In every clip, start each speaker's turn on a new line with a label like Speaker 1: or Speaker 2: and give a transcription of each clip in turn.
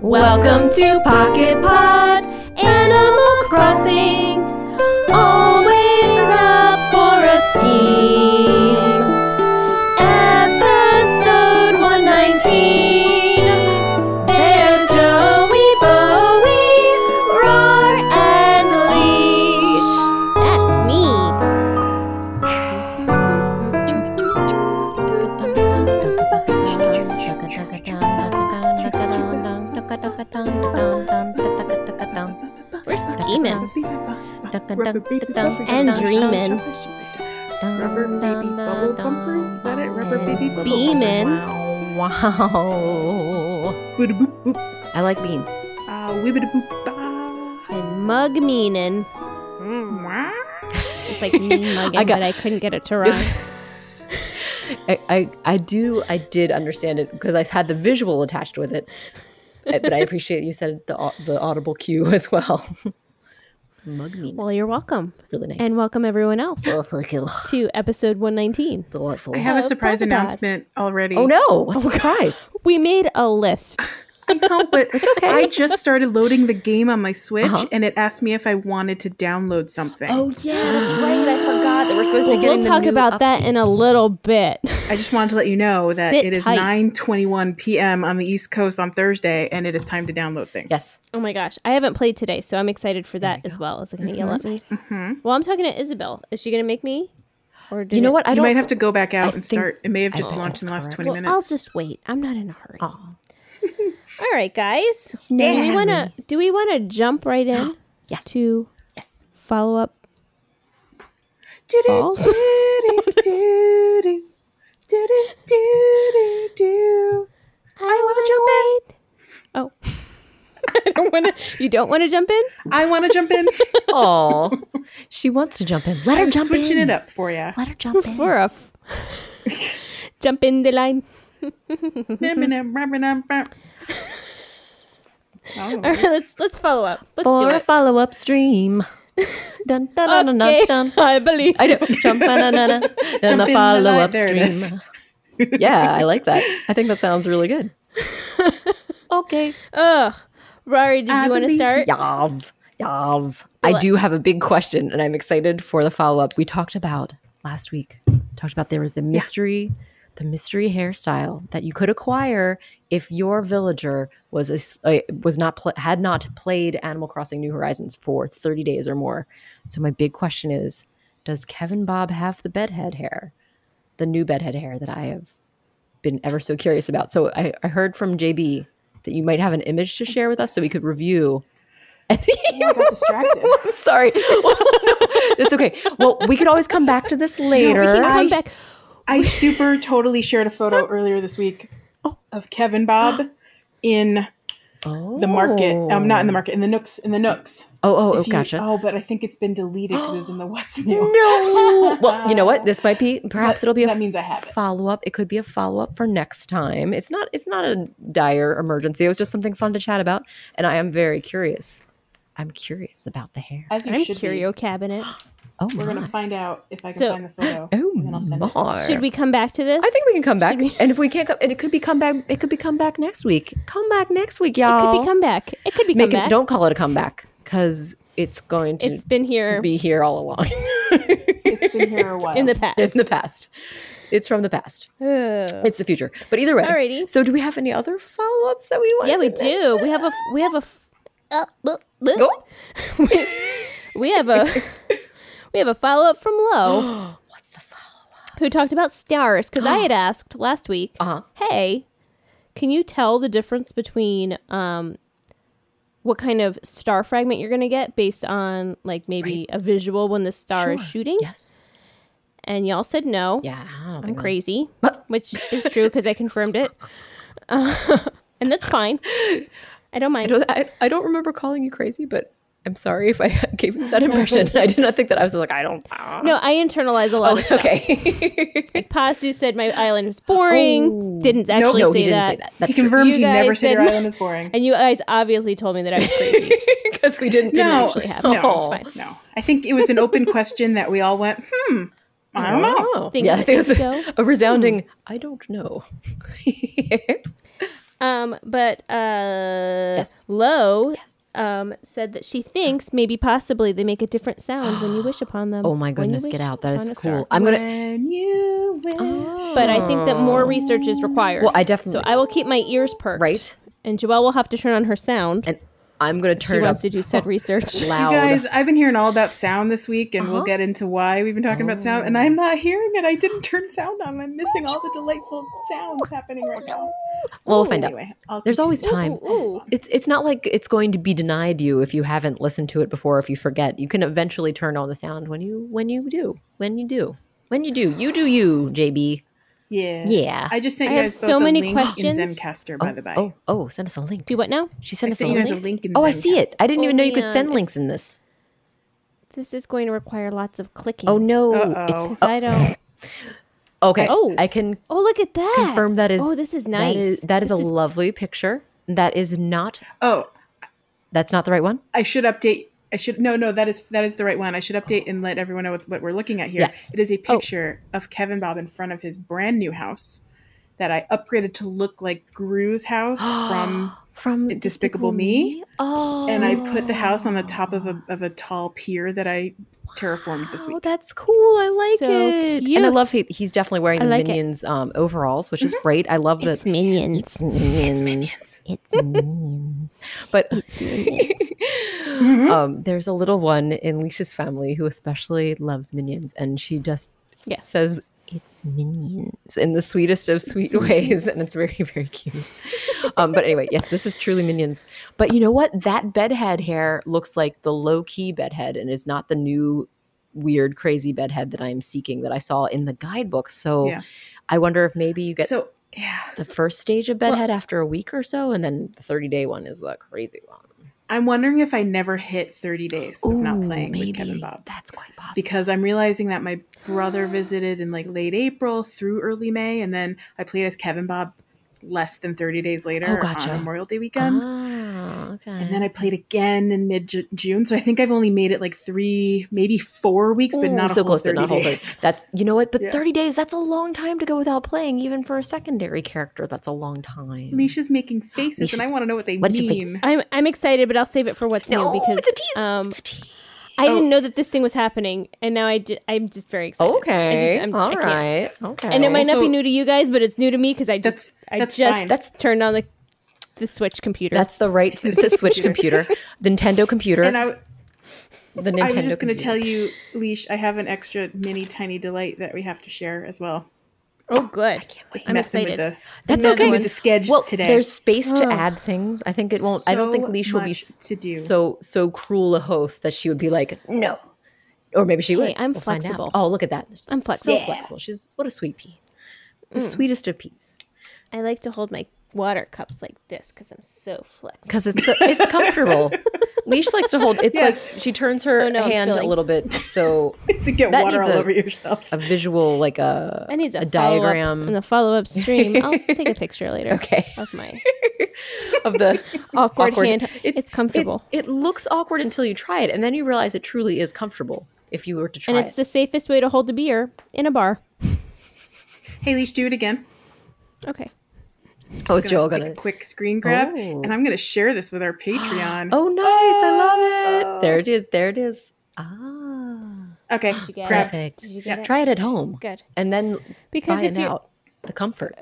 Speaker 1: Welcome to Pocket Pod Animal Crossing. Always up for a scheme. Episode 119. There's Joey, Bowie, Roar, and Leash.
Speaker 2: That's me. We're scheming.
Speaker 3: And
Speaker 2: dreamin'.
Speaker 3: Rubber baby bubble bumpers? Is that it? Rubber
Speaker 2: And
Speaker 3: baby bubble
Speaker 2: beamin'.
Speaker 3: bumpers. Wow.
Speaker 2: Wow.
Speaker 3: Boop boop boop.
Speaker 2: I like beans.
Speaker 3: Ah, wibbida boop ba.
Speaker 2: And mug meaning.
Speaker 3: Mm, wah.
Speaker 2: It's like mean mugging,
Speaker 4: I got-
Speaker 2: but I couldn't get it to rhyme.
Speaker 4: I, I, I do I did understand it because I had the visual attached with it, Uh, but I appreciate you said the au- the audible cue as well. Mug me,
Speaker 2: well, you're welcome.
Speaker 4: really nice
Speaker 2: And welcome everyone else
Speaker 4: Oh, look at-
Speaker 2: to episode 119.
Speaker 4: delightful.
Speaker 3: I have a
Speaker 2: Oh,
Speaker 3: surprise
Speaker 2: polka dot.
Speaker 3: announcement already.
Speaker 4: oh no, what's the surprise?
Speaker 2: We made a list.
Speaker 3: I know, but it's
Speaker 4: okay.
Speaker 3: I just started loading the game on my Switch,
Speaker 4: Uh-huh. Oh,
Speaker 3: and it asked me if I wanted to download something.
Speaker 4: yeah, that's right. I forgot that we're supposed to be
Speaker 2: We'll talk about that in a little bit.
Speaker 3: I just wanted to let you know that
Speaker 2: Sit
Speaker 3: it is
Speaker 2: tight.
Speaker 3: 9:21 p.m. on the East Coast on Thursday, and it is time to download things.
Speaker 4: Yes,
Speaker 2: Oh my gosh, I haven't played today, so I'm excited for that as well. Is it
Speaker 4: Mm-hmm.
Speaker 2: going to yell at me? Well, I'm talking to Isabel. Is she going to make me? Or did
Speaker 4: you know
Speaker 2: it-
Speaker 4: what? I
Speaker 3: you
Speaker 4: don't.
Speaker 3: might have to go back out
Speaker 4: I
Speaker 3: and
Speaker 4: think-
Speaker 3: start. It may have just
Speaker 4: think
Speaker 3: launched in the last
Speaker 4: that's
Speaker 3: 20
Speaker 2: Well,
Speaker 3: minutes.
Speaker 2: I'll just wait. I'm not in a hurry. All right, guys.
Speaker 4: nice
Speaker 2: Do we
Speaker 4: having
Speaker 2: want to? Do we want to jump right in?
Speaker 4: Yes.
Speaker 2: To follow up
Speaker 3: Do-do,
Speaker 2: falls.
Speaker 3: do-do, do-do, do-do, do-do, do.
Speaker 2: I want to jump in. Oh. I don't want to. You don't want to jump in?
Speaker 3: I want to jump in.
Speaker 4: Aw, she wants to jump in. Let her jump
Speaker 3: Switching
Speaker 4: in.
Speaker 3: it up for you.
Speaker 4: Let her jump in.
Speaker 2: For a f- jump in the line. All right, let's let's follow up. Let's do
Speaker 4: For a
Speaker 2: it.
Speaker 4: follow up stream. Dun dun dun dun
Speaker 2: Okay.
Speaker 4: dun. dun.
Speaker 2: I believe.
Speaker 4: I don't jump na na na. Then
Speaker 3: Jump
Speaker 4: the
Speaker 3: in the
Speaker 4: follow
Speaker 3: light.
Speaker 4: up
Speaker 3: There it is.
Speaker 4: stream. yeah, I like that. I think that sounds really good. okay.
Speaker 2: Ugh. Rory, did
Speaker 3: I
Speaker 2: you want to
Speaker 3: believe-
Speaker 2: start?
Speaker 4: Yas. Yas. I do have a big question and I'm excited for the follow up. We talked about last week, talked about there was the mystery, the mystery hairstyle that you could acquire if your villager was a, s- a- was not pl- had not played Animal Crossing New Horizons for 30 days or more. So my big question is, does Kevin Bob have the bedhead hair? The new bedhead hair that I have been ever so curious about. So I, I heard from JB that you might have an image to share with us so we could review.
Speaker 3: I got distracted.
Speaker 4: I'm sorry. it's okay. Well, we could always come back to this later.
Speaker 2: We can come
Speaker 3: I-
Speaker 2: back.
Speaker 3: I super totally shared a photo earlier this week of Kevin Bob in the market. Um, not in the market, in the nooks, in the nooks.
Speaker 4: Oh, oh, oh
Speaker 3: If you-
Speaker 4: gotcha.
Speaker 3: Oh, but I think it's been deleted because it was in the what's new.
Speaker 4: No. Well, you know what? This might be perhaps it'll be a
Speaker 3: that means I have it.
Speaker 4: follow up. It could be a follow up for next time. It's not it's not a dire emergency. It was just something fun to chat about and I am very curious. I'm curious about the hair.
Speaker 3: As you
Speaker 2: I'm
Speaker 3: should
Speaker 2: curio cabinet.
Speaker 4: oh
Speaker 3: be. We're
Speaker 4: my.
Speaker 3: gonna find out if I can
Speaker 2: So-
Speaker 3: find the photo.
Speaker 4: Oh
Speaker 3: and then I'll send it.
Speaker 4: my.
Speaker 2: Should we come back to this?
Speaker 4: I think we can come back. And if we can't come and it could be come back it could be come back next week. Come back next week, y'all.
Speaker 2: Could be come back. It could be come
Speaker 4: Make
Speaker 2: back.
Speaker 4: it don't call it a comeback because it's going to
Speaker 2: it's been here
Speaker 4: be here all along.
Speaker 3: It's been here a while.
Speaker 2: in the past.
Speaker 4: it's the past. It's from the past.
Speaker 2: Ugh.
Speaker 4: It's the future. But either way.
Speaker 2: Alrighty.
Speaker 4: So do we have any other follow-ups that we want?
Speaker 2: yeah, we do. We have a. f- We have a. f-
Speaker 4: Oh.
Speaker 2: uh, bleh, bleh.
Speaker 4: Go.
Speaker 2: we, we have a. We have a follow up from Lo,
Speaker 4: What's the follow-up?
Speaker 2: who talked about stars because I had asked last week.
Speaker 4: Uh-huh.
Speaker 2: Hey, can you tell the difference between um, what kind of star fragment you're going to get based on like maybe a visual when the star is shooting?
Speaker 4: Yes.
Speaker 2: And y'all said no.
Speaker 4: Yeah. I don't
Speaker 2: I'm
Speaker 4: think-
Speaker 2: crazy, which is true because I confirmed it. and that's fine. I don't
Speaker 4: I
Speaker 2: mind.
Speaker 4: don't, I, I don't remember calling you crazy, but I'm sorry if I gave you that impression. I did not think that I was like, I don't uh,
Speaker 2: no, I internalize a lot of stuff.
Speaker 4: Oh, Okay.
Speaker 2: Like Pasu said my island was boring. didn't
Speaker 4: no,
Speaker 2: actually
Speaker 4: no,
Speaker 2: say,
Speaker 4: he didn't
Speaker 2: that.
Speaker 4: say that. That's
Speaker 3: He confirmed
Speaker 2: You
Speaker 3: you, never
Speaker 2: guys
Speaker 3: said your
Speaker 2: said-
Speaker 3: island is boring.
Speaker 2: And you guys obviously told me that I was crazy.
Speaker 4: Because we didn't, didn't
Speaker 3: no,
Speaker 4: actually have
Speaker 3: no,
Speaker 4: Oh.
Speaker 3: it's fine. No, I think it was an open question that we all went, hmm, I don't know.
Speaker 4: Oh,
Speaker 2: Things Hmm.
Speaker 4: yeah,
Speaker 2: that
Speaker 4: it was
Speaker 2: go-
Speaker 4: a, a resounding, I don't know.
Speaker 2: Um, but uh,
Speaker 4: Yes.
Speaker 2: Lo um, said that she thinks maybe possibly they make a different sound when you wish upon them.
Speaker 4: Oh my
Speaker 2: When you
Speaker 4: goodness, get
Speaker 2: wish
Speaker 4: out. That is
Speaker 2: upon a star.
Speaker 4: cool. I'm going to
Speaker 3: When you will.
Speaker 2: But I think that more research is required.
Speaker 4: Well, I definitely-
Speaker 2: So I will keep my ears perked.
Speaker 4: Right.
Speaker 2: And Joelle will have to turn on her sound.
Speaker 4: and I'm going to
Speaker 2: she
Speaker 4: turn it up
Speaker 2: wants to do said research.
Speaker 4: loud. Uh-huh.
Speaker 3: You guys, I've been hearing all about sound this week, and we'll get into why we've been talking about sound. And
Speaker 4: Oh.
Speaker 3: I'm not hearing it. I didn't turn sound on. I'm missing all the delightful sounds happening right now.
Speaker 4: well, we'll find
Speaker 3: Anyway,
Speaker 4: out.
Speaker 3: I'll
Speaker 4: There's
Speaker 3: continue.
Speaker 4: always time.
Speaker 2: Ooh, ooh.
Speaker 4: It's it's not like it's going to be denied you if you haven't listened to it before. If you forget, you can eventually turn on the sound when you when you do when you do when you do you do you JB.
Speaker 3: Yeah.
Speaker 4: Yeah.
Speaker 3: I just sent
Speaker 2: I
Speaker 3: you
Speaker 2: have
Speaker 3: guys
Speaker 2: so
Speaker 3: both a
Speaker 2: many
Speaker 3: link
Speaker 2: questions.
Speaker 3: in Zencaster, by the by.
Speaker 4: Oh oh, send us a link.
Speaker 2: Do what now?
Speaker 4: She
Speaker 3: I
Speaker 4: sent us a
Speaker 3: sent you guys a
Speaker 4: link.
Speaker 3: link in
Speaker 4: Oh, I see it. I didn't
Speaker 2: Oh,
Speaker 4: even know you could
Speaker 2: man,
Speaker 4: send links
Speaker 2: it's-
Speaker 4: in this.
Speaker 2: This is going to require lots of clicking.
Speaker 4: Oh no, Oh.
Speaker 3: Uh-oh.
Speaker 4: it's
Speaker 2: 'Cause I don't.
Speaker 4: okay.
Speaker 2: Oh.
Speaker 4: I can
Speaker 2: Oh, look at that.
Speaker 4: confirm that is
Speaker 2: Oh, this is
Speaker 4: That
Speaker 2: nice.
Speaker 4: is, that is
Speaker 2: This
Speaker 4: a lovely picture. That is not
Speaker 3: Oh,
Speaker 4: that's not the right one.
Speaker 3: I should update. I should no no that is that is the right one. I should update and let everyone know what, what we're looking at here.
Speaker 4: Yes. Oh.
Speaker 3: It is a picture of Kevin Bob in front of his brand new house that I upgraded to look like Gru's house from
Speaker 4: From
Speaker 3: Despicable Me.
Speaker 4: Oh,
Speaker 3: and I put the house on the top of a of a tall pier that I terraformed this
Speaker 4: Oh,
Speaker 3: week.
Speaker 4: that's cool. I like
Speaker 2: So
Speaker 4: it. And I
Speaker 2: cute.
Speaker 4: love he, he's definitely wearing the
Speaker 2: I like it. Mm-hmm.
Speaker 4: minions um, overalls, which is great. I love
Speaker 2: It's
Speaker 4: that.
Speaker 2: minions.
Speaker 4: Minions. It's minions. But
Speaker 2: It's minions. Mm-hmm.
Speaker 4: um, there's a little one in Leisha's family who especially loves minions, and she just
Speaker 2: Yes.
Speaker 4: says it's minions in the sweetest of sweet ways, and it's very very cute. um, but anyway, yes, this is truly minions. But you know what? That bedhead hair looks like the low key bedhead, and is not the new weird crazy bedhead that I am seeking that I saw in the guidebook. So
Speaker 3: Yeah.
Speaker 4: I wonder if maybe you get
Speaker 3: So yeah,
Speaker 4: the first stage of bedhead after a week or so, and then the thirty day one is the crazy one.
Speaker 3: I'm wondering if I never hit 30 days of not
Speaker 4: Ooh,
Speaker 3: playing with Kevin Bob
Speaker 4: That's quite possible.
Speaker 3: because I'm realizing that my brother visited in like late April through early May, and then I played as Kevin Bob less than 30 days later
Speaker 4: Oh, gotcha.
Speaker 3: on Memorial Day weekend.
Speaker 4: Ah, okay.
Speaker 3: And then I played again in mid Ju- June, so I think I've only made it like three, maybe four weeks, but
Speaker 4: Ooh,
Speaker 3: not a
Speaker 4: so
Speaker 3: whole
Speaker 4: close,
Speaker 3: 30
Speaker 4: but not whole
Speaker 3: days.
Speaker 4: thirty. That's you know what, but
Speaker 3: Yeah.
Speaker 4: thirty days—that's a long time to go without playing, even for a secondary character. That's a long time.
Speaker 3: Leisha's making faces, and I
Speaker 4: Leisha's-
Speaker 3: want to know what they
Speaker 4: What's your
Speaker 3: mean.
Speaker 4: face?
Speaker 2: I'm I'm excited, but I'll save it for what's
Speaker 4: no,
Speaker 2: new because
Speaker 4: it's a tease.
Speaker 2: um
Speaker 4: it's a tease. Oh.
Speaker 2: I didn't know that this thing was happening, and now I di- I'm just very excited.
Speaker 4: Okay,
Speaker 2: I just, I'm,
Speaker 4: all
Speaker 2: I can't.
Speaker 4: right, okay.
Speaker 2: And it might not be
Speaker 3: Also-
Speaker 2: new to you guys, but it's new to me because I
Speaker 3: That's-
Speaker 2: just I
Speaker 3: that's
Speaker 2: just
Speaker 3: fine.
Speaker 4: That's-
Speaker 2: turned on the the Switch computer.
Speaker 4: That's the right to switch computer, the Nintendo computer,
Speaker 3: And I,
Speaker 4: the Nintendo.
Speaker 3: I was just going to
Speaker 4: computer.
Speaker 3: tell you, Leash, I have an extra mini tiny delight that we have to share as well.
Speaker 2: oh good.
Speaker 3: Just
Speaker 2: I'm
Speaker 3: messing
Speaker 2: excited.
Speaker 3: With the,
Speaker 4: That's
Speaker 3: messing
Speaker 4: okay.
Speaker 3: With the sketch
Speaker 4: well,
Speaker 3: today.
Speaker 4: there's space to add things. I think it won't. I don't think
Speaker 3: So
Speaker 4: Leash will be
Speaker 3: much
Speaker 4: s-
Speaker 3: to do.
Speaker 4: so so cruel a host that she would be like no, or maybe she would.
Speaker 2: I'm
Speaker 4: find out.
Speaker 2: flexible.
Speaker 4: Oh, look at that.
Speaker 2: I'm
Speaker 4: So
Speaker 2: flexible. Mm.
Speaker 4: flexible. She's what a sweet pea. The sweetest of peas.
Speaker 2: I like to hold my water cups like this because I'm so flexible.
Speaker 4: because it's it's comfortable. Leash likes to hold. It's
Speaker 3: Yes.
Speaker 4: like she turns her
Speaker 2: Oh, no, I'm
Speaker 4: hand a
Speaker 2: spilling.
Speaker 4: little bit, so
Speaker 3: to get
Speaker 4: that
Speaker 3: water
Speaker 4: needs
Speaker 3: all
Speaker 4: a-
Speaker 3: over yourself.
Speaker 4: a visual like a
Speaker 2: I need a,
Speaker 4: diagram.
Speaker 2: diagram in the follow up stream. I'll take a picture later.
Speaker 4: Okay.
Speaker 2: Of my
Speaker 4: of the
Speaker 2: awkward, hand. It's, comfortable.
Speaker 4: it looks awkward until you try it, and then you realize it truly is comfortable if you were to try
Speaker 2: and it's
Speaker 4: it.
Speaker 2: the safest way to hold a beer in a bar.
Speaker 3: Hey, Leash, do it again.
Speaker 2: Okay.
Speaker 4: oh, it's Joel
Speaker 3: Take
Speaker 4: gonna.
Speaker 3: a quick screen grab,
Speaker 4: Oh.
Speaker 3: and I'm going to share this with our Patreon.
Speaker 4: Oh, nice! I love it. There it is. There it is. Ah,
Speaker 3: okay.
Speaker 2: get
Speaker 3: Grabbed.
Speaker 4: perfect.
Speaker 2: Did you get it?
Speaker 4: Try it at home.
Speaker 2: Good.
Speaker 4: and then
Speaker 2: Because
Speaker 4: buy
Speaker 2: if
Speaker 4: it
Speaker 2: you're-
Speaker 4: out the comfort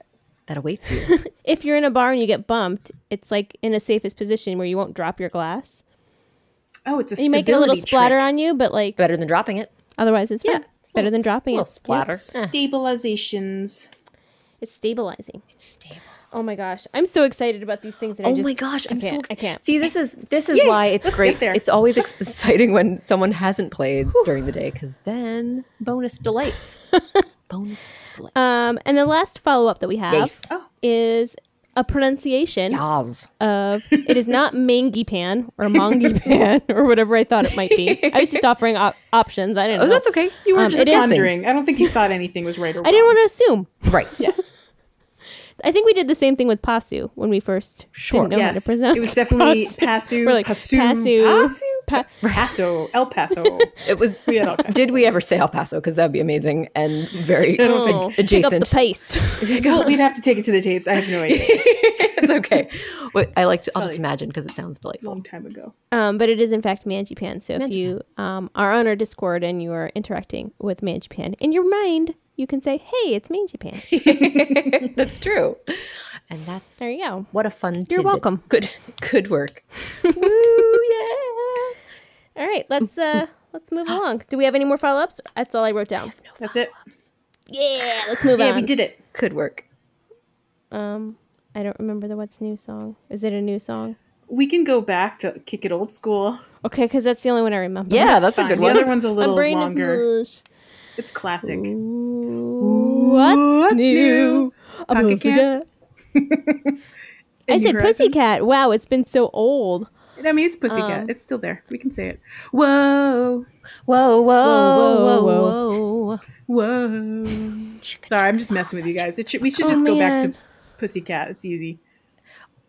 Speaker 4: that awaits you.
Speaker 2: if you're in a bar and you get bumped, it's like in the safest position where you won't drop your glass.
Speaker 3: Oh, it's a
Speaker 2: You might get a little splatter on you, but like
Speaker 4: Better than dropping it.
Speaker 2: otherwise it's fine. Better than dropping
Speaker 4: little
Speaker 2: it.
Speaker 4: splatter. Eh.
Speaker 3: Stabilizations.
Speaker 2: It's stabilizing. It's stable. Oh my gosh, I'm so excited about these things. That I
Speaker 4: Oh
Speaker 2: just,
Speaker 4: my gosh, I'm
Speaker 2: I can't,
Speaker 4: so
Speaker 2: I can't.
Speaker 4: See, this is this is why it's
Speaker 3: let's
Speaker 4: great.
Speaker 3: get there.
Speaker 4: It's always ex- exciting when someone hasn't played during the day because then bonus delights. bonus delights.
Speaker 2: Um, and the last follow up that we have
Speaker 4: Yes.
Speaker 2: is a pronunciation
Speaker 4: Oz.
Speaker 2: of it is not mangipan or mangipan or whatever I thought it might be. I was just offering op- options. I didn't.
Speaker 4: Oh,
Speaker 2: know.
Speaker 4: that's okay. You were
Speaker 2: Um,
Speaker 4: just
Speaker 2: it is-
Speaker 4: guessing.
Speaker 3: Wondering. I don't think you thought anything was right or wrong.
Speaker 2: I didn't want to assume.
Speaker 4: right.
Speaker 2: I think we did the same thing with Pasu when we first
Speaker 4: Sure.
Speaker 2: didn't know how to
Speaker 3: Yes.
Speaker 2: pronounce.
Speaker 3: It was definitely
Speaker 2: Pasu.
Speaker 3: Pasu.
Speaker 2: We're like
Speaker 3: Pasu.
Speaker 2: Pasu,
Speaker 3: Pasu.
Speaker 2: pa-
Speaker 3: Paso, El Paso.
Speaker 4: It was.
Speaker 3: We had El Paso.
Speaker 4: Did we ever say El Paso? Because that'd be amazing and very
Speaker 2: Oh, pick up
Speaker 4: adjacent.
Speaker 2: the pace.
Speaker 3: We'd have to take it to the tapes. I have no idea.
Speaker 4: it's okay. But I like. To, I'll just imagine because it sounds delightful.
Speaker 3: Long time ago.
Speaker 2: Um, but it is in fact Mangipan. So if you um, are on our Discord and you are interacting with Mangipan in your mind, you can say, "Hey, it's Mangipan."
Speaker 4: that's true. And that's
Speaker 2: there you go.
Speaker 4: what a fun. You're
Speaker 2: welcome.
Speaker 4: Good. Good work.
Speaker 2: All right, let's uh, let's move along. Do we have any more follow ups? That's all I wrote down.
Speaker 3: That's it.
Speaker 2: Yeah, let's move
Speaker 3: Yeah,
Speaker 2: on.
Speaker 3: we did it.
Speaker 4: Good work.
Speaker 2: Um, I don't remember the what's new song. Is it a new song?
Speaker 3: We can go back to kick it old school.
Speaker 2: Okay, because that's the only one I remember.
Speaker 4: Yeah, that's, a
Speaker 3: Fine.
Speaker 4: good
Speaker 3: the
Speaker 4: one.
Speaker 3: other one's a
Speaker 2: my
Speaker 3: little
Speaker 2: brain
Speaker 3: longer.
Speaker 2: is mush.
Speaker 3: It's classic.
Speaker 2: What's,
Speaker 3: What's
Speaker 2: new?
Speaker 3: new?
Speaker 2: A
Speaker 3: Pocket
Speaker 2: pussycat. I
Speaker 3: Any
Speaker 2: said
Speaker 3: horizons?
Speaker 2: pussycat. Wow, it's been so old.
Speaker 3: I mean, it's Pussycat.
Speaker 4: Um,
Speaker 3: it's still there. We can say it. Whoa,
Speaker 4: Whoa, whoa,
Speaker 2: Whoa, whoa,
Speaker 4: whoa, whoa.
Speaker 3: whoa. Sorry, I'm just messing with you guys. It should, we should
Speaker 4: Oh,
Speaker 3: just go back
Speaker 2: man.
Speaker 3: to Pussycat. It's easy.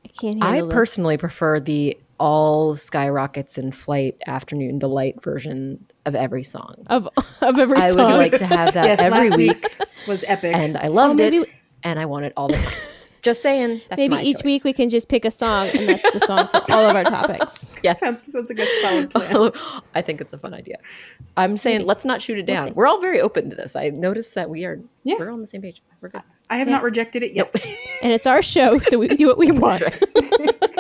Speaker 2: I can't
Speaker 4: I
Speaker 2: handle this.
Speaker 4: personally prefer the all skyrockets in flight afternoon delight version of every song.
Speaker 2: of of every
Speaker 4: I would
Speaker 2: song.
Speaker 4: like to have that
Speaker 3: Yes,
Speaker 4: every
Speaker 3: last
Speaker 4: week,
Speaker 3: week's was epic.
Speaker 4: and I loved
Speaker 2: maybe
Speaker 4: it, and I want it all the time. Just saying. That's
Speaker 2: Maybe
Speaker 4: my
Speaker 2: each
Speaker 4: choice.
Speaker 2: week we can just pick a song, and that's the song for all of our topics.
Speaker 4: Yes.
Speaker 3: sounds, sounds like a solid plan.
Speaker 4: I think it's a fun idea. I'm saying let's not shoot it down. We're all very open to this. I noticed that we are.
Speaker 3: Yeah.
Speaker 4: We're on the same page. We're good.
Speaker 3: I have not rejected it yet.
Speaker 2: And it's our show, so we do what we want.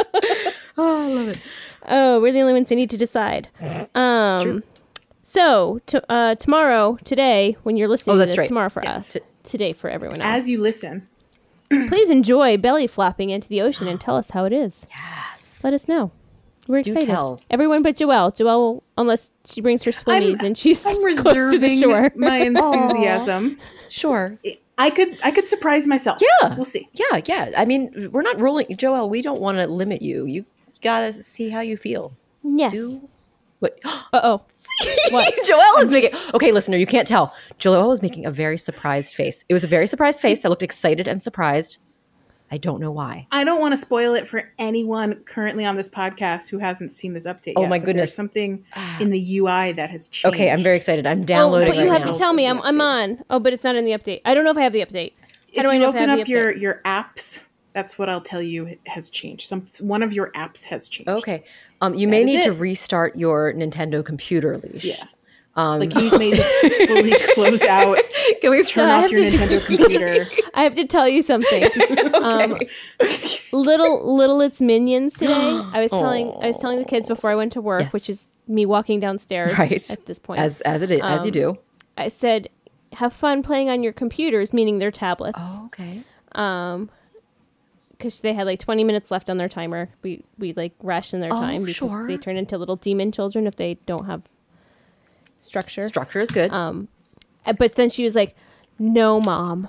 Speaker 4: Oh, I love it.
Speaker 2: Oh, we're the only ones who need to decide. Um, so to, uh, tomorrow, today, when you're
Speaker 4: Oh,
Speaker 2: listening to
Speaker 4: that's
Speaker 2: this,
Speaker 4: right.
Speaker 2: tomorrow for us, today for everyone else.
Speaker 3: As you listen,
Speaker 2: please enjoy belly flopping into the ocean and tell us how it is.
Speaker 4: Yes.
Speaker 2: Let us know. We're excited.
Speaker 4: tell.
Speaker 2: Everyone but Joelle. Joelle, will, unless she brings her swimmies and she's
Speaker 3: I'm
Speaker 2: close to the
Speaker 3: reserving
Speaker 2: shore.
Speaker 3: my enthusiasm.
Speaker 4: Sure.
Speaker 3: I could I could surprise myself.
Speaker 4: Yeah.
Speaker 3: we'll see.
Speaker 4: Yeah, yeah. I mean, we're not ruling, Joel. We don't want to limit you. You gotta see how you feel.
Speaker 2: yes.
Speaker 4: Do what?
Speaker 2: Uh oh. What?
Speaker 4: Joel is making. Okay, listener, you can't tell. Joel was making a very surprised face. It was a very surprised face that looked excited and surprised. I don't know why.
Speaker 3: I don't want to spoil it for anyone currently on this podcast who hasn't seen this update.
Speaker 4: Oh
Speaker 3: yet,
Speaker 4: my
Speaker 3: but there's
Speaker 4: goodness. Ah.
Speaker 3: something in the UI that has changed.
Speaker 4: Okay, I'm very excited. I'm
Speaker 2: Oh,
Speaker 4: downloading.
Speaker 2: but you
Speaker 4: right
Speaker 2: have
Speaker 4: now.
Speaker 2: to tell me. I'm, I'm on. Oh, but it's not in the update. I don't know if I have the update. How
Speaker 3: If
Speaker 2: do I
Speaker 3: you
Speaker 2: know if I
Speaker 3: open
Speaker 2: have
Speaker 3: up
Speaker 2: the
Speaker 3: your your apps, that's what I'll tell you has changed. Some one of your apps has changed.
Speaker 4: Okay. Um, you may
Speaker 3: is
Speaker 4: need to
Speaker 3: it.
Speaker 4: restart your Nintendo computer leash.
Speaker 3: Yeah. like you've made it fully closed out.
Speaker 4: Can we
Speaker 3: Turn
Speaker 2: I
Speaker 3: off
Speaker 2: have
Speaker 3: your
Speaker 2: to-
Speaker 3: Nintendo computer.
Speaker 2: I have to tell you something. um, little little it's minions today. I was telling I was telling the kids before I went to work,
Speaker 4: Yes.
Speaker 2: which is me walking downstairs
Speaker 4: Right.
Speaker 2: at this point. Um,
Speaker 4: As as it is, as you do.
Speaker 2: I said, "Have fun playing on your computers," meaning their tablets,
Speaker 4: Okay.
Speaker 2: because they had like 20 minutes left on their timer. We we like ration their time because
Speaker 4: Oh, sure.
Speaker 2: they turn into little demon children if they don't have structure.
Speaker 4: Structure is good.
Speaker 2: Uh, but then she was like, "No, mom,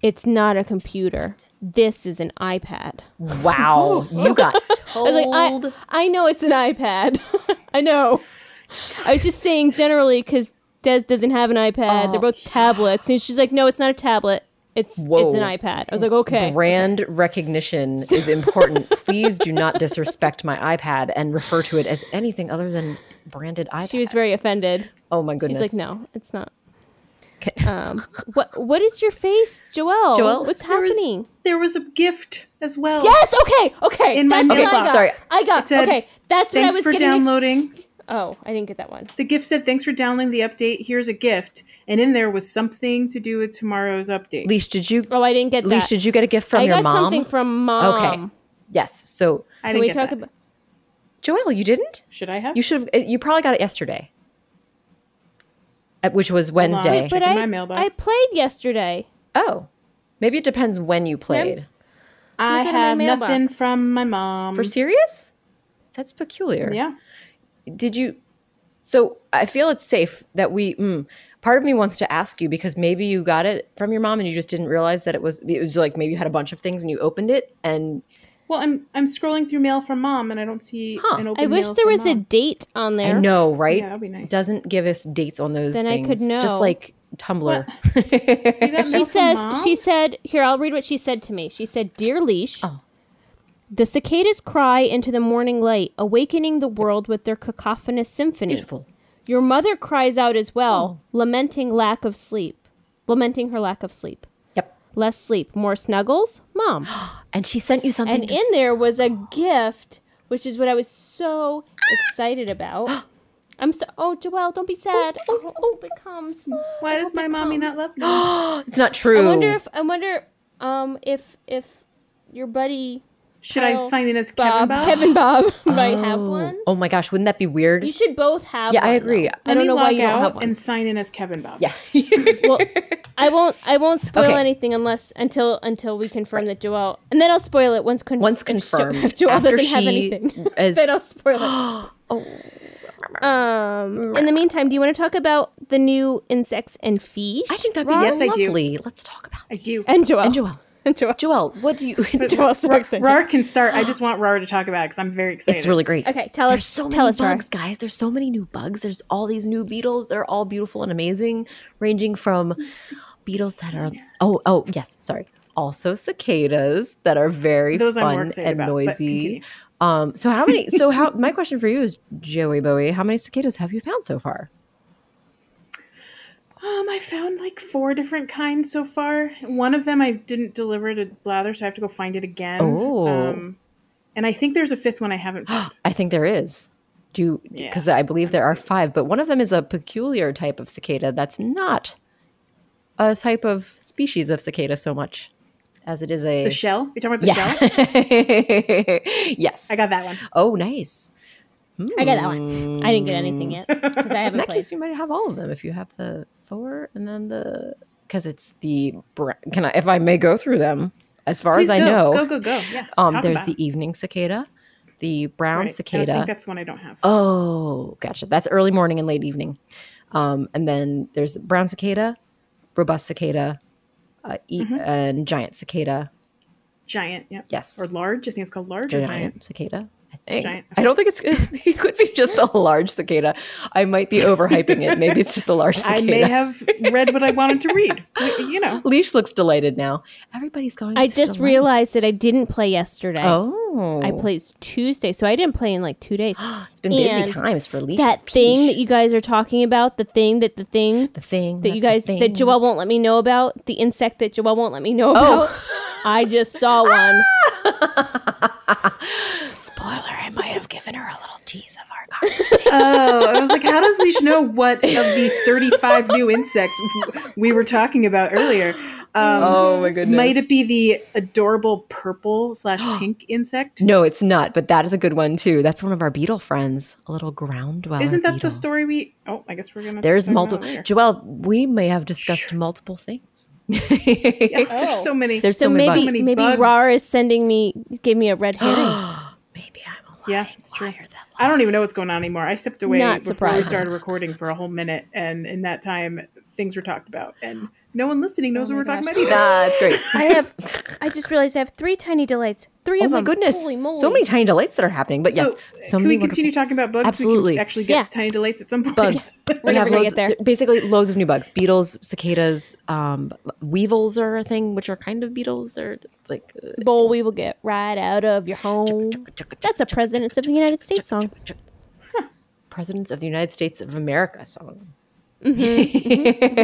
Speaker 2: it's not a computer. This is an iPad."
Speaker 4: wow, you got
Speaker 2: I was
Speaker 4: told.
Speaker 2: like, "I, I know it's an iPad. I know." I was just saying generally because Des doesn't have an iPad.
Speaker 3: Oh,
Speaker 2: They're both tablets, and she's like, "No, it's not a tablet. It's it's an
Speaker 4: Whoa.
Speaker 2: iPad." I was like, "Okay."
Speaker 4: Brand recognition is important. Please do not disrespect my iPad and refer to it as anything other than branded iPad.
Speaker 2: She was very offended.
Speaker 4: oh my goodness.
Speaker 2: She's like, "No, it's not." Um, what what is your face, Joelle?
Speaker 4: Joelle?
Speaker 2: what's
Speaker 3: There was-
Speaker 2: happening?
Speaker 3: There was a gift as well.
Speaker 2: Yes. Okay. Okay.
Speaker 3: In my
Speaker 2: that's what I
Speaker 3: mailbox.
Speaker 2: got.
Speaker 4: Sorry.
Speaker 2: I got.
Speaker 3: It said,
Speaker 2: okay. That's what I
Speaker 3: Thanks
Speaker 2: was
Speaker 3: for
Speaker 2: getting. ex-
Speaker 3: downloading.
Speaker 2: oh, I didn't get that one.
Speaker 3: the gift said, "Thanks for downloading the update. Here's a gift." And in there was something to do with tomorrow's update.
Speaker 4: Leash, did you
Speaker 2: Oh, I didn't get
Speaker 4: Leash,
Speaker 2: that.
Speaker 4: did you get a gift from
Speaker 2: I
Speaker 4: your
Speaker 2: got
Speaker 4: mom?
Speaker 2: something from mom.
Speaker 4: Okay. Yes. So
Speaker 3: I
Speaker 2: Can
Speaker 3: didn't
Speaker 2: we
Speaker 3: get
Speaker 2: talk
Speaker 3: that.
Speaker 2: about?
Speaker 4: Joelle, you didn't?
Speaker 3: Should I have?
Speaker 4: You should have. You probably got it yesterday, Uh, which was Wednesday.
Speaker 3: Wait,
Speaker 2: But
Speaker 3: in
Speaker 2: I,
Speaker 3: my mailbox.
Speaker 2: I played yesterday.
Speaker 4: oh, maybe it depends when you played.
Speaker 3: I
Speaker 2: Look at my
Speaker 3: have nothing
Speaker 2: mailbox.
Speaker 3: from my mom.
Speaker 4: For
Speaker 2: Mm-hmm.
Speaker 4: serious? That's peculiar.
Speaker 3: yeah.
Speaker 4: Did you? So I feel it's safe that we. Mm, part of me wants to ask you because maybe you got it from your mom and you just didn't realize that it was. It was like maybe you had a bunch of things and you opened it and
Speaker 3: Well, I'm I'm scrolling through mail from mom, and I don't see an open.
Speaker 2: I wish
Speaker 3: mail
Speaker 2: there
Speaker 3: from
Speaker 2: was a
Speaker 3: Mom.
Speaker 2: date on there.
Speaker 4: I know, right?
Speaker 3: Yeah, that'd be nice.
Speaker 4: It doesn't give us dates on those.
Speaker 2: Then I
Speaker 4: things,
Speaker 2: could know.
Speaker 4: Just like Tumblr.
Speaker 3: You got mail
Speaker 2: She
Speaker 3: from
Speaker 2: says.
Speaker 3: Mom?
Speaker 2: She said. Here, I'll read what she said to me. She said, "Dear Leash." The cicadas cry into the morning light, awakening the world with their cacophonous symphony.
Speaker 4: Beautiful.
Speaker 2: Your mother cries out as well, lamenting lack of sleep, lamenting her lack of sleep.
Speaker 4: Yep.
Speaker 2: Less sleep, more snuggles, mom.
Speaker 4: And she sent you something.
Speaker 2: And
Speaker 4: to
Speaker 2: in
Speaker 4: s-
Speaker 2: there was a gift, which is what I was so excited about. I'm so. Oh, Joelle, don't be sad. Oh, oh, it comes.
Speaker 3: Why does my mommy not love me?
Speaker 4: it's not true.
Speaker 2: I wonder if I wonder um if if your buddy
Speaker 3: Should
Speaker 2: Kyle,
Speaker 3: I sign in as Kevin
Speaker 2: Bob
Speaker 3: Bob?
Speaker 2: Kevin Bob might have one.
Speaker 4: oh my gosh, wouldn't that be weird?
Speaker 2: You should both have.
Speaker 4: yeah, I
Speaker 2: one,
Speaker 4: agree.
Speaker 2: though.
Speaker 3: Let
Speaker 2: I don't
Speaker 3: me
Speaker 2: know why
Speaker 3: log
Speaker 2: you don't
Speaker 3: out
Speaker 2: have one.
Speaker 3: And sign in as Kevin Bob.
Speaker 4: Yeah.
Speaker 2: well, I won't. I won't spoil
Speaker 4: Okay.
Speaker 2: anything unless until until we confirm that Joelle, and then I'll spoil it once con-
Speaker 4: Once
Speaker 2: if Jo-
Speaker 4: confirmed,
Speaker 2: If, Joelle
Speaker 4: after
Speaker 2: doesn't have
Speaker 4: she
Speaker 2: anything,
Speaker 4: is-
Speaker 2: then I'll spoil it. oh. Um. In the meantime, do you want to talk about the new insects and fish?
Speaker 4: I think that'd be
Speaker 2: Rob?
Speaker 3: Yes, I do.
Speaker 4: lovely. Let's talk about
Speaker 3: I do.
Speaker 2: And Joelle.
Speaker 4: and Joelle.
Speaker 2: And Joelle.
Speaker 4: Joelle, what do you?
Speaker 2: Joelle's so excited.
Speaker 3: Rar can start. I just want Rar to talk about it because I'm very excited.
Speaker 4: it's really great.
Speaker 2: Okay, tell
Speaker 4: There's
Speaker 2: us.
Speaker 4: so
Speaker 2: tell
Speaker 4: many
Speaker 2: us, Rar.
Speaker 4: bugs, guys. There's so many new bugs. There's all these new beetles. They're all beautiful and amazing, ranging from beetles that are oh oh yes, sorry. Also cicadas that are very
Speaker 3: Those I'm more
Speaker 4: fun
Speaker 3: excited
Speaker 4: and
Speaker 3: about, but
Speaker 4: noisy.
Speaker 3: continue.
Speaker 4: Um, so how many? So how? My question for you is, Joey Bowie, how many cicadas have you found so far?
Speaker 3: Um, I found like four different kinds so far. One of them I didn't deliver to Blather, so I have to go find it again.
Speaker 4: Oh.
Speaker 3: Um, and I think there's a fifth one I haven't found.
Speaker 4: I think there is. Do you because I believe there are five, but one of them is a peculiar type of cicada that's not a type of species of cicada so much as it is a
Speaker 3: the shell? You're talking about the shell?
Speaker 4: yes.
Speaker 3: I got that one.
Speaker 4: oh, nice.
Speaker 2: I got that one. I didn't get anything yet because I
Speaker 4: In
Speaker 2: haven't
Speaker 4: that
Speaker 2: played.
Speaker 4: case, you might have all of them if you have the four and then the because it's the br- can I if I may go through them as far
Speaker 3: Please
Speaker 4: as I
Speaker 3: go,
Speaker 4: know.
Speaker 3: Go, go, go. Yeah.
Speaker 4: um,
Speaker 3: talk
Speaker 4: there's
Speaker 3: about it.
Speaker 4: the evening cicada, the brown
Speaker 3: Right. I
Speaker 4: cicada.
Speaker 3: don't think that's one I don't have.
Speaker 4: Oh, gotcha. That's early morning and late evening. Um, and then there's the brown cicada, robust cicada, uh, e-
Speaker 3: Mm-hmm.
Speaker 4: and giant cicada.
Speaker 3: Giant. Yep.
Speaker 4: Yes.
Speaker 3: Or large. I think it's called large or
Speaker 4: Giant,
Speaker 3: giant.
Speaker 4: cicada. I think.
Speaker 3: Giant,
Speaker 4: I don't think it's. It could be just a large cicada. I might be overhyping it. Maybe it's just a large cicada.
Speaker 3: I may have read what I wanted to read. You know.
Speaker 4: Leash looks delighted now. Everybody's going.
Speaker 2: I
Speaker 4: with
Speaker 2: just
Speaker 4: delight.
Speaker 2: realized that I didn't play yesterday.
Speaker 4: Oh,
Speaker 2: I plays Tuesday, so I didn't play in like two days.
Speaker 4: It's been busy
Speaker 2: and
Speaker 4: times for Leash.
Speaker 2: that thing that
Speaker 4: Peesh.
Speaker 2: you guys are talking about, the thing that the thing
Speaker 4: the thing
Speaker 2: that you guys
Speaker 4: the
Speaker 2: that
Speaker 4: thing.
Speaker 2: Joelle won't let me know about, the insect that Joelle won't let me know about. I just saw one.
Speaker 4: spoiler. I might have given her a little tease of our conversation.
Speaker 3: Oh, I was like, how does Leash know what of the 35 new insects we were talking about earlier? Um,
Speaker 4: Oh my goodness.
Speaker 3: Might it be the adorable purple slash pink insect?
Speaker 4: No, it's not, but that is a good one too. That's one of our beetle friends, a little ground dweller.
Speaker 3: Isn't that
Speaker 4: beetle.
Speaker 3: the story we? Oh, I guess we're gonna.
Speaker 4: There's
Speaker 3: talk about it
Speaker 4: multiple.
Speaker 3: later.
Speaker 4: Joelle, we may have discussed multiple things.
Speaker 3: There's so many.
Speaker 4: There's
Speaker 2: So,
Speaker 4: so, many.
Speaker 2: maybe
Speaker 4: bugs.
Speaker 3: bugs.
Speaker 2: maybe
Speaker 3: Bugs.
Speaker 2: Rar is sending me gave me a red herring.
Speaker 4: maybe I'm a
Speaker 3: yeah,
Speaker 4: lying
Speaker 3: it's true.
Speaker 4: liar that
Speaker 3: I don't even know what's going on anymore. I stepped away
Speaker 2: Not
Speaker 3: before we
Speaker 2: surprised.
Speaker 3: started recording for a whole minute, and in that time, things were talked about, and no one listening knows what we're
Speaker 2: my
Speaker 3: talking
Speaker 4: lied.
Speaker 3: about
Speaker 4: Nah, it's great.
Speaker 2: I have I just realized I have three tiny delights. Three
Speaker 4: oh
Speaker 2: of
Speaker 4: my
Speaker 2: them.
Speaker 4: goodness.
Speaker 2: Holy moly.
Speaker 4: So many tiny delights that are happening. But
Speaker 3: either.
Speaker 4: yes,
Speaker 3: So,
Speaker 4: so
Speaker 3: can
Speaker 4: many
Speaker 3: we continue
Speaker 4: wonderful-
Speaker 3: talking about bugs? We
Speaker 4: Absolutely.
Speaker 3: can actually get
Speaker 2: Yeah.
Speaker 3: tiny delights at some point.
Speaker 4: bugs.
Speaker 2: We're
Speaker 4: we
Speaker 2: never
Speaker 4: have
Speaker 2: gonna
Speaker 4: loads,
Speaker 2: get there.
Speaker 4: basically loads of new bugs. Beetles, cicadas, um, weevils are a thing, which are kind of beetles. They're like uh,
Speaker 2: bowl we will get right out of your home. That's a Presidents of the United States song.
Speaker 4: Presidents of the United States of America song.
Speaker 2: Mm-hmm.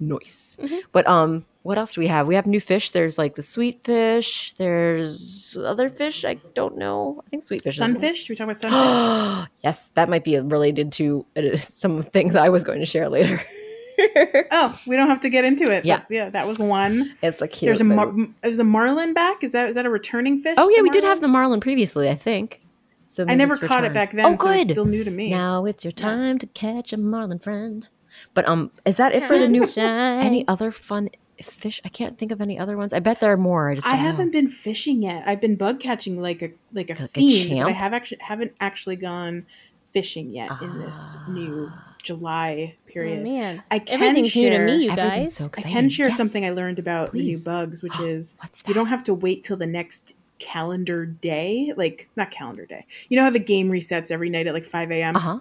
Speaker 4: nice. But um, what else do we have? We have new fish. There's like the sweet fish. There's other fish. I don't know. I think sweet fish. is-
Speaker 3: Sunfish? Should we talk about sunfish?
Speaker 4: yes, that might be related to uh, some things I was going to share later.
Speaker 3: oh, we don't have to get into it. but
Speaker 4: Yeah.
Speaker 3: yeah, that was one.
Speaker 4: It's a cute.
Speaker 3: There's a
Speaker 4: little-
Speaker 3: mar- m- is a marlin back? Is that is that a returning fish?
Speaker 4: oh yeah, we did
Speaker 3: marlin?
Speaker 4: have the marlin previously. I think. So
Speaker 3: I
Speaker 4: maybe
Speaker 3: never
Speaker 4: it's
Speaker 3: caught it
Speaker 4: returned.
Speaker 3: back then.
Speaker 4: Oh,
Speaker 3: So
Speaker 4: good.
Speaker 3: it's still new to me.
Speaker 4: Now it's your time to catch a marlin friend. But um, is that it for the new? Any other fun fish? I can't think of any other ones. I bet there are more. I just
Speaker 3: I
Speaker 4: don't know.
Speaker 3: haven't been fishing yet. I've been bug catching like a like a
Speaker 4: a
Speaker 3: fiend, but I
Speaker 4: champ?
Speaker 3: have actually haven't actually gone fishing yet in this new July period.
Speaker 2: Oh, man.
Speaker 3: I can
Speaker 2: Everything's
Speaker 3: share,
Speaker 2: new to me, you
Speaker 4: Ah. Everything's
Speaker 2: guys.
Speaker 4: so
Speaker 3: I
Speaker 4: exciting.
Speaker 3: can share
Speaker 4: Yes.
Speaker 3: something I learned about
Speaker 4: Please. Oh,
Speaker 3: the new bugs, which is
Speaker 4: what's
Speaker 3: you don't have to wait till the next calendar day. Like not calendar day. You know how the game resets every night at like five a.m.
Speaker 4: Uh huh.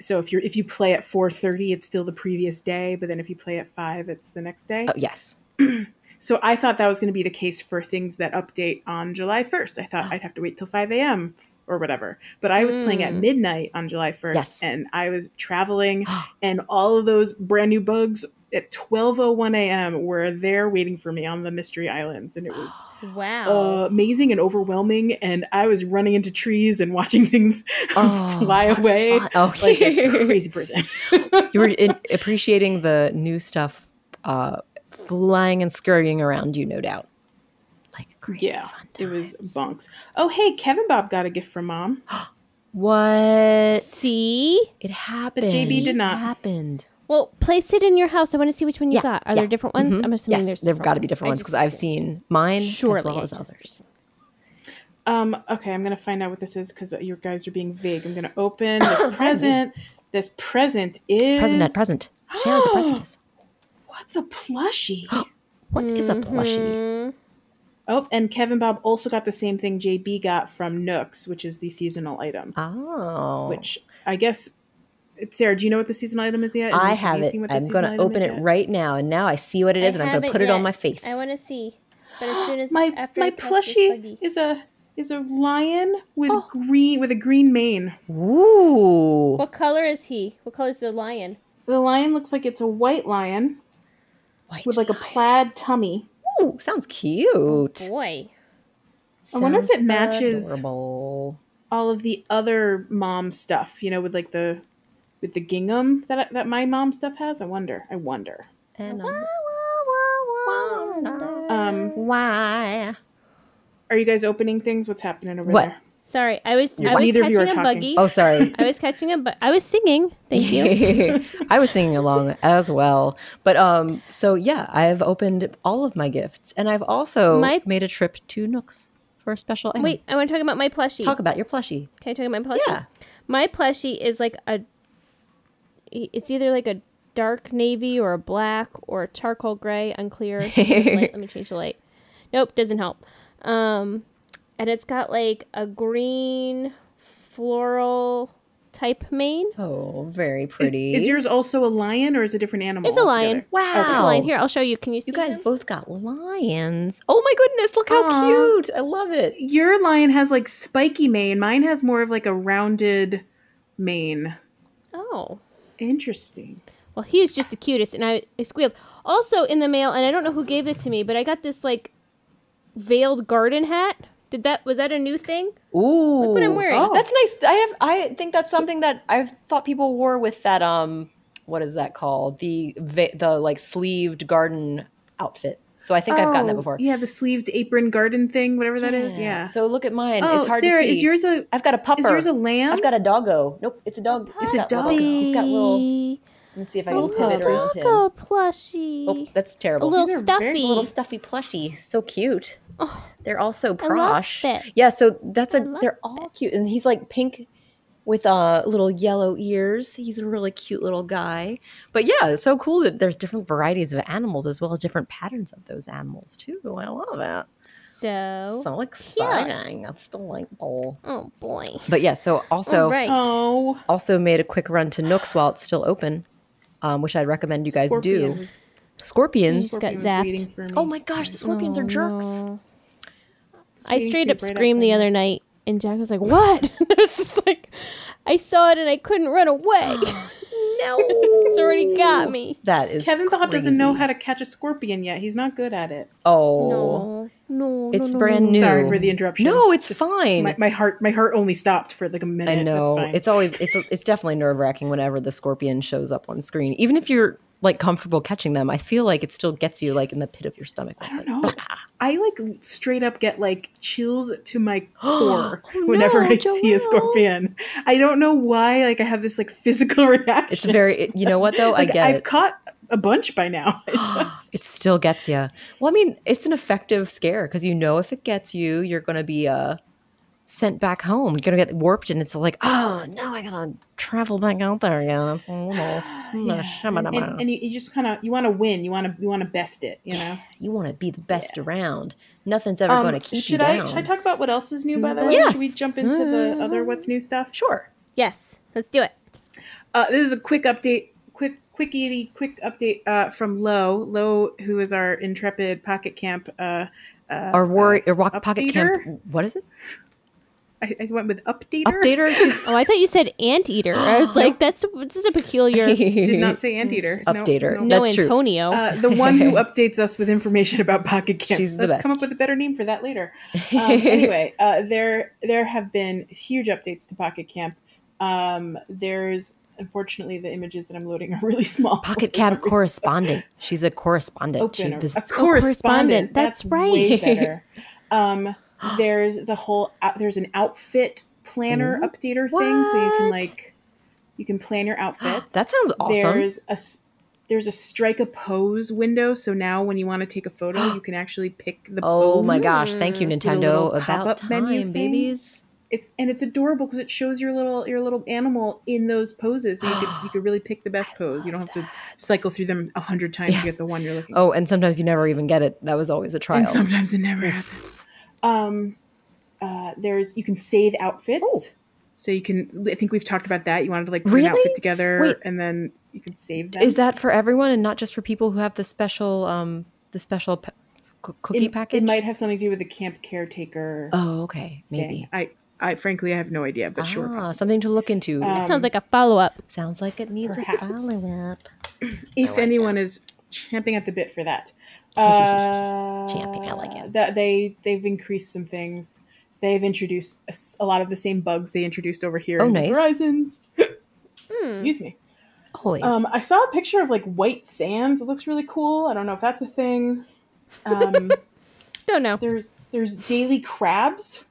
Speaker 3: so if you if you play at 4:30 it's still the previous day but then if you play at 5 it's the next day
Speaker 4: Oh, yes.
Speaker 3: So I thought that was going to be the case for things that update on July 1st. I thought I'd have to wait till 5 a.m. or whatever. But I was playing at midnight on July 1st
Speaker 4: Hmm. Yes.
Speaker 3: and I was traveling and all of those brand new bugs at 12:01 a.m. were there waiting for me on the mystery islands and it was
Speaker 2: Wow.
Speaker 4: Oh.
Speaker 3: uh, amazing and overwhelming and I was running into trees and watching things
Speaker 4: Oh,
Speaker 3: fly away
Speaker 4: Oh,
Speaker 3: like a crazy person.
Speaker 4: you were in, appreciating the new stuff uh, flying and scurrying around you, no doubt. Like crazy
Speaker 3: yeah.
Speaker 4: fun
Speaker 3: It was
Speaker 4: times.
Speaker 3: bonks. Oh, hey, Kevin Bob got a gift from mom.
Speaker 4: what
Speaker 2: See?
Speaker 4: it happened.
Speaker 3: JB did not.
Speaker 4: It happened.
Speaker 2: Well, place it in your house. I want to see which one you
Speaker 4: Yeah,
Speaker 2: got. Are
Speaker 4: yeah.
Speaker 2: there different ones? I'm assuming
Speaker 4: Yes,
Speaker 2: there's
Speaker 4: there've got to be different
Speaker 2: I
Speaker 4: ones
Speaker 2: just
Speaker 4: because I've
Speaker 2: assumed.
Speaker 4: seen mine as
Speaker 2: Surely,
Speaker 4: well
Speaker 2: I
Speaker 4: as
Speaker 2: just
Speaker 4: others.
Speaker 3: Um, okay, I'm gonna find out what this is because you guys are being vague. I'm gonna open this present. This present is
Speaker 4: Present at present. Share what the present is.
Speaker 3: What's a plushie?
Speaker 4: What is a plushie?
Speaker 3: oh, and Kevin Bob also got the same thing JB got from Nooks, which is the seasonal item.
Speaker 4: Oh,
Speaker 3: Mm-hmm. Which I guess, Sarah, do you know what the seasonal item is yet?
Speaker 4: I
Speaker 3: Have you
Speaker 4: have it.
Speaker 3: seen what the
Speaker 4: I'm
Speaker 3: seasonal
Speaker 4: gonna
Speaker 3: item
Speaker 4: open
Speaker 3: is
Speaker 4: it
Speaker 3: yet?
Speaker 4: right now, and now I see what it is,
Speaker 2: I
Speaker 4: and I'm gonna
Speaker 2: haven't
Speaker 4: put it on
Speaker 2: yet.
Speaker 4: my face.
Speaker 2: I want to see. But as soon as
Speaker 3: My
Speaker 2: after I
Speaker 3: my
Speaker 2: press this
Speaker 3: plushie
Speaker 2: buggy-
Speaker 3: is a is a lion with green with a green mane.
Speaker 4: Ooh,
Speaker 2: What color is he? What color is the lion?
Speaker 3: The lion looks like it's a white lion
Speaker 4: White
Speaker 3: with like a
Speaker 4: line.
Speaker 3: plaid tummy.
Speaker 4: Ooh, sounds cute.
Speaker 2: Boy.
Speaker 3: I wonder if it
Speaker 4: Sounds
Speaker 3: matches-
Speaker 4: adorable.
Speaker 3: all of the other mom stuff, you know, with like the with the gingham that that my mom stuff has. I wonder. I wonder.
Speaker 4: And
Speaker 3: Um,
Speaker 4: why?
Speaker 3: are you guys opening things? What's happening over
Speaker 4: What?
Speaker 3: there?
Speaker 2: Sorry, I was I was
Speaker 3: Neither of you are
Speaker 2: catching a
Speaker 3: talking.
Speaker 2: buggy.
Speaker 4: Oh, sorry.
Speaker 2: I was catching a bu- I was singing. Thank you.
Speaker 4: I was singing along as well. But um, so yeah, I've opened all of my gifts, and I've also
Speaker 2: My-
Speaker 4: made a trip to Nooks for a special. item.
Speaker 2: Wait, I want to talk about my plushie.
Speaker 4: talk about your plushie.
Speaker 2: Can I talk about my plushie?
Speaker 4: Yeah.
Speaker 2: My plushie is like a. It's either like a dark navy or a black or a charcoal gray, unclear. Here's the light. Let me change the light. Nope, doesn't help. Um, and it's got like a green floral type mane.
Speaker 4: Oh, very
Speaker 3: Is,
Speaker 4: pretty.
Speaker 3: is yours also a lion or is it a different animal?
Speaker 2: It's a lion.
Speaker 3: altogether?
Speaker 4: Wow.
Speaker 2: It's a lion. Here, I'll show you. Can you see
Speaker 4: Oh. You guys
Speaker 2: him?
Speaker 4: both got lions. Oh my goodness, look how
Speaker 3: Aw.
Speaker 4: cute. I love it.
Speaker 3: Your lion has like spiky mane. Mine has more of like a rounded mane.
Speaker 2: Oh.
Speaker 3: Interesting.
Speaker 2: Well, he's just the cutest, and I, I squealed. Also in the mail, and I don't know who gave it to me, but I got this like veiled garden hat. Did that was that a new thing?
Speaker 4: Ooh.
Speaker 2: what I'm wearing. Oh.
Speaker 4: That's nice. I have I think that's something that I've thought people wore with that um what is that called? The va- the like sleeved garden outfit. So I think I've gotten that
Speaker 3: Oh,
Speaker 4: before.
Speaker 3: Yeah, the sleeved apron garden thing, whatever that is. Yeah.
Speaker 4: So look at mine.
Speaker 3: oh,
Speaker 4: it's hard
Speaker 3: Sarah,
Speaker 4: to see.
Speaker 3: is yours a
Speaker 4: I've got a pupper.
Speaker 3: is yours a lamb?
Speaker 4: I've got a doggo. Nope, it's a dog. He's
Speaker 3: a Oh,
Speaker 4: got little- He's got little Let me see if I can pivot around him.
Speaker 2: Doggo plushie.
Speaker 4: Oh, that's terrible.
Speaker 2: a little
Speaker 3: These are very
Speaker 2: stuffy. Oh,
Speaker 4: little stuffy plushie. So cute. they're all so
Speaker 2: love
Speaker 4: prosh.
Speaker 2: it.
Speaker 4: Yeah, so that's a
Speaker 2: love
Speaker 4: they're all cute. And he's like pink with uh little yellow ears. He's a really cute little guy. But yeah, it's so cool that there's different varieties of animals as well as different patterns of those animals too. I love it.
Speaker 2: so,
Speaker 4: So exciting. I'm still like bowl.
Speaker 2: oh boy.
Speaker 4: But yeah, so also
Speaker 2: All right.
Speaker 3: Oh,
Speaker 4: also made a quick run to Nooks while it's still open. Um, which I'd recommend you guys do.
Speaker 3: scorpions.
Speaker 4: Scorpions.
Speaker 2: Just got
Speaker 3: Scorpions
Speaker 2: zapped.
Speaker 3: waiting for me.
Speaker 4: Oh my gosh, the scorpions are jerks.
Speaker 2: I
Speaker 3: Sweet
Speaker 2: straight
Speaker 3: creep
Speaker 2: up
Speaker 3: right
Speaker 2: screamed the
Speaker 3: outside
Speaker 2: other night, and Jack was like, "What?" I was just like, "I saw it and I couldn't run away.
Speaker 4: No,
Speaker 2: it's already got me."
Speaker 4: That is
Speaker 3: Kevin Bob doesn't know
Speaker 4: crazy.
Speaker 3: how to catch a scorpion yet. He's not good at it.
Speaker 4: Oh,
Speaker 2: no, no,
Speaker 4: it's
Speaker 2: no,
Speaker 4: brand
Speaker 2: no,
Speaker 4: new.
Speaker 3: Sorry for the interruption.
Speaker 4: No, it's fine.
Speaker 3: My, my heart, my heart only stopped for like a
Speaker 4: I
Speaker 3: minute. That's
Speaker 4: know
Speaker 3: fine.
Speaker 4: it's always it's it's definitely nerve wracking whenever the scorpion shows up on screen. Even if you're like comfortable catching them, I feel like it still gets you like in the pit of your stomach. It's
Speaker 3: I
Speaker 4: like,
Speaker 3: don't know. Oh, I like straight up get like chills to my
Speaker 4: Oh,
Speaker 3: core whenever I see a
Speaker 4: Joelle.
Speaker 3: scorpion. I don't know why. Like I have this like physical reaction.
Speaker 4: it's very it- you know what though.
Speaker 3: Like,
Speaker 4: I get
Speaker 3: I've
Speaker 4: it.
Speaker 3: caught a bunch by now. It's
Speaker 4: it still gets you. Well, I mean, it's an effective scare because you know if it gets you, you're going to be uh, sent back home. You're going to get warped, and it's like, oh no, I got to travel back out there again. That's a little
Speaker 3: and, and you, you just kind of you want to win. You want to you want to best it. You know.
Speaker 4: You want to be the best around. Nothing's ever going to keep
Speaker 3: Um, should
Speaker 4: you
Speaker 3: I
Speaker 4: down.
Speaker 3: should I talk about what else is new by the way?
Speaker 4: Yes. Mm.
Speaker 3: Should we jump into the other what's new stuff?
Speaker 4: sure.
Speaker 2: Yes, let's do it.
Speaker 3: Uh, this is a quick update, quick quickie, quick update uh, from Lo. Lo, who is our intrepid pocket camp. Uh, uh,
Speaker 4: Our war, or rock pocket
Speaker 3: updater?
Speaker 4: camp. What is it?
Speaker 3: I, I went with updater.
Speaker 4: Updater. She's
Speaker 2: Oh, I thought you said anteater. I was like, that's this is a peculiar.
Speaker 3: Did not say anteater. No,
Speaker 4: Mm-hmm. updater.
Speaker 3: no.
Speaker 2: No,
Speaker 4: That's true. Um,
Speaker 2: Antonio.
Speaker 3: Uh, the one who updates us with information about Pocket Camp.
Speaker 4: She's the
Speaker 3: Let's come
Speaker 4: best.
Speaker 3: up with a better name for that later. Um, anyway, uh, there there have been huge updates to Pocket Camp. Um, there's unfortunately the images that I'm loading are really small.
Speaker 4: pocket
Speaker 3: for some
Speaker 4: camp
Speaker 3: reason.
Speaker 4: correspondent. She's a correspondent.
Speaker 3: Open
Speaker 4: she
Speaker 3: or- Oh, a
Speaker 4: visits
Speaker 3: correspondent.
Speaker 2: correspondent.
Speaker 3: That's,
Speaker 2: That's
Speaker 3: Way
Speaker 2: right.
Speaker 3: better. um, there's the whole out- there's an outfit planner updater thing, so you can
Speaker 4: What?
Speaker 3: like you can plan your outfits.
Speaker 4: That sounds awesome.
Speaker 3: There's a s- there's a strike a pose window, so now when you want to take a photo, you can actually pick the
Speaker 4: oh my
Speaker 3: pose.
Speaker 4: gosh! Thank you,
Speaker 3: Did a little
Speaker 4: Nintendo. About
Speaker 3: pop-up
Speaker 4: time,
Speaker 3: menu thing.
Speaker 4: babies.
Speaker 3: It's and it's adorable because it shows your little your little animal in those poses. So you could you could really pick the best pose. You don't have to cycle through them a hundred times
Speaker 4: Yes.
Speaker 3: to get the one you're looking.
Speaker 4: Oh, and sometimes you never even get it. That was always a trial.
Speaker 3: And sometimes it never happens. Um, uh, there's you can save outfits,
Speaker 4: Oh.
Speaker 3: so you can. I think we've talked about that. You wanted to like put an
Speaker 4: Really?
Speaker 3: outfit together,
Speaker 4: Wait.
Speaker 3: and then you can save them.
Speaker 4: Is that for everyone and not just for people who have the special um the special pa- coo-
Speaker 3: it,
Speaker 4: cookie package?
Speaker 3: It might have something to do with the camp caretaker.
Speaker 4: Oh, okay,
Speaker 3: thing.
Speaker 4: maybe.
Speaker 3: I, I frankly, I have no idea, but sure.
Speaker 4: Ah,
Speaker 3: possible.
Speaker 4: something to look into.
Speaker 2: that sounds like a follow up.
Speaker 4: Sounds like it needs
Speaker 3: perhaps.
Speaker 4: a follow up.
Speaker 3: If anyone is champing at the bit for that, uh,
Speaker 4: Champing, I like it.
Speaker 3: That they they've increased some things. They've introduced a, s- a lot of the same bugs they introduced over here.
Speaker 4: Oh,
Speaker 3: in
Speaker 4: nice.
Speaker 3: Horizons. Excuse me.
Speaker 4: Always.
Speaker 3: Um, I saw a picture of like white sands. It looks really cool. I don't know if that's a thing. Um,
Speaker 2: Don't know.
Speaker 3: there's there's daily crabs.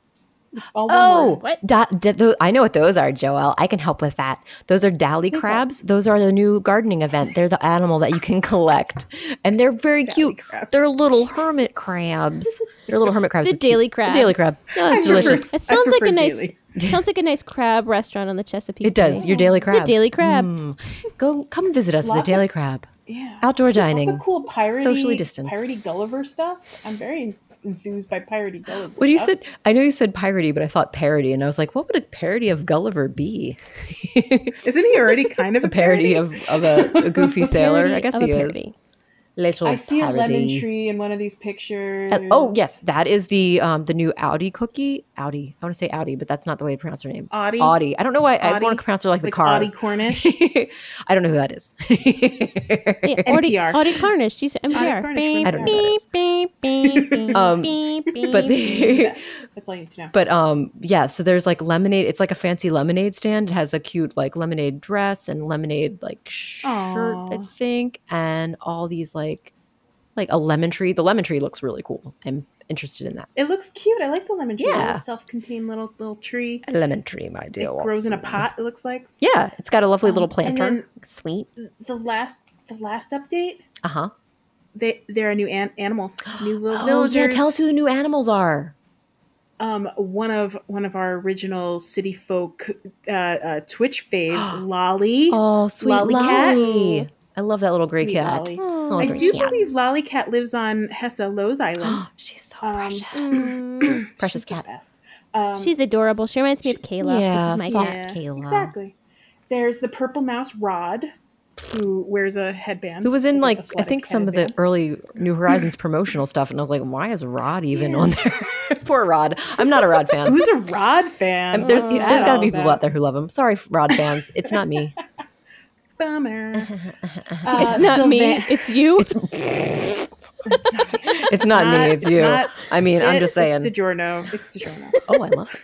Speaker 3: All one
Speaker 4: Oh,
Speaker 3: word.
Speaker 2: What?
Speaker 4: da, da- tho- I know what those are, Joelle. I can help with that. Those are dally crabs. Those are the new gardening event. They're the animal that you can collect, and they're very cute.
Speaker 3: crabs.
Speaker 4: They're little hermit crabs. They're little hermit crabs.
Speaker 2: The
Speaker 4: They're cute.
Speaker 2: daily
Speaker 4: The daily
Speaker 2: crabs.
Speaker 4: crab. Oh,
Speaker 3: I
Speaker 4: it's delicious.
Speaker 3: prefer-
Speaker 2: It
Speaker 3: I
Speaker 2: sounds like
Speaker 3: prefer
Speaker 2: a nice.
Speaker 3: daily.
Speaker 2: it sounds like a nice crab restaurant on the Chesapeake.
Speaker 4: It does. Your daily crab. Mm.
Speaker 2: The Daily Crab.
Speaker 4: Go, come visit us at the
Speaker 3: Lots of-
Speaker 4: Daily Crab.
Speaker 3: Yeah.
Speaker 4: Outdoor dining.
Speaker 3: Lots of cool piratey,
Speaker 4: Socially distanced.
Speaker 3: piratey Gulliver stuff. I'm very enthused by piratey Gulliver.
Speaker 4: What do you
Speaker 3: stuff.
Speaker 4: said? I know you said parody, but I thought parody, and I was like, what would a parody of Gulliver be?
Speaker 3: Isn't he already kind of a
Speaker 4: parody of, of a, a goofy sailor. I
Speaker 2: Parody
Speaker 4: guess
Speaker 2: of
Speaker 4: he is.
Speaker 2: a parody.
Speaker 4: Little
Speaker 3: I see
Speaker 4: parody.
Speaker 3: a lemon tree in one of these pictures.
Speaker 4: Uh, Oh yes, that is the um the new Audi cookie. Audi. I want to say Audi, but that's not the way to pronounce her name.
Speaker 3: Audi?
Speaker 4: Audi. I don't know why I
Speaker 3: Audie-
Speaker 4: want to pronounce her like, the car.
Speaker 3: Audie Cornish.
Speaker 4: I don't know who that is.
Speaker 2: Yeah, Audie,
Speaker 3: NPR.
Speaker 2: Audie Carnish. She's
Speaker 3: Audie
Speaker 2: NPR.
Speaker 3: Cornish
Speaker 2: Beep,
Speaker 3: from
Speaker 4: I don't know who that is.
Speaker 2: beep, beep, beep,
Speaker 4: Um,
Speaker 2: beep, beep.
Speaker 4: But the,
Speaker 3: That's all you need to know.
Speaker 4: but um yeah, so there's like lemonade. It's like a fancy lemonade stand. It has a cute like lemonade dress and lemonade like shirt, I
Speaker 3: Aw.
Speaker 4: think, and all these like like a lemon tree. The lemon tree looks really cool. I'm interested in that.
Speaker 3: it looks cute. I like the lemon tree.
Speaker 4: Yeah.
Speaker 3: Little self-contained little little tree.
Speaker 4: A lemon tree, my dear.
Speaker 3: It grows in a
Speaker 4: Watson.
Speaker 3: pot. It looks like
Speaker 4: Yeah, it's got a lovely little planter.
Speaker 3: then-
Speaker 4: Sweet.
Speaker 3: the last the last update.
Speaker 4: Uh huh.
Speaker 3: They there are new an- animals, new little
Speaker 4: Oh
Speaker 3: villagers.
Speaker 4: yeah, tell us who the new animals are.
Speaker 3: um one of one of our original city folk uh, uh, Twitch faves, Lolly.
Speaker 4: Oh, sweet
Speaker 3: Lolly
Speaker 4: Lolly.
Speaker 3: cat.
Speaker 4: I love that little gray
Speaker 3: Sweet
Speaker 4: cat. Oh,
Speaker 3: Lolly.
Speaker 4: Little
Speaker 3: I
Speaker 4: gray
Speaker 3: do
Speaker 4: cat.
Speaker 3: believe Lolly Cat lives on Hessa Lowe's Island.
Speaker 4: She's so
Speaker 3: Um,
Speaker 4: precious.
Speaker 2: Mm,
Speaker 4: precious cat.
Speaker 3: Best. Um,
Speaker 2: she's adorable. She reminds me of Kayla,
Speaker 4: Yeah,
Speaker 2: which is my
Speaker 4: soft
Speaker 2: cat.
Speaker 4: cat. Kayla.
Speaker 3: Exactly. There's the purple mouse Rod, who wears a headband.
Speaker 4: Who was in
Speaker 3: like,
Speaker 4: like
Speaker 3: an
Speaker 4: I
Speaker 3: athletic
Speaker 4: think some of the
Speaker 3: headband.
Speaker 4: early New Horizons promotional stuff, and I was like, why is Rod even on there? Poor Rod. I'm not a Rod fan.
Speaker 3: Who's a Rod fan?
Speaker 4: there's
Speaker 3: What's that
Speaker 4: there's got to
Speaker 3: all
Speaker 4: be people
Speaker 3: about?
Speaker 4: out there who love him. Sorry, Rod fans. It's not me.
Speaker 3: Bummer. Uh,
Speaker 2: It's not me. It's you.
Speaker 4: It's not me.
Speaker 3: not-
Speaker 4: It's,
Speaker 3: it's
Speaker 4: you.
Speaker 3: not-
Speaker 4: I mean, I'm just saying.
Speaker 3: It's DiGiorno. It's DiGiorno.
Speaker 4: oh, I love it.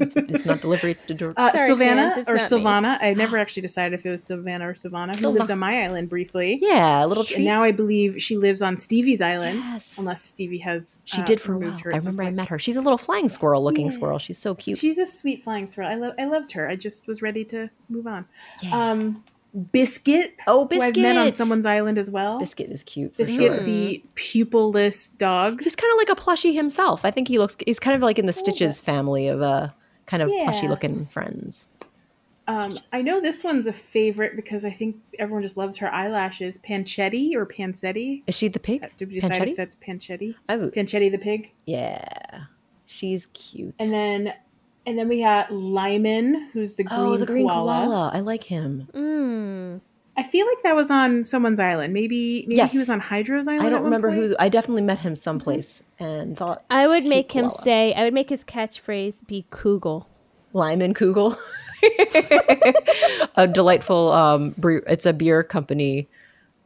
Speaker 4: It's, it's not delivery. It's delivery.
Speaker 3: Uh,
Speaker 2: Sorry,
Speaker 3: Sylvana
Speaker 2: fans, it's
Speaker 3: or
Speaker 2: not me.
Speaker 3: Sylvana.
Speaker 4: Ah.
Speaker 3: I never actually decided if it was Sylvana or Sylvana, who lived on my island briefly.
Speaker 4: yeah, a little treat.
Speaker 3: And now I believe she lives on Stevie's island,
Speaker 4: Yes.
Speaker 3: unless Stevie has.
Speaker 4: She
Speaker 3: uh,
Speaker 4: did for a
Speaker 3: removed her
Speaker 4: while. I
Speaker 3: at some
Speaker 4: remember I
Speaker 3: point.
Speaker 4: met her. She's a little flying squirrel looking squirrel. She's so cute.
Speaker 3: She's a sweet flying squirrel. I love. I loved her. I just was ready to move on. Um, Biscuit.
Speaker 4: Oh,
Speaker 3: who I've met on
Speaker 4: Biscuit.
Speaker 3: someone's island as well. Biscuit,
Speaker 4: Biscuit is cute. For
Speaker 3: Biscuit
Speaker 4: sure.
Speaker 3: the pupilless dog.
Speaker 4: He's kind of like a plushie himself. I think he looks. He's kind of like in the Stitches family of uh, kind of
Speaker 3: Oh, Yeah.
Speaker 4: plushy looking friends.
Speaker 3: Um, I know this one's a favorite because I think everyone just loves her eyelashes. Panchetti or Pansetti?
Speaker 4: Is she the pig?
Speaker 3: Uh, Did we decide
Speaker 4: Pancetti?
Speaker 3: if that's Panchetti?
Speaker 4: I would-
Speaker 3: Panchetti the pig.
Speaker 4: yeah, she's cute.
Speaker 3: And then and then we got Lyman, who's the green,
Speaker 4: oh, the green Oh, koala.
Speaker 3: koala.
Speaker 4: I like him.
Speaker 2: Mm.
Speaker 3: I feel like that was on someone's island. Maybe maybe
Speaker 4: Yes.
Speaker 3: he was on Hydro's island.
Speaker 4: I
Speaker 3: at
Speaker 4: don't
Speaker 3: one
Speaker 4: remember
Speaker 3: point?
Speaker 4: who. I definitely met him someplace
Speaker 3: Mm-hmm.
Speaker 4: and thought
Speaker 2: I would make him
Speaker 4: koala.
Speaker 2: say, I would make his catchphrase be Kugel.
Speaker 4: Lyman Kugel, a delightful um, brew. It's a beer company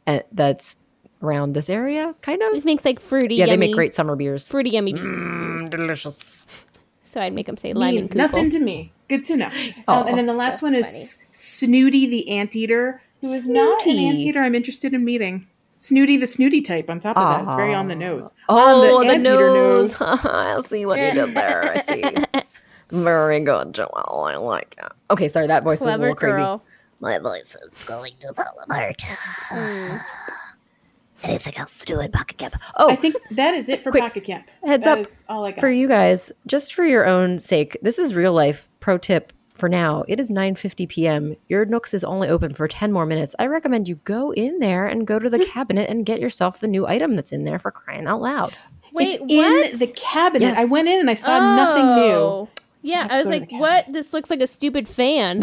Speaker 4: uh, that's around this area, kind of.
Speaker 2: This makes like fruity,
Speaker 4: Yeah, they
Speaker 2: yummy-
Speaker 4: make great summer beers.
Speaker 2: fruity yummy.
Speaker 4: delicious.
Speaker 2: So I'd make him say Lyman
Speaker 3: means
Speaker 2: Kugel.
Speaker 3: nothing to me. Good to know.
Speaker 4: Oh,
Speaker 3: Um, and then the last one is Snooty the Anteater, who is not an
Speaker 4: Snooty.
Speaker 3: anteater I'm interested in meeting. Snooty the Snooty type on top of that. It's very on the nose.
Speaker 4: Oh,
Speaker 3: on
Speaker 4: the,
Speaker 3: anteater
Speaker 4: nose. I see what you did there. I see. Very good, Joelle. I like it. Okay, sorry, that voice was a
Speaker 2: Clever
Speaker 4: little crazy.
Speaker 2: girl.
Speaker 5: My voice is going to fall apart. Anything else to do in Pocket Camp?
Speaker 4: Oh,
Speaker 3: I think that is it for
Speaker 4: Quick,
Speaker 3: Pocket Camp.
Speaker 4: heads
Speaker 3: That
Speaker 4: up
Speaker 3: is all I got.
Speaker 4: for you guys, just for your own sake, this is real life pro tip for now. It is 9:50 p.m. Your Nooks is only open for 10 more minutes. I recommend you go in there and go to the cabinet and get yourself the new item that's in there for crying out loud.
Speaker 2: Wait,
Speaker 3: it's
Speaker 2: what?
Speaker 3: in the cabinet.
Speaker 4: Yes.
Speaker 3: I went in and I saw nothing new.
Speaker 2: Oh. Yeah,
Speaker 3: have
Speaker 2: I
Speaker 3: to
Speaker 2: was
Speaker 3: go to
Speaker 2: like,
Speaker 3: the
Speaker 2: what? This looks like a stupid fan.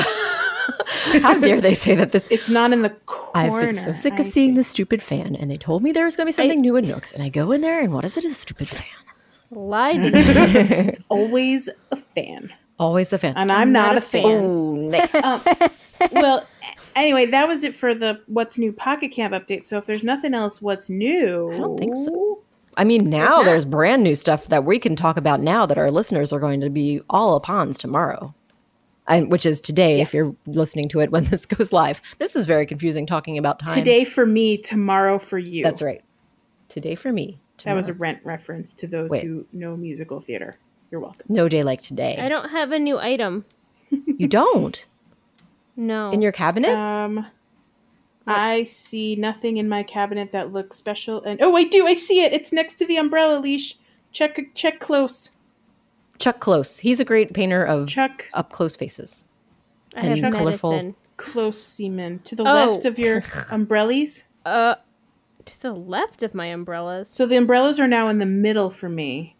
Speaker 4: How dare they say that this
Speaker 3: It's not in the corner.
Speaker 4: I've been so sick
Speaker 3: I
Speaker 4: of seeing
Speaker 3: see.
Speaker 4: this stupid fan, and they told me there was going to be something new in Nooks, and I go in there, and what is it? A stupid fan.
Speaker 2: Lied to me.
Speaker 3: Always a fan,
Speaker 4: Always the fan.
Speaker 3: and I'm, not, a fan.
Speaker 4: Oh, nice.
Speaker 3: well, anyway, that was it for the what's new Pocket Camp update. So if there's nothing else, what's new? I
Speaker 4: don't think so. I mean, now there's brand new stuff that we can talk about now that our listeners are going to be all upons tomorrow, and which is today if
Speaker 3: Yes.
Speaker 4: you're listening to it when this goes live. This is very confusing talking about time.
Speaker 3: Today for me, tomorrow for you.
Speaker 4: That's right. Today for me.
Speaker 3: That was a
Speaker 4: tomorrow.
Speaker 3: rent reference to those
Speaker 4: Wait.
Speaker 3: who know musical theater. You're welcome.
Speaker 4: no day like
Speaker 2: I
Speaker 4: today.
Speaker 2: don't have a new item.
Speaker 4: you don't
Speaker 2: No.
Speaker 4: in your cabinet.
Speaker 3: Um, I see nothing in my cabinet that looks special. And oh, I do. I see it. It's next to the umbrella leash. Check, check close.
Speaker 4: Chuck Close. He's a great painter of
Speaker 3: Chuck
Speaker 4: up close faces.
Speaker 2: I have
Speaker 4: and colorful-
Speaker 2: medicine.
Speaker 3: close, seaman. To the
Speaker 2: Oh.
Speaker 3: left of your umbrellas.
Speaker 2: To the left of my umbrellas.
Speaker 3: So the umbrellas are now in the middle for me.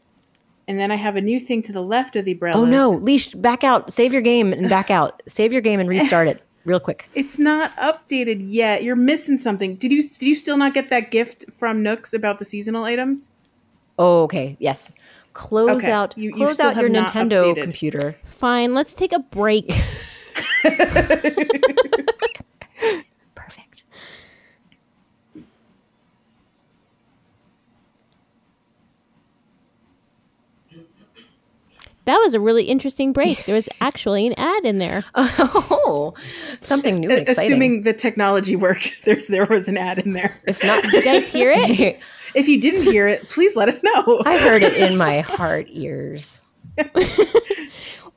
Speaker 3: And then I have a new thing to the left of the umbrellas.
Speaker 4: Oh no, leash, back out. Save your game and back out. Save your game and restart it real quick.
Speaker 3: It's not updated yet. You're missing something. Did you did you still not get that gift from Nooks about the seasonal items?
Speaker 4: Oh, okay. Yes. Close
Speaker 3: Okay,
Speaker 4: out
Speaker 3: you- you
Speaker 4: close
Speaker 3: still
Speaker 4: out your
Speaker 3: have not
Speaker 4: Nintendo
Speaker 3: updated.
Speaker 4: computer.
Speaker 2: Fine, let's take a break.
Speaker 4: Perfect.
Speaker 2: That was a really interesting break. There was actually an ad in there.
Speaker 4: Oh. Something new and exciting.
Speaker 3: Assuming the technology worked, there's there was an ad in there.
Speaker 4: if not
Speaker 2: Did you guys hear it?
Speaker 3: If you didn't hear it, please let us know.
Speaker 4: I heard it in my heart ears.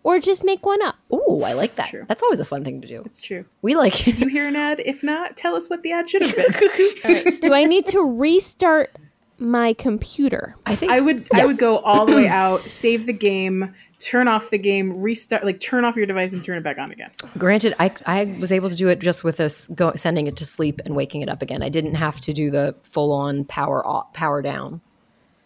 Speaker 2: Or just make one up.
Speaker 4: Oh, I like that.
Speaker 3: true.
Speaker 4: That's always a fun thing to do.
Speaker 3: It's true.
Speaker 4: We like
Speaker 3: You hear an ad? If not, tell us what the ad should have been.
Speaker 2: Do I need to restart my computer?
Speaker 4: I think
Speaker 3: I would I would
Speaker 4: Yes.
Speaker 3: go all the way out, save the game, turn off the game, restart like turn off your device and turn it back on again.
Speaker 4: Granted, I I was able to do it just with us go, sending it to sleep and waking it up again. I didn't have to do the full on power off, power down,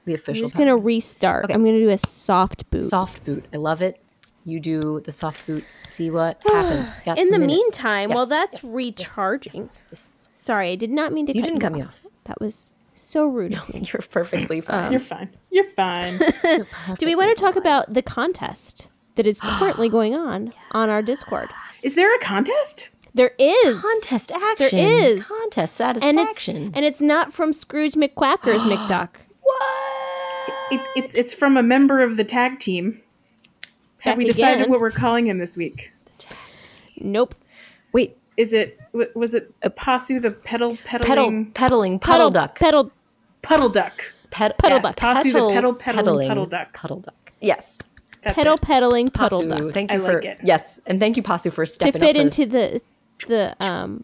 Speaker 4: the
Speaker 2: I'm
Speaker 4: official
Speaker 2: just going to restart. I'm going to do a soft boot.
Speaker 4: soft boot. I love it. You do the soft boot. See what happens. Got
Speaker 2: In
Speaker 4: some
Speaker 2: the
Speaker 4: minutes.
Speaker 2: meantime,
Speaker 4: Yes,
Speaker 2: while that's
Speaker 4: yes,
Speaker 2: recharging.
Speaker 4: yes,
Speaker 2: Sorry, I did not mean to
Speaker 4: you
Speaker 2: cut
Speaker 4: didn't
Speaker 2: you
Speaker 4: cut me off.
Speaker 2: That was so rude of me.
Speaker 4: You're perfectly
Speaker 2: Um,
Speaker 4: fine.
Speaker 3: You're fine. You're fine.
Speaker 2: Do we want to talk about the contest that is currently going on on our Discord?
Speaker 3: Is there a contest?
Speaker 2: There is.
Speaker 4: contest action.
Speaker 2: is.
Speaker 4: contest
Speaker 2: and it's
Speaker 4: satisfaction.
Speaker 2: and it's not from Scrooge McQuackers McDuck.
Speaker 3: It, it's it's from a member of the tag team. Have
Speaker 2: Back
Speaker 3: we decided
Speaker 2: again.
Speaker 3: what we're calling him this week?
Speaker 2: Nope.
Speaker 4: Wait,
Speaker 3: Is it w- was it a Pasu the pedal
Speaker 4: pedal,
Speaker 3: pedaling
Speaker 4: pedaling, puddle duck,
Speaker 2: Pedal.
Speaker 3: puddle duck?
Speaker 4: Ped-
Speaker 2: pedal
Speaker 4: yes,
Speaker 2: duck.
Speaker 3: Pasu the pedal pedaling
Speaker 4: pedaling,
Speaker 3: puddle duck.
Speaker 4: puddle duck. Yes,
Speaker 3: That's
Speaker 2: Pedal
Speaker 3: it.
Speaker 2: pedaling puddle
Speaker 4: Pasu,
Speaker 2: duck.
Speaker 4: Thank
Speaker 3: I
Speaker 4: you for
Speaker 3: like it.
Speaker 4: yes, and thank you Pasu for
Speaker 2: To
Speaker 4: stepping
Speaker 2: fit
Speaker 4: up for
Speaker 2: into
Speaker 4: this.
Speaker 2: the the um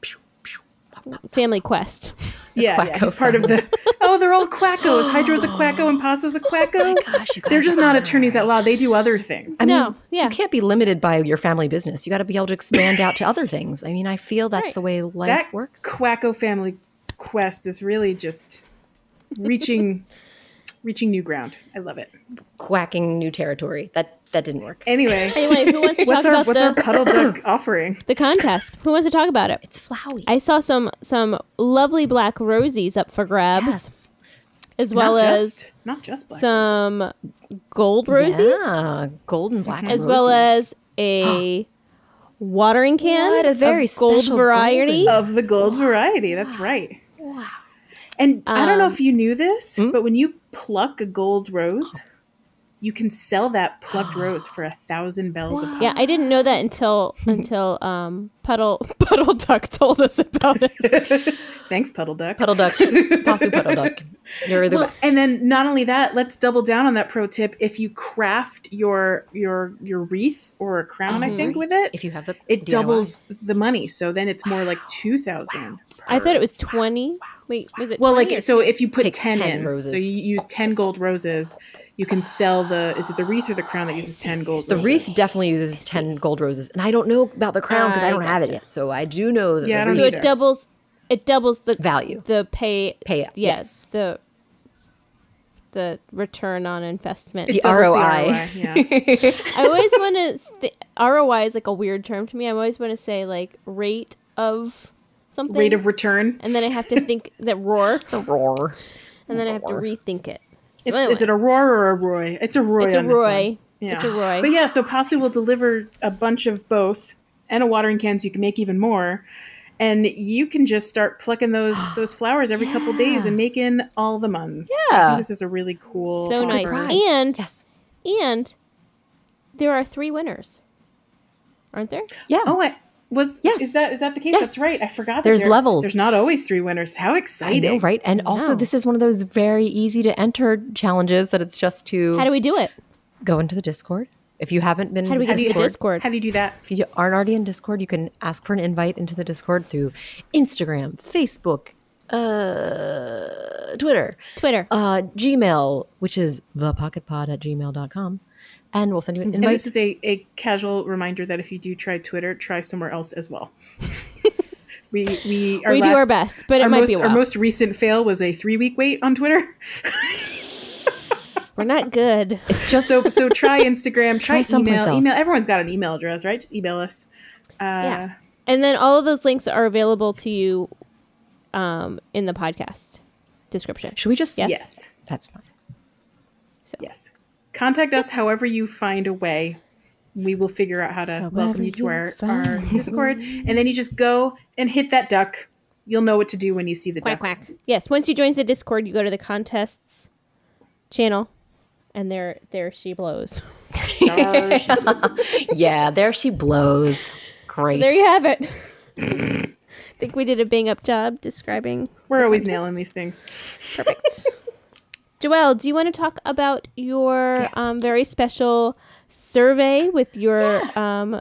Speaker 2: family quest.
Speaker 3: yeah, yeah,
Speaker 4: Quacko
Speaker 3: he's part of the. Oh, they're all quackos. Hydro's a quacko and Pasu's a quacko. they're just not attorneys at law. They do other things.
Speaker 2: no. Yeah.
Speaker 4: You can't be limited by your family business. You got to be able to expand out to other things. I mean, I feel that's
Speaker 2: right.
Speaker 4: the way life
Speaker 3: that
Speaker 4: works.
Speaker 3: quacko family quest is really just reaching reaching new ground. I love it.
Speaker 4: quacking new territory. That that didn't work.
Speaker 3: Anyway,
Speaker 2: Anyway, who wants to talk
Speaker 3: what's our
Speaker 2: about
Speaker 3: what's
Speaker 2: the,
Speaker 3: our puddle duck offering?
Speaker 2: the contest? Who wants to talk about it?
Speaker 4: It's flowy.
Speaker 2: I saw some some lovely black rosies up for grabs,
Speaker 4: yes.
Speaker 2: as well
Speaker 3: not
Speaker 2: as
Speaker 3: just, not just black.
Speaker 2: some gold roses,
Speaker 4: Yeah, golden black.
Speaker 2: as well as a watering can.
Speaker 4: What a very
Speaker 2: of gold
Speaker 4: special
Speaker 2: variety.
Speaker 4: golden.
Speaker 3: of the gold variety. That's right. Wow. And I don't know if you knew this, but when you pluck a gold rose, you can sell that plucked rose for a thousand bells a pop.
Speaker 2: Yeah, I didn't know that until until um, puddle puddle duck told us about it.
Speaker 3: Thanks, Puddle Duck.
Speaker 4: puddle duck, posse puddle duck. You're the
Speaker 3: Well,
Speaker 4: best.
Speaker 3: and then not only that, let's double down on that pro tip. If you craft your your your wreath or a crown, I think with it,
Speaker 4: Uh-huh. if you have the
Speaker 3: it
Speaker 4: DIY.
Speaker 3: doubles the money. So then it's more like two thousand.
Speaker 2: I thought it was twenty. Wait, was it?
Speaker 3: Well,
Speaker 2: 20
Speaker 3: like
Speaker 2: or-
Speaker 3: so, if you put
Speaker 4: Takes
Speaker 3: ten,
Speaker 4: 10
Speaker 3: in,
Speaker 4: roses.
Speaker 3: so you use ten gold roses, you can sell the is it the wreath or the crown that uses ten gold?
Speaker 4: The
Speaker 3: roses?
Speaker 4: wreath definitely uses ten gold roses, and I don't know about the crown because I
Speaker 2: I
Speaker 4: don't have it
Speaker 2: gotcha.
Speaker 4: yet. So I do know that
Speaker 3: Yeah, I
Speaker 4: the
Speaker 3: don't
Speaker 2: so
Speaker 4: wreath
Speaker 3: either.
Speaker 2: it doubles. It doubles the
Speaker 4: value
Speaker 2: the pay
Speaker 4: Pay-
Speaker 2: yes,
Speaker 4: yes.
Speaker 2: the the return on investment.
Speaker 4: The
Speaker 3: Doubles
Speaker 4: ROI.
Speaker 3: Yeah.
Speaker 2: I always want to th- ROI is like a weird term to me. I always want to say like rate of something,
Speaker 3: Rate of return.
Speaker 2: and then I have to think that roar,
Speaker 4: the roar.
Speaker 2: and then I have to rethink it. So
Speaker 3: It's,
Speaker 2: anyway,
Speaker 3: Is it a roar or a roy? It's a roy.
Speaker 2: it's a
Speaker 3: on this one.
Speaker 2: Roy.
Speaker 3: Yeah.
Speaker 2: It's a Roy.
Speaker 3: But yeah, so Posse will deliver a bunch of both and a watering can so you can make even more. And you can just start plucking those those flowers every couple days and making all the muns. So I
Speaker 4: Yeah.
Speaker 3: think this is a really cool.
Speaker 2: So nice.
Speaker 4: Surprise.
Speaker 2: And
Speaker 4: yes,
Speaker 2: and there are three winners, aren't there?
Speaker 4: yeah.
Speaker 3: Oh, I, was
Speaker 4: Yes.
Speaker 3: is that is that the case?
Speaker 4: Yes.
Speaker 3: That's right. I forgot. that
Speaker 4: There's
Speaker 3: there-
Speaker 4: levels.
Speaker 3: There's not always three winners. How
Speaker 4: I
Speaker 3: exciting!
Speaker 4: know, right? And also,
Speaker 2: know.
Speaker 4: this is one of those very easy to enter challenges that it's just to
Speaker 2: How do we do it?
Speaker 4: go into the Discord. If you haven't been,
Speaker 2: How do we
Speaker 4: in
Speaker 2: get
Speaker 4: the
Speaker 2: to the
Speaker 4: Discord,
Speaker 2: Discord?
Speaker 3: How do you do that?
Speaker 4: if you aren't already in Discord, you can ask for an invite into the Discord through Instagram, Facebook, uh, Twitter,
Speaker 2: Twitter.
Speaker 4: uh, Gmail, which is thepocketpod at gmail.com. And we'll send you an
Speaker 2: Mm-hmm.
Speaker 3: And
Speaker 4: invite.
Speaker 3: this is a, a casual reminder that if you do try Twitter, try somewhere else as well. we we,
Speaker 2: We do
Speaker 3: last-
Speaker 2: our best, but it
Speaker 3: our
Speaker 2: might
Speaker 3: most,
Speaker 2: be a
Speaker 3: our
Speaker 2: while.
Speaker 3: most recent fail was a three week wait on Twitter.
Speaker 2: We're not good.
Speaker 4: it's just
Speaker 3: So so try Instagram, try,
Speaker 4: Try someplace
Speaker 3: email.
Speaker 4: else.
Speaker 3: Email. Everyone's got an email address, right? Just email us. Uh,
Speaker 2: yeah. And then all of those links are available to you um, in the podcast description.
Speaker 4: Should we just?
Speaker 2: Yes.
Speaker 3: Yes.
Speaker 4: That's fine.
Speaker 3: Yes. Contact us however you find a way. We will figure out how to welcome you to our, our Discord. And then you just go and hit that duck. You'll know what to do when you see the duck.
Speaker 2: quack. Yes, once you join the Discord, you go to the contests channel, and there there she blows.
Speaker 4: Yeah, there she blows. Great.
Speaker 2: There you have it. think we did a bang up job describing.
Speaker 3: We're always nailing these things.
Speaker 2: Perfect. Joelle, do you want to talk about your um, very special survey with your um,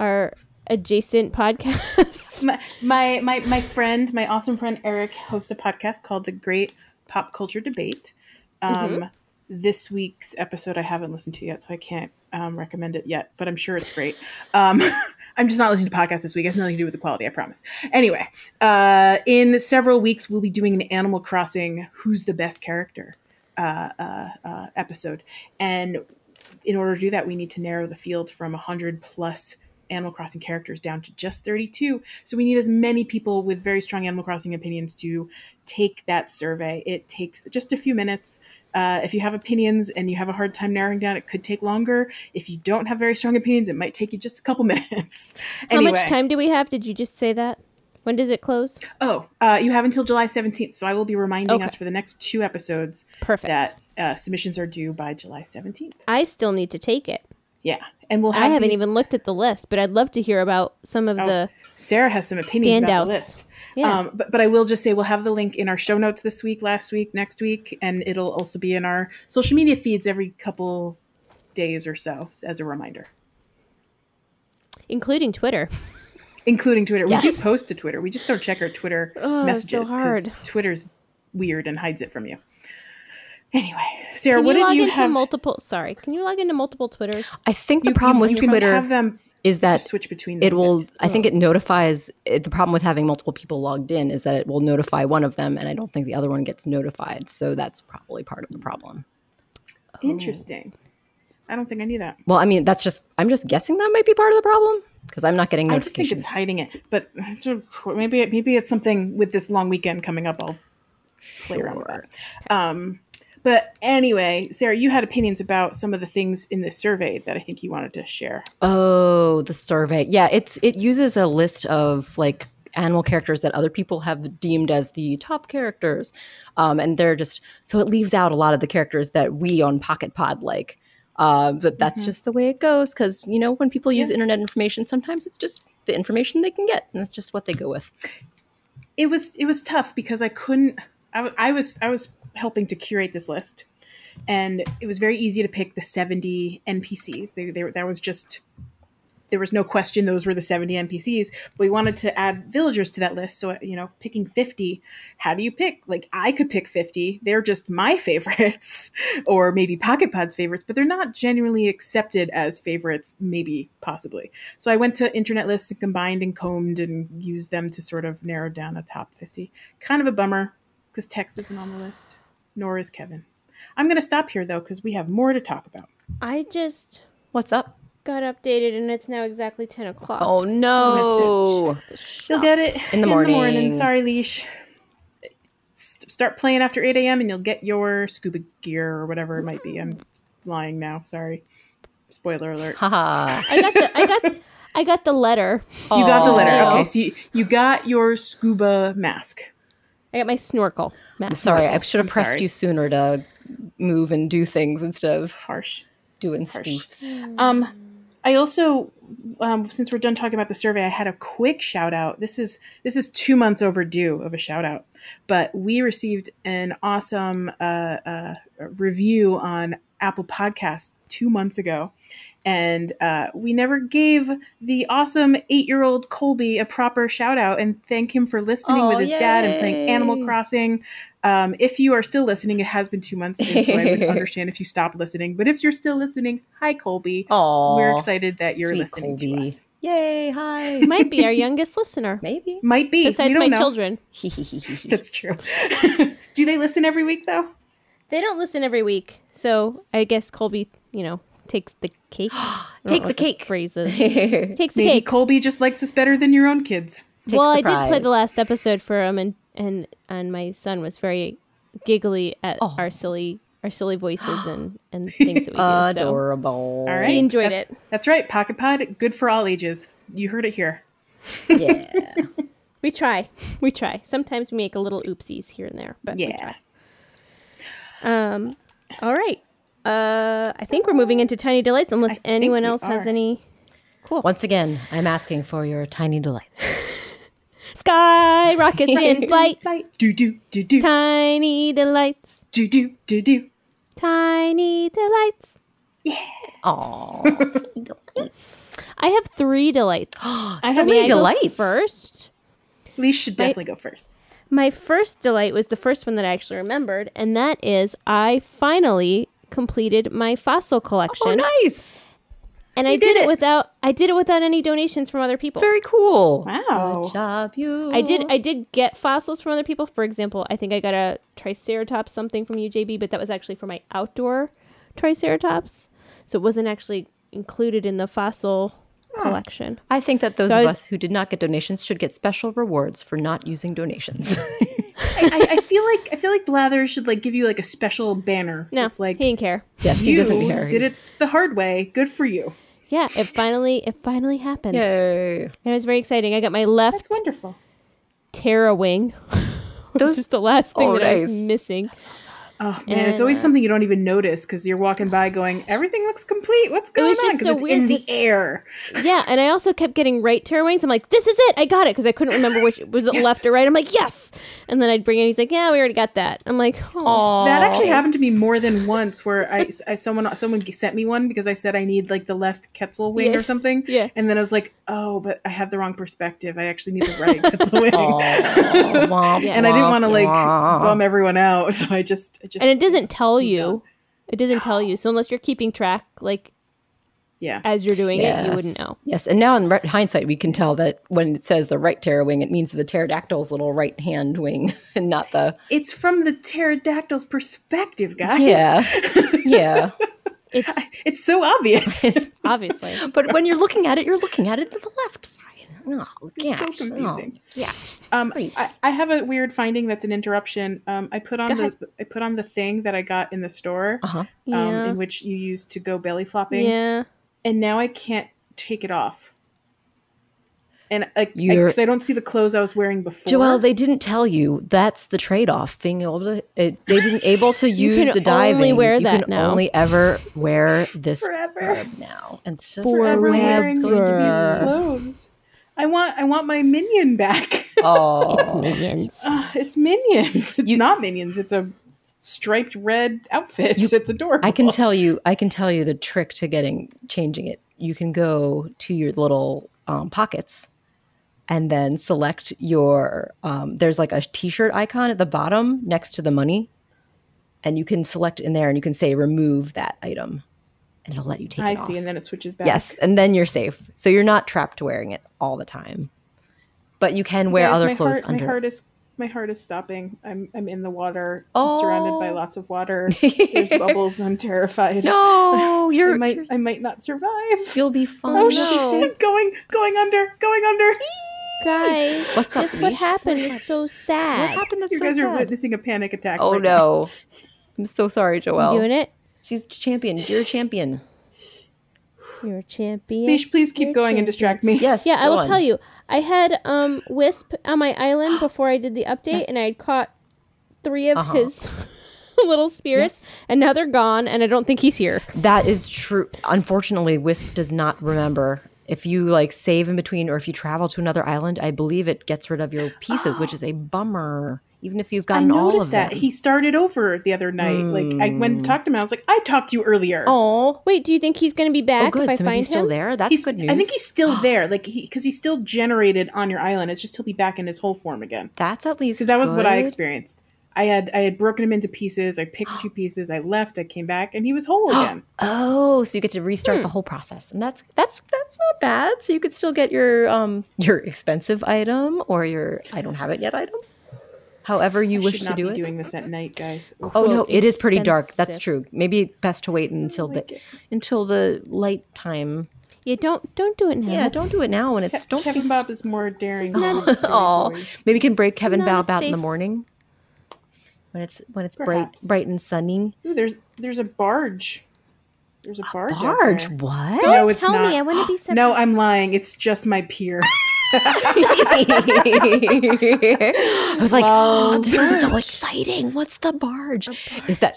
Speaker 2: our adjacent podcast?
Speaker 3: my, my my my friend, my awesome friend Eric hosts a podcast called The Great Pop Culture Debate. Um, This week's episode I haven't listened to yet, so I can't um, recommend it yet. But I'm sure it's great. Um, I'm just not listening to podcasts this week. It has nothing to do with the quality, I promise. Anyway, uh, in several weeks we'll be doing an Animal Crossing "Who's the Best Character" uh, uh, uh, episode, and in order to do that, we need to narrow the field from 100 plus Animal Crossing characters down to just 32. So we need as many people with very strong Animal Crossing opinions to take that survey. It takes just a few minutes. Uh, if you have opinions and you have a hard time narrowing down, it could take longer. If you don't have very strong opinions, it might take you just a couple minutes.
Speaker 2: How
Speaker 3: anyway,
Speaker 2: much time do we have? Did you just say that? When does it close?
Speaker 3: Oh, uh, you have until July 17th. So I will be reminding
Speaker 2: Okay.
Speaker 3: us for the next two episodes
Speaker 2: Perfect.
Speaker 3: that uh, submissions are due by July 17th.
Speaker 2: I still need to take it.
Speaker 3: Yeah. And we'll have
Speaker 2: I haven't
Speaker 3: these-
Speaker 2: even looked at the list, but I'd love to hear about some of the.
Speaker 3: Sarah has some opinions about the
Speaker 2: standouts.
Speaker 3: list.
Speaker 2: Yeah.
Speaker 3: Um, but, but I will just say we'll have the link in our show notes this week, last week, next week, and it'll also be in our social media feeds every couple days or so as a reminder,
Speaker 2: including Twitter.
Speaker 3: including Twitter. We
Speaker 4: Yes.
Speaker 3: do post to Twitter. We just don't check our Twitter
Speaker 2: Oh, it's so
Speaker 3: messages
Speaker 2: hard.
Speaker 3: Twitter's weird and hides it from you. Anyway, Sarah,
Speaker 2: Can
Speaker 3: what
Speaker 2: you log
Speaker 3: did you
Speaker 2: into
Speaker 3: have?
Speaker 2: multiple? Sorry, can you log into multiple Twitters?
Speaker 4: I think the
Speaker 3: you-
Speaker 4: problem
Speaker 3: you-
Speaker 4: with
Speaker 3: you don't
Speaker 4: Twitter.
Speaker 3: have them
Speaker 4: is that
Speaker 3: switch between
Speaker 4: it
Speaker 3: them.
Speaker 4: will i think it notifies it, the problem with having multiple people logged in is that it will notify one of them and i don't think the other one gets notified so that's probably part of the problem
Speaker 3: Interesting. I don't think I knew that.
Speaker 4: well i mean that's just i'm just guessing that might be part of the problem because i'm not getting
Speaker 3: I just think
Speaker 4: notifications
Speaker 3: it's hiding it, but maybe it, maybe it's something with this long weekend coming up. I'll play around with that. Um, but anyway, Sarah, you had opinions about some of the things in this survey that I think you wanted to share.
Speaker 4: Oh, the survey. Yeah, it's it uses a list of like animal characters that other people have deemed as the top characters, um, and they're just so it leaves out a lot of the characters that we on Pocket Pod like. Uh, but
Speaker 3: Mm-hmm.
Speaker 4: that's just the way it goes because you know when people use internet information, sometimes it's just the information they can get, and that's just what they go with.
Speaker 3: it was it was tough because I couldn't. I, wa- I was I was helping to curate this list, and it was very easy to pick the seventy NPCs. They, they were- that was just there was no question those were the seventy NPCs. But we wanted to add villagers to that list, so you know, picking fifty. How do you pick? Like I could pick fifty. They're just my favorites, or maybe Pocket Pod's favorites, but they're not genuinely accepted as favorites. Maybe possibly. So I went to internet lists and combined and combed and used them to sort of narrow down a top 50. Kind of a bummer because Tex isn't on the list, nor is Kevin. I'm going to stop here though because we have more to talk about.
Speaker 2: I just
Speaker 4: What's up?
Speaker 2: got updated and it's now exactly 10 o'clock.
Speaker 4: Oh no!
Speaker 3: You'll get it
Speaker 4: In the morning.
Speaker 3: Sorry, leash. S- start playing after 8 a.m. and you'll get your scuba gear or whatever it might be. I'm lying now. Sorry. Spoiler alert.
Speaker 4: Haha.
Speaker 2: I got the I got I got the letter.
Speaker 3: You got the letter.
Speaker 2: Aw.
Speaker 3: Okay, so you, you got your scuba mask.
Speaker 2: I got my snorkel. Matt.
Speaker 4: sorry, I should have pressed
Speaker 3: sorry.
Speaker 4: you sooner to move and do things instead of
Speaker 3: Harsh.
Speaker 4: doing spoofs.
Speaker 3: Um, I also, um, since we're done talking about the survey, I had a quick shout out. This is this is two months overdue of a shout out, but we received an awesome uh, uh, review on Apple Podcast two months ago, and uh, we never gave the awesome eight year old Colby a proper shout out and thank him for listening
Speaker 2: Aw,
Speaker 3: with his dad and playing Animal
Speaker 2: yay.
Speaker 3: Crossing. Um, if you are still listening, it has been two months, and so I would understand if you stopped listening. But if you're still listening, hi Colby.
Speaker 4: Aww.
Speaker 3: We're excited that you're
Speaker 4: Sweet
Speaker 3: listening to
Speaker 4: Colby.
Speaker 3: us.
Speaker 4: Yay, hi.
Speaker 2: Might be our youngest listener.
Speaker 4: Maybe.
Speaker 3: Might be.
Speaker 2: Besides
Speaker 3: we don't
Speaker 2: my
Speaker 3: know.
Speaker 2: children.
Speaker 3: That's true. Do they listen every week though?
Speaker 2: They don't listen every week. So I guess Colby, you know, takes the cake. I don't
Speaker 4: Take
Speaker 2: know
Speaker 4: the
Speaker 2: what
Speaker 4: cake.
Speaker 2: Phrases.
Speaker 4: Take
Speaker 2: takes the
Speaker 3: Maybe
Speaker 2: cake.
Speaker 3: Colby just likes us better than your own kids.
Speaker 2: well,
Speaker 4: the
Speaker 2: I did play
Speaker 4: prize.
Speaker 2: the last episode for him, and and and my son was very giggly at
Speaker 3: Oh.
Speaker 2: our silly our silly voices and and things that we do. So
Speaker 4: Adorable.
Speaker 3: All right.
Speaker 2: he enjoyed
Speaker 3: That's-
Speaker 2: it.
Speaker 3: That's right. Pocket Pod, good for all ages. You heard it here.
Speaker 4: Yeah.
Speaker 2: We try, we try. Sometimes we make a little oopsies here and there, but we
Speaker 3: Yeah.
Speaker 2: try. Um. All right. Uh, I think we're moving into tiny delights, unless anyone
Speaker 3: we
Speaker 2: else has
Speaker 3: are.
Speaker 2: any.
Speaker 4: Once again, I'm asking for your tiny delights.
Speaker 2: Sky rockets in flight,
Speaker 3: Do do do do
Speaker 2: tiny delights,
Speaker 3: do do do do.
Speaker 2: tiny delights.
Speaker 4: Aww.
Speaker 2: I have three delights. I have
Speaker 4: many delights.
Speaker 2: first.
Speaker 3: Leash should definitely go first.
Speaker 2: My first delight was the first one that I actually remembered, and that is I finally completed my fossil collection,
Speaker 4: Oh, nice.
Speaker 2: and I did,
Speaker 4: did
Speaker 2: it
Speaker 4: it.
Speaker 2: without I did it without any donations from other people.
Speaker 4: Very cool.
Speaker 3: Wow.
Speaker 4: Good job, you.
Speaker 2: I did I did get fossils from other people. For example, I think I got a triceratops something from UJB, but that was actually for my outdoor triceratops, so it wasn't actually included in the fossil collection.
Speaker 4: I think that those
Speaker 2: So I
Speaker 4: of
Speaker 2: was-
Speaker 4: us who did not get donations should get special rewards for not using donations.
Speaker 3: I, I feel like I feel like Blathers should like give you like a special banner.
Speaker 2: No,
Speaker 3: it's like
Speaker 2: he didn't care.
Speaker 4: yes,
Speaker 3: you
Speaker 4: he doesn't care.
Speaker 3: did it the hard way. Good for you.
Speaker 2: Yeah, it finally it finally happened.
Speaker 4: Yay.
Speaker 2: And it was very exciting. I got my left
Speaker 3: That's wonderful.
Speaker 2: Terra Wing. Those
Speaker 4: Those-
Speaker 2: just the last thing
Speaker 4: Oh,
Speaker 2: that I was
Speaker 4: nice.
Speaker 2: missing.
Speaker 3: Oh man, it's always something you don't even notice because you're walking by going, everything looks complete. What's going
Speaker 2: was
Speaker 3: on?
Speaker 2: just
Speaker 3: 'Cause
Speaker 2: so
Speaker 3: it's
Speaker 2: weird
Speaker 3: in the
Speaker 2: 'cause-
Speaker 3: air.
Speaker 2: Yeah, and I also kept getting right Terra Wings. I'm like, this is it. I got it because I couldn't remember which was it left or right. I'm like, yes. And then I'd bring it. He's like, yeah, we already got that. I'm like, oh,
Speaker 3: That actually happened to me more than once, where I, I someone someone sent me one because I said I need like the left Quetzal wing
Speaker 2: Yeah.
Speaker 3: or something.
Speaker 2: Yeah.
Speaker 3: And then I was like, oh, but I have the wrong perspective. I actually need the right Quetzal wing. And I didn't want to like bum everyone out, so I just, I just
Speaker 2: and it doesn't tell you. It doesn't tell you. So unless you're keeping track, like
Speaker 3: Yeah.
Speaker 2: as you're doing it, you
Speaker 4: Yes.
Speaker 2: wouldn't know.
Speaker 4: Yes, and now in re- hindsight, we can tell that when it says the right terror wing, it means the pterodactyl's little right hand wing, and not the
Speaker 3: It's from the pterodactyl's perspective, guys.
Speaker 4: yeah, yeah.
Speaker 2: It's
Speaker 3: It's so obvious.
Speaker 2: obviously.
Speaker 4: But when you're looking at it, you're looking at it to the left side. No, yeah,
Speaker 3: so confusing.
Speaker 4: yeah.
Speaker 3: Oh, Um,
Speaker 4: Please.
Speaker 3: I, I have a weird finding that's an interruption. Um, I put on the I put on the thing that I got in the store,
Speaker 4: Uh huh.
Speaker 3: um,
Speaker 2: Yeah.
Speaker 3: in which you use to go belly flopping,
Speaker 2: Yeah.
Speaker 3: and now I can't take it off. And like,
Speaker 4: You're-
Speaker 3: because I, don't see the clothes I was wearing before.
Speaker 4: Joelle, they didn't tell you that's the trade-off. Being able to, it, they didn't able to
Speaker 2: You
Speaker 4: use
Speaker 2: can
Speaker 4: the diving.
Speaker 2: only wear
Speaker 4: you
Speaker 2: that
Speaker 4: can
Speaker 2: now.
Speaker 4: only ever wear this
Speaker 3: Forever.
Speaker 4: robe now. And it's just
Speaker 3: forever wearing these
Speaker 2: Forever.
Speaker 3: clothes. I want I want my minion back.
Speaker 4: oh,
Speaker 1: Minions.
Speaker 3: Ah, it's minions. It's not minions. It's a striped red outfit. it's adorable.
Speaker 4: I can tell you, I can tell you the trick to getting changing it. You can go to your little um, pockets, and then select your. Um, there's like a T-shirt icon at the bottom next to the money, and you can select in there, and you can say remove that item, and it'll let you take
Speaker 3: I
Speaker 4: it off.
Speaker 3: see, and then it switches back.
Speaker 4: Yes, and then you're safe. So you're not trapped wearing it all the time. But you can wear
Speaker 3: Guys,
Speaker 4: other
Speaker 3: my
Speaker 4: clothes
Speaker 3: heart,
Speaker 4: under.
Speaker 3: My heart is my heart is stopping. I'm I'm in the water. I'm surrounded by
Speaker 4: Oh.
Speaker 3: lots of water. There's bubbles. I'm terrified.
Speaker 4: no,
Speaker 3: I
Speaker 4: you're
Speaker 3: might I might not survive.
Speaker 4: you'll be fine.
Speaker 3: Oh,
Speaker 2: no.
Speaker 3: shit! I'm going going under going under.
Speaker 2: Guys,
Speaker 4: What's up,
Speaker 2: guess what
Speaker 4: Leash?
Speaker 2: happened? It's so
Speaker 4: What
Speaker 2: sad.
Speaker 4: happened? That's
Speaker 3: You
Speaker 4: so
Speaker 3: guys are
Speaker 4: sad.
Speaker 3: witnessing a panic attack.
Speaker 4: Oh
Speaker 3: right now.
Speaker 4: no. I'm so sorry, Joelle.
Speaker 2: You doing it?
Speaker 4: She's champion. You're a champion.
Speaker 2: You're a champion.
Speaker 3: Leash, please keep
Speaker 2: You're
Speaker 3: going and
Speaker 2: champion.
Speaker 3: distract me.
Speaker 4: Yes.
Speaker 2: Yeah, I
Speaker 4: go
Speaker 2: will
Speaker 4: on.
Speaker 2: tell you. I had um Wisp on my island before I did the update,
Speaker 4: Yes.
Speaker 2: and I had caught three of
Speaker 4: Uh-huh.
Speaker 2: his little spirits, and now they're gone, and I don't think he's here.
Speaker 4: That is true. Unfortunately, Wisp does not remember. If you like save in between or if you travel to another island, I believe it gets rid of your pieces, which is a bummer. Even if you've
Speaker 3: I
Speaker 4: gotten all of
Speaker 3: noticed that
Speaker 4: them. Mm.
Speaker 3: he started over the other night. Like I went and talked to him. I was like, I talked to you earlier.
Speaker 4: Oh,
Speaker 2: Wait, do you think he's going to be back
Speaker 4: good.
Speaker 2: if I
Speaker 4: so maybe
Speaker 2: find
Speaker 4: he's still
Speaker 2: him?
Speaker 4: there. That's
Speaker 3: he's,
Speaker 4: good news.
Speaker 3: I think he's still there. Like he because he's still generated on your island. It's just he'll be back in his whole form again.
Speaker 4: That's at least
Speaker 3: because that was what I
Speaker 4: good.
Speaker 3: experienced. I had I had broken him into pieces. I picked two pieces. I left. I came back, and he was whole again.
Speaker 4: Oh, so you get to restart
Speaker 3: Hmm.
Speaker 4: the whole process, and that's that's that's not bad. So you could still get your um your expensive item or your I don't have it yet item. However you wish
Speaker 3: Should
Speaker 4: to
Speaker 3: not
Speaker 4: do
Speaker 3: be
Speaker 4: it.
Speaker 3: doing this at night, guys.
Speaker 4: oh no, it is pretty dark. That's
Speaker 2: expensive.
Speaker 4: true. Maybe best to wait until the until the light time.
Speaker 2: Yeah, don't don't do it now.
Speaker 4: Yeah, don't do it now when it's don't.
Speaker 3: Kevin Bob is more daring.
Speaker 2: not-
Speaker 3: than Joey
Speaker 4: Oh,
Speaker 3: Boy.
Speaker 4: maybe we can break Kevin
Speaker 2: not a
Speaker 4: Balb out in the
Speaker 2: safe-
Speaker 4: morning. When it's when it's bright
Speaker 3: Perhaps.
Speaker 4: bright and sunny.
Speaker 3: Ooh, there's there's a barge. There's a barge. out
Speaker 4: Barge,
Speaker 3: there.
Speaker 4: what?
Speaker 3: No, it's
Speaker 1: Tell
Speaker 3: not.
Speaker 1: me, I want to be surprised.
Speaker 3: no, I'm lying. It's just my pier.
Speaker 4: I was like,
Speaker 3: Balls.
Speaker 4: this is so exciting. What's the barge? Is that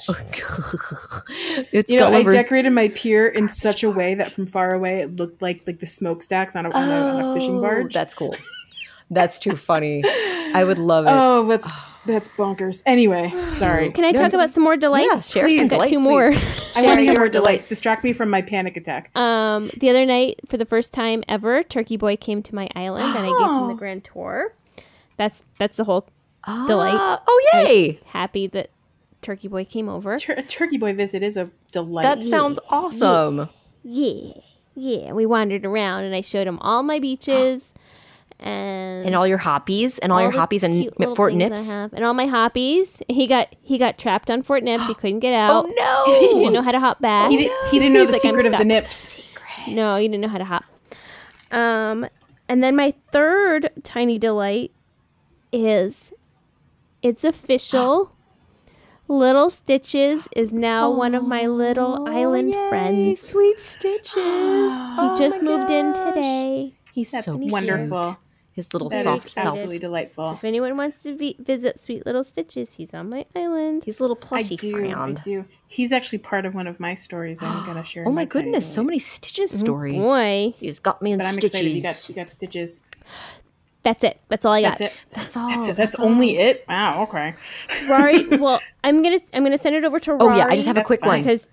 Speaker 4: it's
Speaker 3: you know, I
Speaker 4: Gulliver's
Speaker 3: decorated my pier in such a way that from far away it looked like like the smokestacks on a, on a, on a fishing
Speaker 4: Oh,
Speaker 3: barge.
Speaker 4: That's cool. That's too funny. I would love it.
Speaker 3: oh, that's that's bonkers. Anyway, sorry.
Speaker 2: Can I talk about some more delights?
Speaker 4: share
Speaker 2: I've
Speaker 4: some
Speaker 2: got two
Speaker 4: delights,
Speaker 2: more.
Speaker 3: I want your delights. Distract me from my panic attack.
Speaker 4: Uh,
Speaker 2: Um, the other night, for the first time ever, Turkey Boy came to my island, and I gave him the grand tour. That's that's the whole delight.
Speaker 4: Ah, oh
Speaker 2: I was
Speaker 4: yay!
Speaker 2: happy that Turkey Boy came over.
Speaker 3: Tur- a turkey boy visit is a delight.
Speaker 4: That sounds awesome.
Speaker 2: Yeah, yeah. We wandered around, and I showed him all my beaches, and
Speaker 4: And all your hoppies and all, your
Speaker 2: the
Speaker 4: hoppies and
Speaker 2: cute little
Speaker 4: Fort
Speaker 2: things I
Speaker 4: Nips.
Speaker 2: have, and all my hoppies. He got he got trapped on Fort Nips. he couldn't get out.
Speaker 4: Oh
Speaker 2: He
Speaker 4: no!
Speaker 2: didn't know how to hop back.
Speaker 3: He, did, he didn't know
Speaker 2: He's
Speaker 3: the
Speaker 2: like, "I'm
Speaker 3: secret of the
Speaker 2: stuck."
Speaker 3: nips.
Speaker 2: No, you didn't know how to hop. Um, and then my third tiny delight is it's official. Little Stitches is
Speaker 4: Oh,
Speaker 2: now one of my little island friends.
Speaker 4: Sweet stitches.
Speaker 2: He just moved in today.
Speaker 4: He's so cute.
Speaker 3: Wonderful.
Speaker 4: His little
Speaker 3: That is
Speaker 4: soft self.
Speaker 3: absolutely delightful.
Speaker 2: If anyone wants to vi- visit Sweet Little Stitches, he's on my island.
Speaker 4: His little
Speaker 3: I
Speaker 4: plushy
Speaker 3: do.
Speaker 4: friend.
Speaker 3: I do. He's actually part of one of my stories. I'm going to share.
Speaker 4: Oh
Speaker 3: in
Speaker 4: my
Speaker 3: tiny
Speaker 4: goodness, so
Speaker 3: delight.
Speaker 4: many stitches stories.
Speaker 2: Boy,
Speaker 4: He's got me in
Speaker 3: But I'm
Speaker 4: stitches.
Speaker 3: excited. You got you got stitches.
Speaker 2: that's it. That's all I got.
Speaker 3: That's it. Oh,
Speaker 4: That's all.
Speaker 3: That's, it. That's only it. Wow. Okay.
Speaker 2: Rory. Well, I'm gonna I'm gonna send it over to Rory.
Speaker 4: Oh yeah, I just have a
Speaker 3: That's
Speaker 4: quick
Speaker 3: fine.
Speaker 4: one.
Speaker 2: because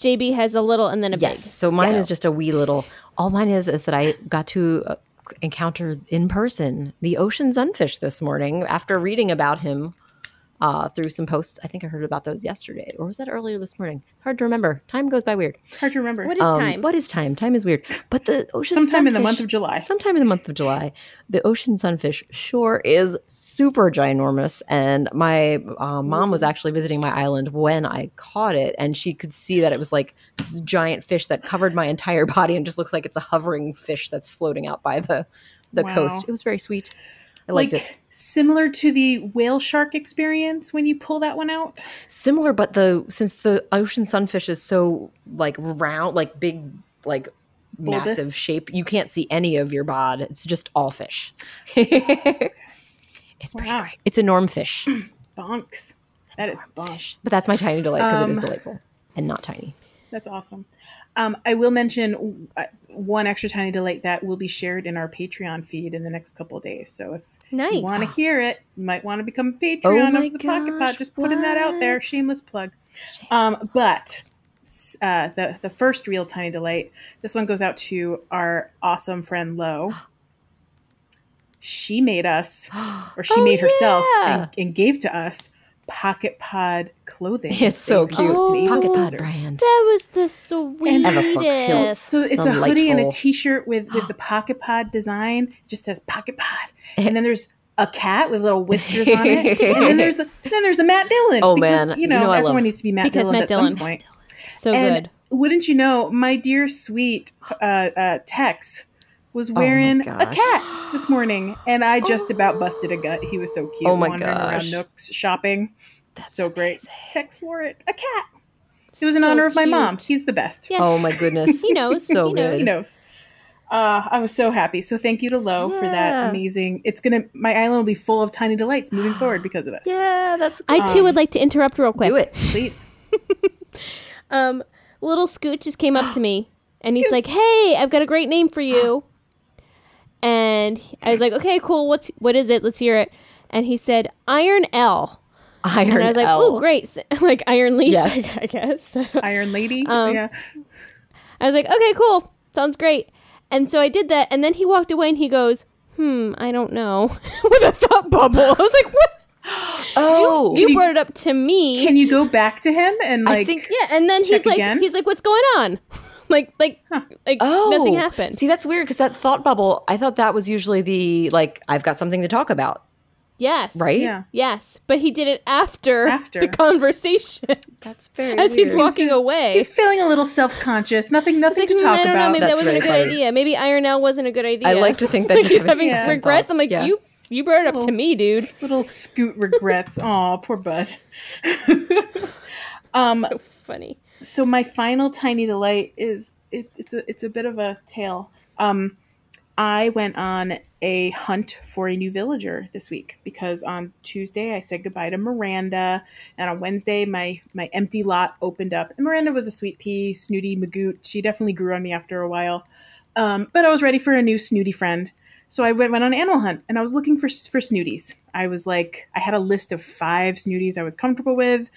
Speaker 2: JB has a little and then a
Speaker 4: Yes. So mine is just a wee little. All mine is is that I got to uh, encounter in person the ocean sunfish this morning after reading about him uh, through some posts. I think I heard about those yesterday, or was that earlier this morning? It's hard to remember. Time goes by weird.
Speaker 3: It's hard to remember.
Speaker 2: What is
Speaker 4: Um,
Speaker 2: time?
Speaker 4: What is time? Time is weird. But the ocean
Speaker 3: Sometime in the month
Speaker 4: sunfish-
Speaker 3: of July.
Speaker 4: Sometime in the month of July, the ocean sunfish sure is super ginormous. And my uh, mom was actually visiting my island when I caught it, and she could see that it was like this giant fish that covered my entire body and just looks like it's a hovering fish that's floating out by the the
Speaker 3: Wow.
Speaker 4: coast. It was very sweet. I
Speaker 3: like
Speaker 4: liked it.
Speaker 3: similar to the whale shark experience when you pull that one out.
Speaker 4: Similar, but the since the ocean sunfish is so like round, like big, like
Speaker 3: Bulbous.
Speaker 4: massive shape, you can't see any of your bod. It's just all fish. It's pretty
Speaker 3: Wow.
Speaker 4: great. It's a norm fish.
Speaker 3: Bonks. That is bonks.
Speaker 4: But that's my tiny delight because it is
Speaker 3: Um,
Speaker 4: delightful and not tiny.
Speaker 3: That's awesome. Um, I will mention w- uh, one extra tiny delight that will be shared in our Patreon feed in the next couple of days. So if
Speaker 2: Nice.
Speaker 3: you want to hear it, you might want to become a
Speaker 4: Oh
Speaker 3: Patreon
Speaker 4: my
Speaker 3: of the Pocket
Speaker 4: gosh,
Speaker 3: Pot. Just putting that out there.
Speaker 4: what?
Speaker 3: Shameless plug. um, but s- uh, the the first real tiny delight. This one goes out to our awesome friend Lo. She made us, or she
Speaker 4: Oh,
Speaker 3: made herself,
Speaker 4: yeah.
Speaker 3: and, and gave to us Pocket Pod clothing.
Speaker 4: It's so
Speaker 3: They
Speaker 4: cute.
Speaker 3: used to be
Speaker 4: Pocket
Speaker 3: Evil
Speaker 4: pod
Speaker 3: Sisters.
Speaker 4: brand.
Speaker 2: That was the
Speaker 4: cute.
Speaker 2: sweetest.
Speaker 3: So it's a hoodie and a
Speaker 4: Delightful.
Speaker 3: t-shirt with with the pocket pod design. It just says pocket pod, and then there's a cat with little whiskers on it. and then there's a, then there's a Matt Dillon.
Speaker 4: Oh,
Speaker 3: because,
Speaker 4: man.
Speaker 3: you know,
Speaker 4: You know I love-
Speaker 3: everyone needs to be Matt
Speaker 2: Because
Speaker 3: Dillon
Speaker 2: Matt
Speaker 3: at
Speaker 2: Dillon.
Speaker 3: some point.
Speaker 2: so
Speaker 3: And
Speaker 2: good.
Speaker 3: wouldn't you know, my dear sweet uh, uh, Tex was wearing a
Speaker 4: Oh, gosh.
Speaker 3: cat this morning, and I just about busted a gut. He was so cute.
Speaker 4: Oh, my
Speaker 3: wandering
Speaker 4: gosh.
Speaker 3: around Nooks shopping. so great. Tex wore it. A cat. It was in
Speaker 2: So
Speaker 3: honor of my mom.
Speaker 2: cute.
Speaker 3: He's the best.
Speaker 2: Yes.
Speaker 4: Oh my goodness.
Speaker 2: He knows.
Speaker 4: So
Speaker 2: he knows.
Speaker 4: good.
Speaker 3: He knows. Uh, I was so happy. So thank you to Lo for
Speaker 4: Yeah.
Speaker 3: that amazing. It's gonna my island will be full of tiny delights moving forward because of this.
Speaker 4: yeah, that's
Speaker 2: I too
Speaker 3: Um,
Speaker 2: would like to interrupt real quick.
Speaker 4: do it.
Speaker 3: Please.
Speaker 2: Um, little Scoot just came up to me and he's like, "Hey, I've got a great name for you." And he- I was like, "Okay, cool. What's what is it? Let's hear it." And he said, "Iron L."
Speaker 4: Iron
Speaker 2: And I was like,
Speaker 4: L.
Speaker 2: "Oh, great! S- like Iron Leash,
Speaker 4: Yes.
Speaker 2: I guess."
Speaker 3: Iron Lady. yeah.
Speaker 2: I was like, "Okay, cool. Sounds great." And so I did that, and then he walked away and he goes, "Hmm, I don't know," with a thought bubble. I was like, "What?
Speaker 4: Oh,
Speaker 2: You brought it up to me?"
Speaker 3: Can you go back to him and like
Speaker 4: I think
Speaker 2: yeah, and then he's
Speaker 3: check
Speaker 2: like,
Speaker 3: again?
Speaker 2: "He's like, what's going on?" like, like, like
Speaker 4: Oh,
Speaker 2: nothing happened.
Speaker 4: See, that's weird because that thought bubble. I thought that was usually the like I've got something to talk about,
Speaker 2: Yes.
Speaker 4: right?
Speaker 3: Yeah.
Speaker 2: Yes, but he did it after,
Speaker 3: After.
Speaker 2: the conversation
Speaker 4: That's very
Speaker 2: as he's walking away.
Speaker 3: he's feeling a little self conscious. Nothing nothing
Speaker 2: like,
Speaker 3: to
Speaker 2: "Mm,
Speaker 3: talk
Speaker 2: I don't
Speaker 3: about.
Speaker 2: know. Maybe that
Speaker 4: That's
Speaker 2: wasn't a
Speaker 4: very
Speaker 2: good
Speaker 4: funny.
Speaker 2: idea. Maybe Iron L wasn't a good idea.
Speaker 4: I like to think that
Speaker 2: like
Speaker 4: just
Speaker 2: he's
Speaker 4: having
Speaker 2: having
Speaker 4: second
Speaker 2: regrets.
Speaker 4: thoughts.
Speaker 2: I'm like,
Speaker 4: Yeah.
Speaker 2: you you brought it up to me, dude.
Speaker 3: little scoot regrets. Aw, poor bud.
Speaker 2: so funny.
Speaker 3: so my final tiny delight is it, it's a it's a bit of a tale. Um, I went on a hunt for a new villager this week because on Tuesday I said goodbye to Miranda, and on Wednesday my my empty lot opened up. And Miranda was a sweet pea, snooty magoot. She definitely grew on me after a while, um, but I was ready for a new snooty friend. So I went, went on an animal hunt and I was looking for for snooties. I was like, I had a list of five snooties I was comfortable with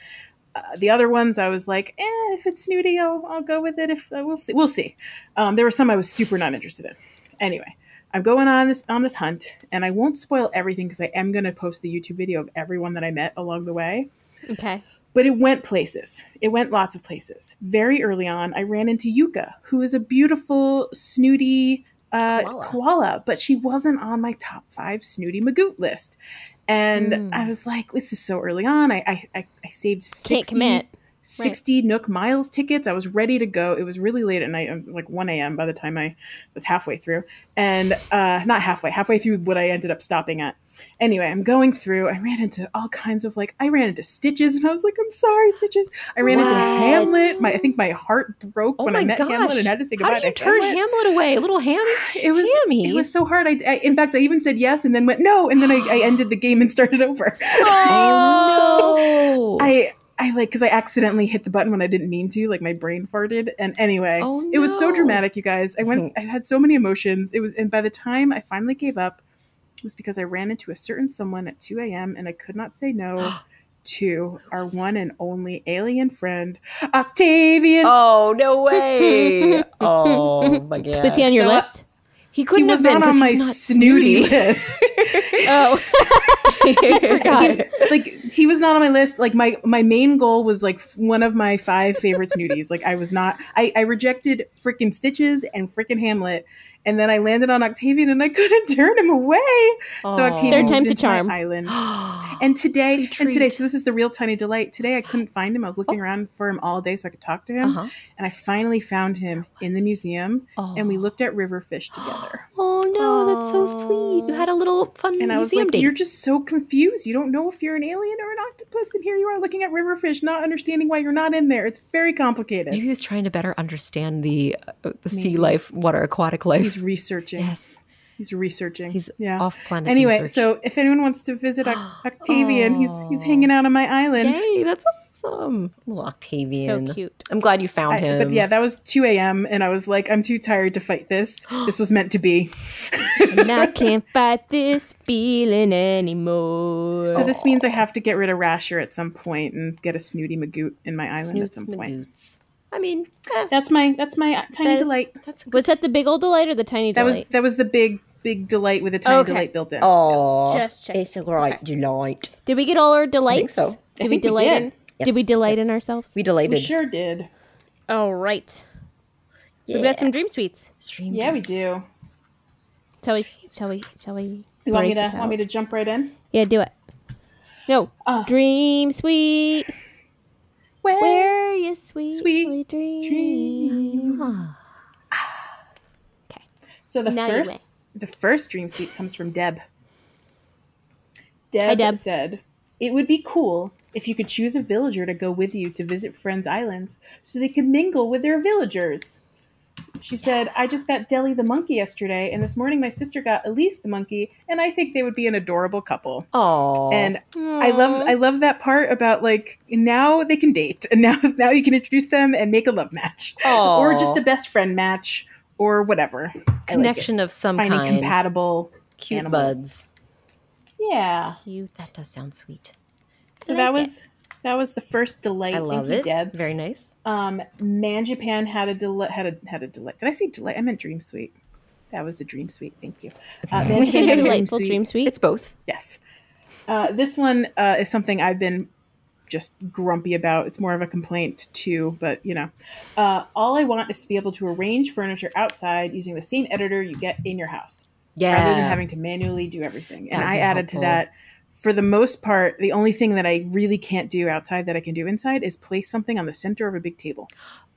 Speaker 3: the other ones I was like, eh, if it's snooty, I'll, I'll go with it. If uh, we'll see, we'll see. Um, there were some I was super not interested in. Anyway, I'm going on this on this hunt, and I won't spoil everything because I am going to post the YouTube video of everyone that I met along the way.
Speaker 2: Okay.
Speaker 3: But it went places. It went lots of places. Very early on, I ran into Yuka, who is a beautiful snooty uh, koala. but she wasn't on my top five snooty magoot list. And I was like, this is so early on. I I, I, I saved 60,
Speaker 2: Hmm. Can't commit.
Speaker 3: 60 Nook Miles tickets. I was ready to go. It was really late at night, it was like 1 a.m. by the time I was halfway through. And uh, not halfway, halfway through what I ended up stopping at. Anyway, I'm going through. I ran into all kinds of like, I ran into Stitches and I was like, I'm sorry, Stitches. I ran into
Speaker 4: What?
Speaker 3: Hamlet. My, I think my heart broke
Speaker 4: Oh
Speaker 3: when I
Speaker 4: my
Speaker 3: met
Speaker 4: gosh!
Speaker 3: Hamlet and had to say goodbye
Speaker 4: How did you
Speaker 3: to
Speaker 4: turn
Speaker 3: Hamlet.
Speaker 4: Hamlet, away? Little Ham.
Speaker 3: It was
Speaker 4: Hammy?
Speaker 3: it was so hard. I, I in fact I even said yes and then went no and then I, I ended the game and started over.
Speaker 4: Oh no!
Speaker 3: I I like because I accidentally hit the button when I didn't mean to. Like my brain farted, and anyway,
Speaker 4: Oh,
Speaker 3: it was so
Speaker 4: no.
Speaker 3: dramatic, you guys. I went. I had so many emotions. It was, and by the time I finally gave up, it was because I ran into a certain someone at two a.m. and I could not say no to our one and only alien friend, Octavian.
Speaker 4: oh no way! oh my god!
Speaker 2: Was he on your
Speaker 3: So, uh,
Speaker 2: list?
Speaker 4: He
Speaker 3: he
Speaker 4: couldn't
Speaker 3: was
Speaker 4: have been
Speaker 3: not on my
Speaker 4: he's not
Speaker 3: snooty list.
Speaker 2: Oh,
Speaker 4: forgot.
Speaker 3: like he was not on my list. Like my my main goal was like f- one of my five favorites nudies. Like I was not. I I rejected freaking Stitches and freaking Hamlet, and then I landed on Octavian and I couldn't turn him away. So Octavian
Speaker 2: Third
Speaker 3: moved
Speaker 2: time's a
Speaker 3: into my
Speaker 2: charm.
Speaker 3: Island. And today, and today, so this is the real tiny delight. Today I couldn't find him. I was looking around for him all day so I could talk to him,
Speaker 4: Uh-huh.
Speaker 3: and I finally found him in the museum. And we looked at riverfish together.
Speaker 4: Oh no, that's so sweet. You had a little fun
Speaker 3: And I was
Speaker 4: museum
Speaker 3: like,
Speaker 4: date.
Speaker 3: "You're just so confused. You don't know if you're an alien or an octopus, and here you are looking at riverfish, not understanding why you're not in there. It's very complicated."
Speaker 4: Maybe he was trying to better understand the uh, the sea life, water aquatic
Speaker 3: He's
Speaker 4: life.
Speaker 3: researching. he's
Speaker 4: Yes,
Speaker 3: researching.
Speaker 4: he's
Speaker 3: yeah.
Speaker 4: off planet.
Speaker 3: Anyway,
Speaker 4: research.
Speaker 3: so if anyone wants to visit Oc- Octavian, he's he's hanging out on my island.
Speaker 4: yay, that's awesome. Little Octavian,
Speaker 2: So cute.
Speaker 4: I'm glad you found
Speaker 3: I-
Speaker 4: him.
Speaker 3: but yeah, that was 2 a.m. and I was like, I'm too tired to fight this. This was meant to be.
Speaker 2: and I can't fight this feeling anymore.
Speaker 3: So this means I have to get rid of Rasher at some point and get a Snooty Magoot in my island at some point.
Speaker 4: Moots. I mean, eh,
Speaker 3: That's my that's my tiny
Speaker 2: That is-
Speaker 3: delight.
Speaker 4: that's a good.
Speaker 2: was that the big old delight or the tiny
Speaker 3: That was
Speaker 2: delight?
Speaker 3: that was the big big delight with a tiny
Speaker 2: Okay.
Speaker 3: delight built in.
Speaker 4: Oh,
Speaker 2: Just checking.
Speaker 4: It's a right delight.
Speaker 2: Did we get all our delights?
Speaker 4: so.
Speaker 3: I
Speaker 2: Did we
Speaker 3: think we
Speaker 2: delight
Speaker 3: did.
Speaker 2: in? Did we delight in ourselves?
Speaker 4: We
Speaker 3: we
Speaker 4: delighted.
Speaker 3: sure did.
Speaker 2: all right. We've got some dream sweets.
Speaker 4: Stream
Speaker 3: Yeah, we
Speaker 4: decks.
Speaker 3: do.
Speaker 2: Shall we? Shall we? Shall we?
Speaker 3: You want me
Speaker 2: break
Speaker 3: to
Speaker 2: it
Speaker 3: want me
Speaker 2: out?
Speaker 3: to jump right in?
Speaker 2: Yeah, do it. No,
Speaker 3: Uh.
Speaker 4: Ah.
Speaker 2: dream sweet.
Speaker 3: Where?
Speaker 2: Where you sweet,
Speaker 3: Sweet
Speaker 2: dream?
Speaker 3: So the
Speaker 2: Now you
Speaker 3: first
Speaker 2: may.
Speaker 3: the first dream suite comes from Deb. Deb,
Speaker 2: Deb.
Speaker 3: said, "It would be cool if you could choose a villager to go with you to visit friends' islands, so they could mingle with their villagers." She said, "I just got Deli the monkey yesterday, and this morning my sister got Elise the monkey, and I think they would be an adorable couple."
Speaker 4: Oh,
Speaker 3: And I love I love that part about like now they can date and now now you can introduce them and make a love match or just a best friend match or whatever
Speaker 4: connection of some
Speaker 3: finding
Speaker 4: kind.
Speaker 3: compatible
Speaker 4: Cute
Speaker 3: animals.
Speaker 4: buds.
Speaker 3: Yeah.
Speaker 2: Cute.
Speaker 4: That does sound sweet.
Speaker 3: So
Speaker 2: I
Speaker 3: that
Speaker 2: like it.
Speaker 3: was that was the first delight.
Speaker 4: I love
Speaker 3: Thank
Speaker 4: it.
Speaker 3: you, Deb.
Speaker 4: Very nice.
Speaker 3: Um, Man Japan had a delight. Had a had a delight. Did I say delight? I meant dream suite. That was a dream suite. Thank you. Uh, Man
Speaker 2: It's
Speaker 3: Japan
Speaker 2: a
Speaker 3: had a
Speaker 2: delightful dream sweet.
Speaker 4: It's both.
Speaker 3: Yes. Uh, this one uh, is something I've been just grumpy about. It's more of a complaint, too, but you know. Uh, all I want is to be able to arrange furniture outside using the same editor you get in your house rather than
Speaker 4: Yeah.
Speaker 3: having to manually do everything. and
Speaker 4: That would
Speaker 3: I
Speaker 4: be
Speaker 3: added
Speaker 4: helpful.
Speaker 3: to that, for the most part, the only thing that I really can't do outside that I can do inside is place something on the center of a big table.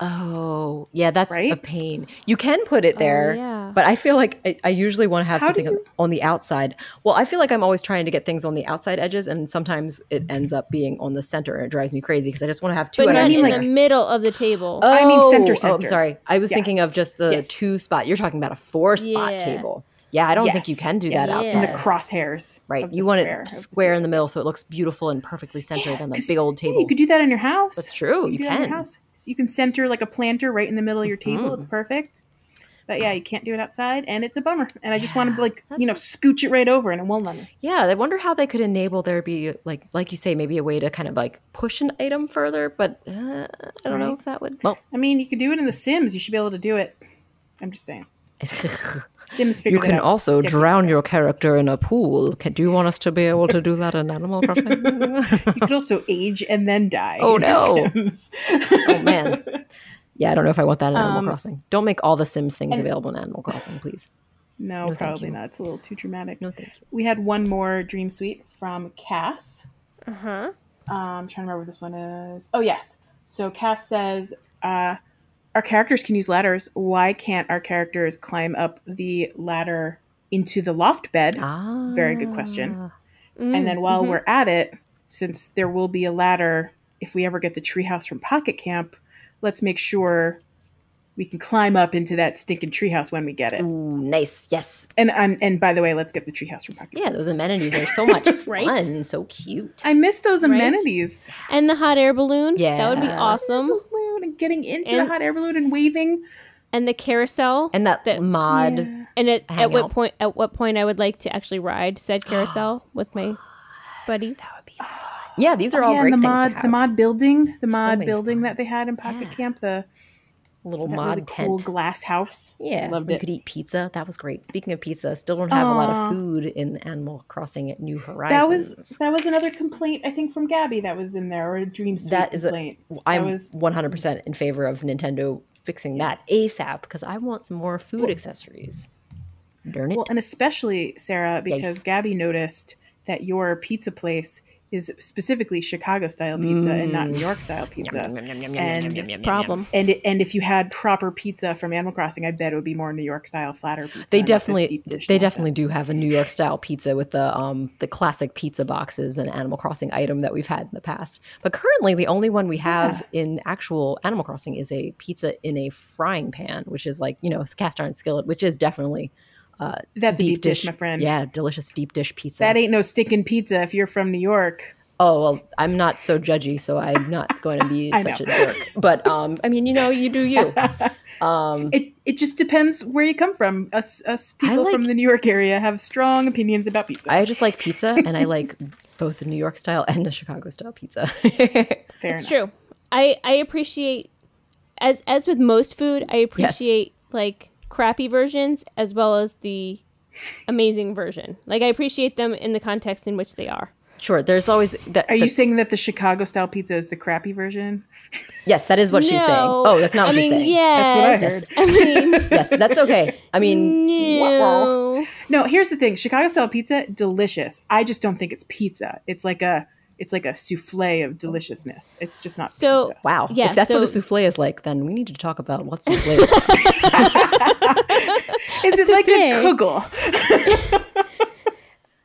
Speaker 4: oh, yeah. That's a
Speaker 3: Right?
Speaker 4: pain. You can put it there,
Speaker 2: yeah.
Speaker 4: but I feel like I, I usually want to have
Speaker 3: How do
Speaker 4: something on-
Speaker 3: you-
Speaker 4: on the outside. Well, I feel like I'm always trying to get things on the outside edges, and sometimes it
Speaker 3: Mm-hmm.
Speaker 4: ends up being on the center, and it drives me crazy because I just want to have two.
Speaker 2: but not
Speaker 4: items
Speaker 2: in
Speaker 4: like-
Speaker 2: the middle of the table.
Speaker 4: Oh,
Speaker 3: I mean center,
Speaker 4: Oh, I'm
Speaker 3: center.
Speaker 4: sorry. I was
Speaker 3: Yeah.
Speaker 4: thinking of just the
Speaker 3: Yes.
Speaker 4: two spot. You're talking about a four spot
Speaker 2: Yeah.
Speaker 4: table. Yeah, I don't think you
Speaker 3: Yes,
Speaker 4: can do
Speaker 3: yes,
Speaker 4: that
Speaker 3: It's
Speaker 4: outside.
Speaker 3: in the
Speaker 2: outside.
Speaker 3: crosshairs.
Speaker 4: Right.
Speaker 3: of
Speaker 4: You
Speaker 3: the
Speaker 4: want
Speaker 3: square
Speaker 4: it
Speaker 3: of the
Speaker 4: square in
Speaker 3: table.
Speaker 4: the middle so it looks beautiful and perfectly centered on the
Speaker 3: 'cause-
Speaker 4: big old
Speaker 3: Yeah,
Speaker 4: table.
Speaker 3: you could do that in your house.
Speaker 4: That's true. You
Speaker 3: do that in
Speaker 4: can. Hmm.
Speaker 3: your house. So you can center like a planter right in the middle of your table. It's perfect. But yeah, you can't do it outside, and it's a bummer. And I just want to like you know scooch it right over, and it won't let me.
Speaker 4: yeah, I wonder how they could enable there be like like you say maybe a way to kind of like push an item further, but uh, I don't know if that would. Well,
Speaker 3: I mean, you could do it in the Sims. You should be able to do it. I'm just saying. Sims figure
Speaker 4: you can
Speaker 3: out.
Speaker 4: also
Speaker 3: Decades
Speaker 4: drown your character in a pool. Can, do you want us to be able to do that in Animal Crossing?
Speaker 3: You could also age and then die.
Speaker 4: Oh,
Speaker 3: in The
Speaker 4: no.
Speaker 3: Sims.
Speaker 4: oh man. Yeah, I don't know if I want that in Animal
Speaker 3: Um,
Speaker 4: Crossing. Don't make all the Sims things available in Animal Crossing, please.
Speaker 3: no,
Speaker 4: thank
Speaker 3: probably
Speaker 4: you.
Speaker 3: not. It's a little too dramatic.
Speaker 4: No, thank you.
Speaker 3: We had one more dream suite from Cass.
Speaker 2: Uh huh.
Speaker 3: Um, I'm trying to remember what this one is. Oh, yes. So Cass says, uh, Our characters can use ladders. Why can't our characters climb up the ladder into the loft bed?
Speaker 4: Ah,
Speaker 3: Very good question. And then while we're at it, since there will be a ladder if we ever get the treehouse from Pocket Camp, let's make sure we can climb up into that stinking treehouse when we get it.
Speaker 4: Ooh, nice. Yes.
Speaker 3: And um, and by the way, let's get the treehouse from Pocket. Camp.
Speaker 4: Yeah, those amenities are so much
Speaker 2: Right?
Speaker 4: fun, so cute.
Speaker 3: I miss those amenities.
Speaker 2: And the hot air balloon. That would be
Speaker 4: Yeah.
Speaker 2: awesome.
Speaker 3: And getting into the
Speaker 2: And-
Speaker 3: hot air balloon and waving.
Speaker 2: And the carousel.
Speaker 4: and that
Speaker 2: the-
Speaker 4: mod.
Speaker 2: And at, at
Speaker 4: Hang
Speaker 2: what
Speaker 4: out.
Speaker 2: point? At what point I would like to actually ride said carousel with my buddies?
Speaker 4: Yeah, these are all
Speaker 3: yeah,
Speaker 4: great
Speaker 3: and the
Speaker 4: things to
Speaker 3: mod,
Speaker 4: have.
Speaker 3: the mod building, the mod
Speaker 4: many
Speaker 3: building that they had in Pocket
Speaker 4: Yeah.
Speaker 3: Camp, the
Speaker 4: little
Speaker 3: That
Speaker 4: mod
Speaker 3: really
Speaker 4: tent.
Speaker 3: cool glass house.
Speaker 4: Yeah,
Speaker 3: Loved
Speaker 4: we
Speaker 3: it.
Speaker 4: could eat pizza. That was great. Speaking of pizza, still don't have a lot
Speaker 3: Aw.
Speaker 4: of food in Animal Crossing at New
Speaker 3: That
Speaker 4: Horizons.
Speaker 3: was that was another complaint I think from Gabby that was in there or a dream suite
Speaker 4: That is a-
Speaker 3: complaint.
Speaker 4: I'm
Speaker 3: that was-
Speaker 4: 100% in favor of Nintendo fixing that ASAP because I want some more food accessories. Darn it.
Speaker 3: Well, and especially Sarah because
Speaker 4: Yes.
Speaker 3: Gabby noticed that your pizza place is specifically Chicago style pizza and not New York style pizza. and
Speaker 2: It's a problem.
Speaker 3: And it, and if you had proper pizza from Animal Crossing, I bet it would be more New York style flatter pizza.
Speaker 4: they
Speaker 3: not this
Speaker 4: definitely
Speaker 3: deep dish
Speaker 4: they
Speaker 3: nonsense.
Speaker 4: definitely do have a New York style pizza with the um the classic pizza boxes and Animal Crossing item that we've had in the past. But currently the only one we have in actual Animal Crossing is a pizza in a frying pan, which is like, you know, cast iron skillet, which is definitely
Speaker 3: That's a deep dish, my friend.
Speaker 4: Yeah, delicious deep dish pizza.
Speaker 3: That ain't no sticking pizza if you're from New York.
Speaker 4: oh well, I'm not so judgy, so I'm not going to be
Speaker 3: I
Speaker 4: such
Speaker 3: know.
Speaker 4: a jerk. But um, I mean, you know, you do you. Um,
Speaker 3: It it just depends where you come from. Us us people
Speaker 4: like-
Speaker 3: from the New York area have strong opinions about pizza.
Speaker 4: I just like pizza, and I like both the New York style and the Chicago style pizza.
Speaker 3: Fair
Speaker 2: It's
Speaker 3: enough.
Speaker 2: true. I I appreciate as as with most food, I appreciate like crappy versions as well as the amazing version. Like I appreciate them in the context in which they are.
Speaker 4: sure, there's always that.
Speaker 3: Are you
Speaker 4: that's-
Speaker 3: saying that the Chicago style pizza is the crappy version?
Speaker 4: yes? That is what she's saying.
Speaker 2: No.
Speaker 4: Oh, that's not what
Speaker 2: I
Speaker 4: she's
Speaker 2: mean,
Speaker 4: saying.
Speaker 2: yes.
Speaker 3: That's
Speaker 2: I, mean,
Speaker 4: Yes, that's okay. I mean,
Speaker 2: no.
Speaker 3: No, here's the thing. Chicago style pizza, delicious. I just don't think it's pizza. It's like a it's like a souffle of deliciousness. It's just not
Speaker 2: So-
Speaker 3: pizza.
Speaker 4: wow.
Speaker 2: Yeah,
Speaker 4: if that's what a
Speaker 2: so-
Speaker 4: souffle is like, then we need to talk about what souffle. is.
Speaker 3: Is it like a
Speaker 2: souffle.
Speaker 3: kugel?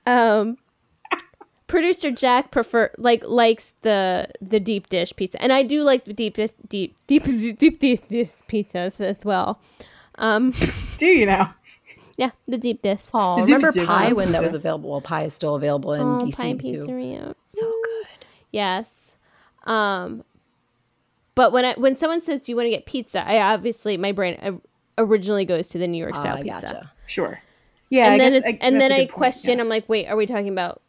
Speaker 2: Um, producer Jack prefer like likes the the deep dish pizza, and I do like the deep dish deep deep deep deep, deep dish pizzas as well.
Speaker 3: Do you now?
Speaker 2: Yeah, the deep dish.
Speaker 4: Oh,
Speaker 3: The
Speaker 4: remember
Speaker 3: deep
Speaker 4: pie
Speaker 3: dish.
Speaker 4: when that was available? Well, pie is still available in
Speaker 2: Oh,
Speaker 4: DC
Speaker 2: Pie
Speaker 4: too.
Speaker 2: Pizzeria.
Speaker 4: So good.
Speaker 2: Yes. Um but when I when someone says do you want to get pizza, I obviously my brain o- originally goes to the New York style
Speaker 4: Ah,
Speaker 2: pizza.
Speaker 4: gotcha.
Speaker 3: Sure. Yeah.
Speaker 2: And
Speaker 3: I
Speaker 2: then
Speaker 3: guess-
Speaker 2: it's
Speaker 3: I-
Speaker 2: and
Speaker 3: that's
Speaker 2: then
Speaker 3: a
Speaker 2: I
Speaker 3: good point,
Speaker 2: question
Speaker 3: yeah.
Speaker 2: I'm like, "Wait, are we talking about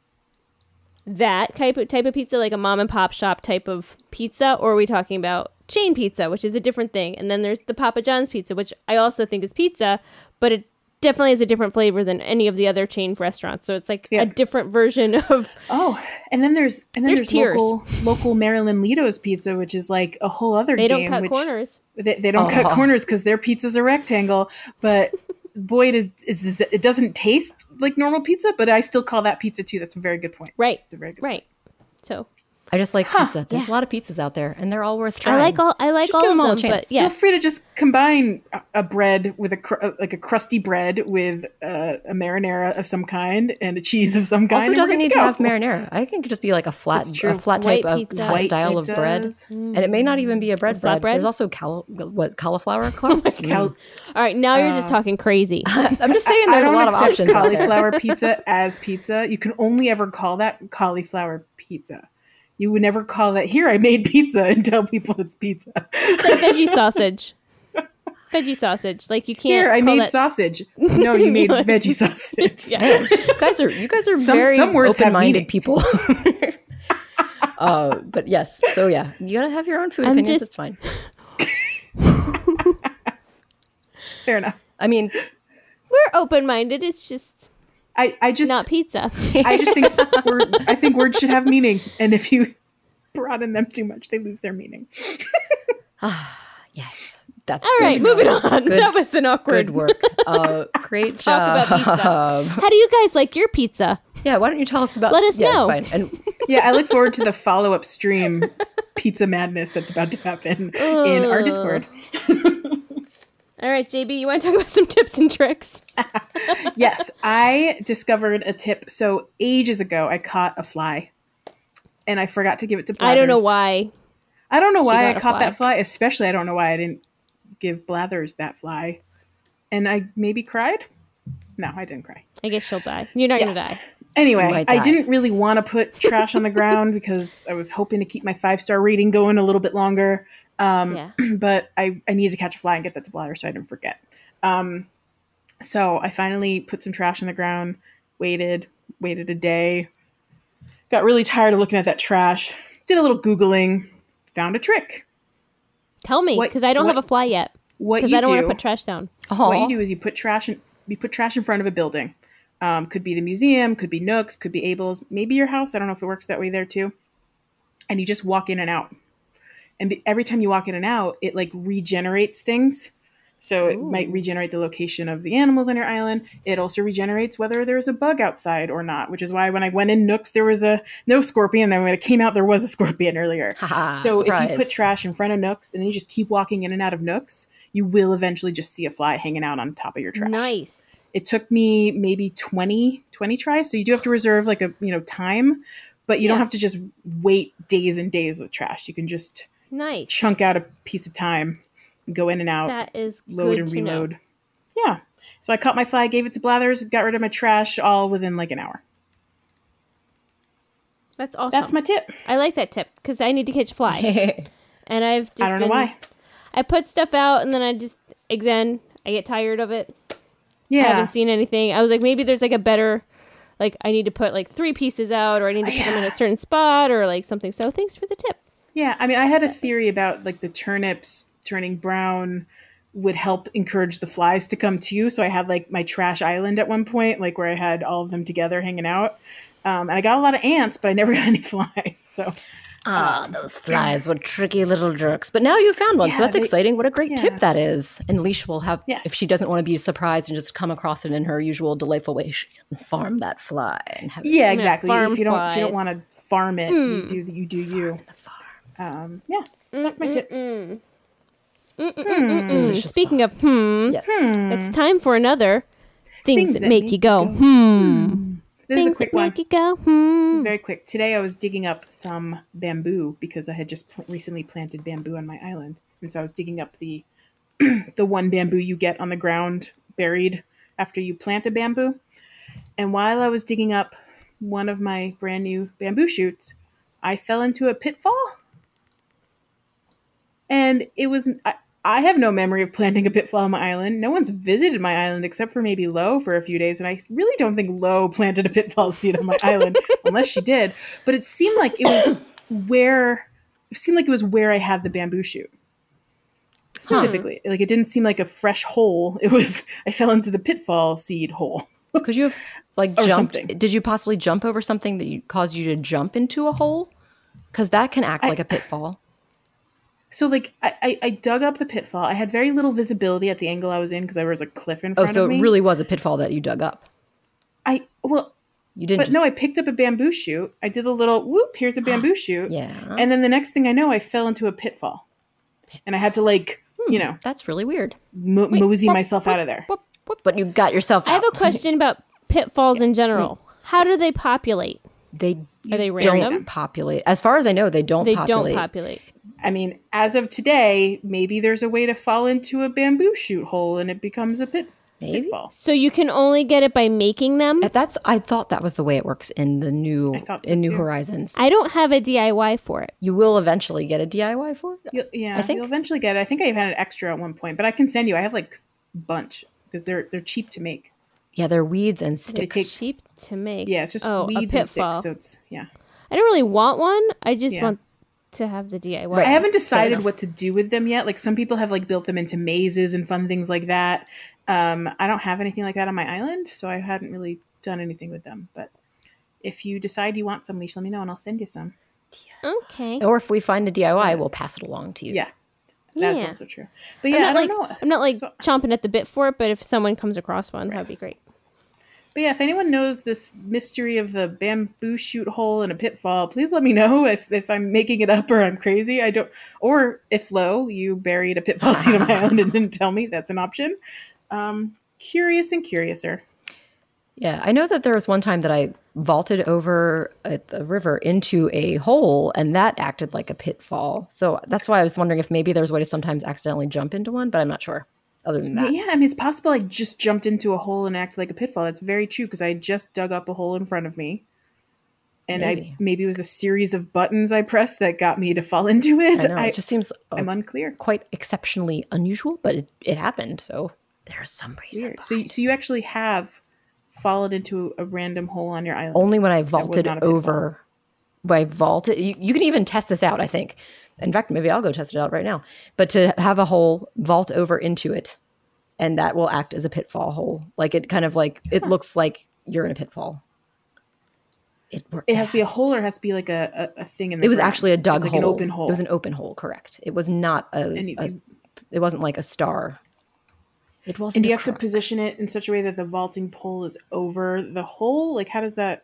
Speaker 2: that type of type of pizza like a mom and pop shop type of pizza or are we talking about chain pizza, which is a different thing?" And then there's the Papa John's pizza, which I also think is pizza, but it definitely is a different flavor than any of the other chain restaurants. So it's like
Speaker 3: Yeah.
Speaker 2: a different version of
Speaker 3: Oh, and then there's and then
Speaker 2: There's
Speaker 3: there's,
Speaker 2: tiers.
Speaker 3: local local Maryland Lido's pizza, which is like a whole other
Speaker 2: they don't
Speaker 3: game.
Speaker 2: cut
Speaker 3: which-
Speaker 2: corners.
Speaker 3: They, they don't cut corners because their pizza's a rectangle. But boy, it, is, is, it doesn't taste like normal pizza. But I still call that pizza too. That's a very good point.
Speaker 2: Right.
Speaker 3: It's a very good
Speaker 2: Right. So
Speaker 4: I just like pizza. There's a lot of pizzas out there, and they're all worth
Speaker 2: I
Speaker 4: trying.
Speaker 2: like all I like
Speaker 4: Should
Speaker 2: all
Speaker 4: give
Speaker 2: of
Speaker 4: 'em all a
Speaker 2: them,
Speaker 4: chance.
Speaker 2: but
Speaker 4: Feel
Speaker 2: yes,
Speaker 3: Feel free to just combine a- a bread with a cr- uh, like a crusty bread with uh, a marinara of some kind and a cheese of some kind.
Speaker 4: Also,
Speaker 3: and we're
Speaker 4: doesn't
Speaker 3: good
Speaker 4: need
Speaker 3: to
Speaker 4: to
Speaker 3: go.
Speaker 4: have marinara. I think it could just be like a flat,
Speaker 3: That's
Speaker 4: a
Speaker 3: true.
Speaker 4: flat
Speaker 2: White
Speaker 4: type of
Speaker 2: pizzas.
Speaker 4: uh,
Speaker 2: White
Speaker 4: style of bread,
Speaker 3: pizzas.
Speaker 4: and it may not even be a bread bread.
Speaker 2: bread?
Speaker 4: There's also cal- what cauliflower carbs.
Speaker 3: Cal-
Speaker 2: All right, now you're
Speaker 3: Uh.
Speaker 2: just talking crazy.
Speaker 4: I'm just saying,
Speaker 3: I
Speaker 4: there's a
Speaker 3: don't
Speaker 4: lot of
Speaker 3: accept
Speaker 4: options. out there.
Speaker 3: cauliflower pizza as pizza. You can only ever call that cauliflower pizza. You would never call that here. I made pizza and tell people it's pizza.
Speaker 2: It's like veggie sausage. Veggie sausage. Like you can't
Speaker 3: Here I
Speaker 2: call
Speaker 3: made
Speaker 2: that-
Speaker 3: sausage. No, you made veggie sausage.
Speaker 2: Yeah.
Speaker 4: You guys are you guys are
Speaker 3: Some-
Speaker 4: very
Speaker 3: some words have meaning.
Speaker 4: open-minded people. uh, but yes, so yeah, you gotta have your own food
Speaker 2: I'm
Speaker 4: opinions.
Speaker 2: just-
Speaker 4: it's fine.
Speaker 3: Fair enough.
Speaker 4: I mean,
Speaker 2: We're open minded. It's just
Speaker 3: I, I just
Speaker 2: not pizza.
Speaker 3: I just think word, I think words should have meaning, and if you broaden them too much, they lose their meaning.
Speaker 4: yes, that's
Speaker 2: All
Speaker 4: good.
Speaker 2: right, moving on.
Speaker 4: Good-
Speaker 2: that was an awkward
Speaker 4: Good work. Uh, great
Speaker 2: talk
Speaker 4: job.
Speaker 2: about pizza. How do you guys like your pizza?
Speaker 4: Yeah, why don't you tell us about?
Speaker 2: Let us
Speaker 4: yeah, it's
Speaker 2: know.
Speaker 4: fine. And
Speaker 3: Yeah, I look forward to the follow up stream pizza madness that's about to happen in our Discord.
Speaker 2: All right, JB, you want to talk about some tips and tricks?
Speaker 3: yes, I discovered a tip. So ages ago, I caught a fly, and I forgot to give it to. Blathers.
Speaker 2: I don't know why.
Speaker 3: I don't know why I
Speaker 2: got a
Speaker 3: caught
Speaker 2: fly.
Speaker 3: that fly. Especially, I don't know why I didn't give Blathers that fly, and I maybe cried. No, I didn't cry.
Speaker 2: I guess she'll die. You're not
Speaker 3: Yes.
Speaker 2: gonna die.
Speaker 3: Anyway,
Speaker 4: might
Speaker 3: I
Speaker 4: die.
Speaker 3: didn't really want to put trash on the ground because I was hoping to keep my five star rating going a little bit longer. Um,
Speaker 2: Yeah.
Speaker 3: But I, I needed to catch a fly and get that to bladder so I didn't forget. Um, so I finally put some trash on the ground, waited, waited a day, got really tired of looking at that trash, did a little Googling, found a trick.
Speaker 2: Tell me,
Speaker 3: What-
Speaker 2: because I don't
Speaker 3: what-
Speaker 2: have a fly yet.
Speaker 3: What
Speaker 2: because
Speaker 3: you
Speaker 2: I don't
Speaker 3: do,
Speaker 2: want to put trash down.
Speaker 3: what
Speaker 4: Oh,
Speaker 3: you do is you put trash in you put trash in front of a building. Um, could be the museum, could be Nooks, could be Abel's, maybe your house. I don't know if it works that way there too. And you just walk in and out. And be, every time you walk in and out, it like regenerates things. So it might regenerate the location of the animals on your island. It also regenerates whether there's a bug outside or not, which is why when I went in Nooks, there was a no scorpion. And when I came out, there was a scorpion earlier.
Speaker 2: Ah,
Speaker 4: Haha,
Speaker 3: so if you
Speaker 4: surprise.
Speaker 3: put trash in front of Nooks and then you just keep walking in and out of Nooks, you will eventually just see a fly hanging out on top of your trash.
Speaker 2: Nice.
Speaker 3: It took me maybe 20, 20 tries. So you do have to reserve like a, you know, time, but you don't
Speaker 2: Yeah.
Speaker 3: have to just wait days and days with trash. You can just
Speaker 2: Nice.
Speaker 3: chunk out a piece of time, go in and out
Speaker 2: That is
Speaker 3: load
Speaker 2: good
Speaker 3: and
Speaker 2: to know.
Speaker 3: reload. Yeah. So I caught my fly, gave it to Blathers, got rid of my trash all within like an hour.
Speaker 2: That's awesome.
Speaker 3: That's my tip.
Speaker 2: I like that tip because I need to catch a fly, and I've just
Speaker 3: I don't
Speaker 2: been,
Speaker 3: know why.
Speaker 2: I put stuff out and then I just again I get tired of it.
Speaker 3: Yeah.
Speaker 2: I haven't seen anything. I was like maybe there's like a better like I need to put like three pieces out or I
Speaker 3: Oh,
Speaker 2: need to put them in a certain spot or like something. So thanks for the tip.
Speaker 3: yeah. I mean, I had a theory about like the turnips turning brown would help encourage the flies to come to you. So I had like my trash island at one point, like where I had all of them together hanging out. Um, and I got a lot of ants, but I never got any flies. So
Speaker 4: ah, those flies were tricky little jerks. But now you found one,
Speaker 3: Yeah,
Speaker 4: so that's
Speaker 3: they-
Speaker 4: exciting. What a great
Speaker 3: yeah.
Speaker 4: tip that is. And Leash will have,
Speaker 3: Yes.
Speaker 4: if she doesn't want to be surprised and just come across it in her usual delightful way, she can farm that fly and have it
Speaker 3: yeah, exactly.
Speaker 2: farm
Speaker 3: If you don't, if you don't
Speaker 2: flies.
Speaker 3: want to farm it, you do you do you. Um, yeah, mm, that's my tip.
Speaker 4: delicious.
Speaker 2: Speaking of hmm,
Speaker 4: Yes.
Speaker 2: it's
Speaker 3: Mm.
Speaker 2: time for another things, that, make, you go, hmm.
Speaker 3: This is a
Speaker 2: Things
Speaker 3: quick
Speaker 2: that
Speaker 3: one.
Speaker 2: make you go hmm.
Speaker 3: It's very quick. Today I was digging up some bamboo because I had just pl- recently planted bamboo on my island, and so I was digging up the the one bamboo you get on the ground buried after you plant a bamboo. And while I was digging up one of my brand new bamboo shoots, I fell into a pitfall. And it was I, I have no memory of planting a pitfall on my island. No one's visited my island except for maybe Lo for a few days, and I really don't think Lo planted a pitfall seed on my island unless she did. But it seemed like it was where it seemed like it was where I had the bamboo shoot specifically. Like it didn't seem like a fresh hole. It was I fell into the pitfall seed hole.
Speaker 4: Could you have like
Speaker 3: Or
Speaker 4: jumped?
Speaker 3: something.
Speaker 4: Did you possibly jump over something that you, caused you to jump into a hole? Because that can act like a pitfall.
Speaker 3: So like I, I, I dug up the pitfall. I had very little visibility at the angle I was in because there was a cliff in
Speaker 4: Oh,
Speaker 3: front
Speaker 4: so
Speaker 3: of me.
Speaker 4: it really was a pitfall that you dug up.
Speaker 3: I well
Speaker 4: You didn't.
Speaker 3: But
Speaker 4: just,
Speaker 3: no, I picked up a bamboo shoot. I did the little whoop, here's a bamboo shoot.
Speaker 4: Yeah.
Speaker 3: And then the next thing I know, I fell into a pitfall. And I had to like,
Speaker 4: Hmm.
Speaker 3: you know,
Speaker 4: That's really weird.
Speaker 3: mo- mosey myself out of there.
Speaker 2: Whoop, whoop.
Speaker 4: But you got yourself.
Speaker 2: I have
Speaker 4: out.
Speaker 2: a question about pitfalls in general. How do they populate?
Speaker 4: They
Speaker 2: Are they
Speaker 4: don't
Speaker 2: random?
Speaker 4: populate. As far as I know, they don't.
Speaker 2: They
Speaker 4: populate.
Speaker 2: don't populate.
Speaker 3: I mean, as of today, maybe there's a way to fall into a bamboo shoot hole and it becomes a pit-
Speaker 4: Maybe.
Speaker 3: pitfall.
Speaker 2: So you can only get it by making them.
Speaker 4: Uh, That's. I thought that was the way it works in the new
Speaker 3: thought so
Speaker 4: in New
Speaker 3: too.
Speaker 4: Horizons.
Speaker 2: I don't have a DIY for it.
Speaker 4: you will eventually get a DIY for it.
Speaker 3: You'll, yeah,
Speaker 4: I think-
Speaker 3: you'll eventually get it. I think I even had an extra at one point, but I can send you. I have like a bunch because they're they're cheap to make.
Speaker 4: Yeah, they're weeds and sticks.
Speaker 3: take-
Speaker 2: Cheap to make.
Speaker 3: Yeah, it's just
Speaker 2: oh, a
Speaker 3: weeds and
Speaker 2: pitfall.
Speaker 3: sticks. So it's yeah.
Speaker 2: I don't really want one. I just
Speaker 3: Yeah.
Speaker 2: want to have the DIY.
Speaker 3: I haven't decided what to do with them yet. Like some people have like built them into mazes and fun things like that. Um, I don't have anything like that on my island, so I hadn't really done anything with them. But if you decide you want some leash, let me know and I'll send you some.
Speaker 2: Okay.
Speaker 3: Oh,
Speaker 4: or if we find a DIY, we'll pass it along to you.
Speaker 3: Yeah, that's
Speaker 2: Yeah.
Speaker 3: also true. But yeah, I
Speaker 2: I'm not
Speaker 3: don't
Speaker 2: like
Speaker 3: know.
Speaker 2: I'm not like
Speaker 3: So-
Speaker 2: chomping at the bit for it, but if someone comes across one, that'd be great.
Speaker 3: but yeah, if anyone knows this mystery of the bamboo shoot hole and a pitfall, please let me know if, if I'm making it up or I'm crazy. I don't, or if low, you buried a pitfall seed on my island and didn't tell me. That's an option. Um, curious and curiouser.
Speaker 4: Yeah, I know that there was one time that I vaulted over at the river into a hole, and that acted like a pitfall. So that's why I was wondering if maybe there's a way to sometimes accidentally jump into one, but I'm not sure. Other than that,
Speaker 3: Yeah, I mean, it's possible I just jumped into a hole and acted like a pitfall. That's very true because I had just dug up a hole in front of me. And I
Speaker 4: Maybe.
Speaker 3: maybe it was a series of buttons I pressed that got me to fall into it.
Speaker 4: I know
Speaker 3: I,
Speaker 4: it just seems uh,
Speaker 3: am unclear.
Speaker 4: quite exceptionally unusual, but it, it happened. So there's some reason.
Speaker 3: Weird. So, so you actually have fallen into a random hole on your island.
Speaker 4: Oh, Only when I vaulted
Speaker 3: not a pitfall.
Speaker 4: over by vaulted. You, you can even test this out, I think. In fact, maybe I'll go test it out right now. But to have a hole vault over into it, and that will act as a pitfall hole. Like it kind of like it looks like you're in a pitfall. It worked.
Speaker 3: It has to be a hole, or it has to be like a, a, a thing in the.
Speaker 4: It was
Speaker 3: ground?
Speaker 4: actually a dug
Speaker 3: It's like
Speaker 4: hole.
Speaker 3: An open hole.
Speaker 4: It was an open hole. Correct. It was not a.
Speaker 3: And you
Speaker 4: a-
Speaker 3: can-
Speaker 4: it wasn't like a star. It wasn't.
Speaker 3: and do you
Speaker 4: a
Speaker 3: have to
Speaker 4: cro-
Speaker 3: position it in such a way that the vaulting pole is over the hole? Like, how does that?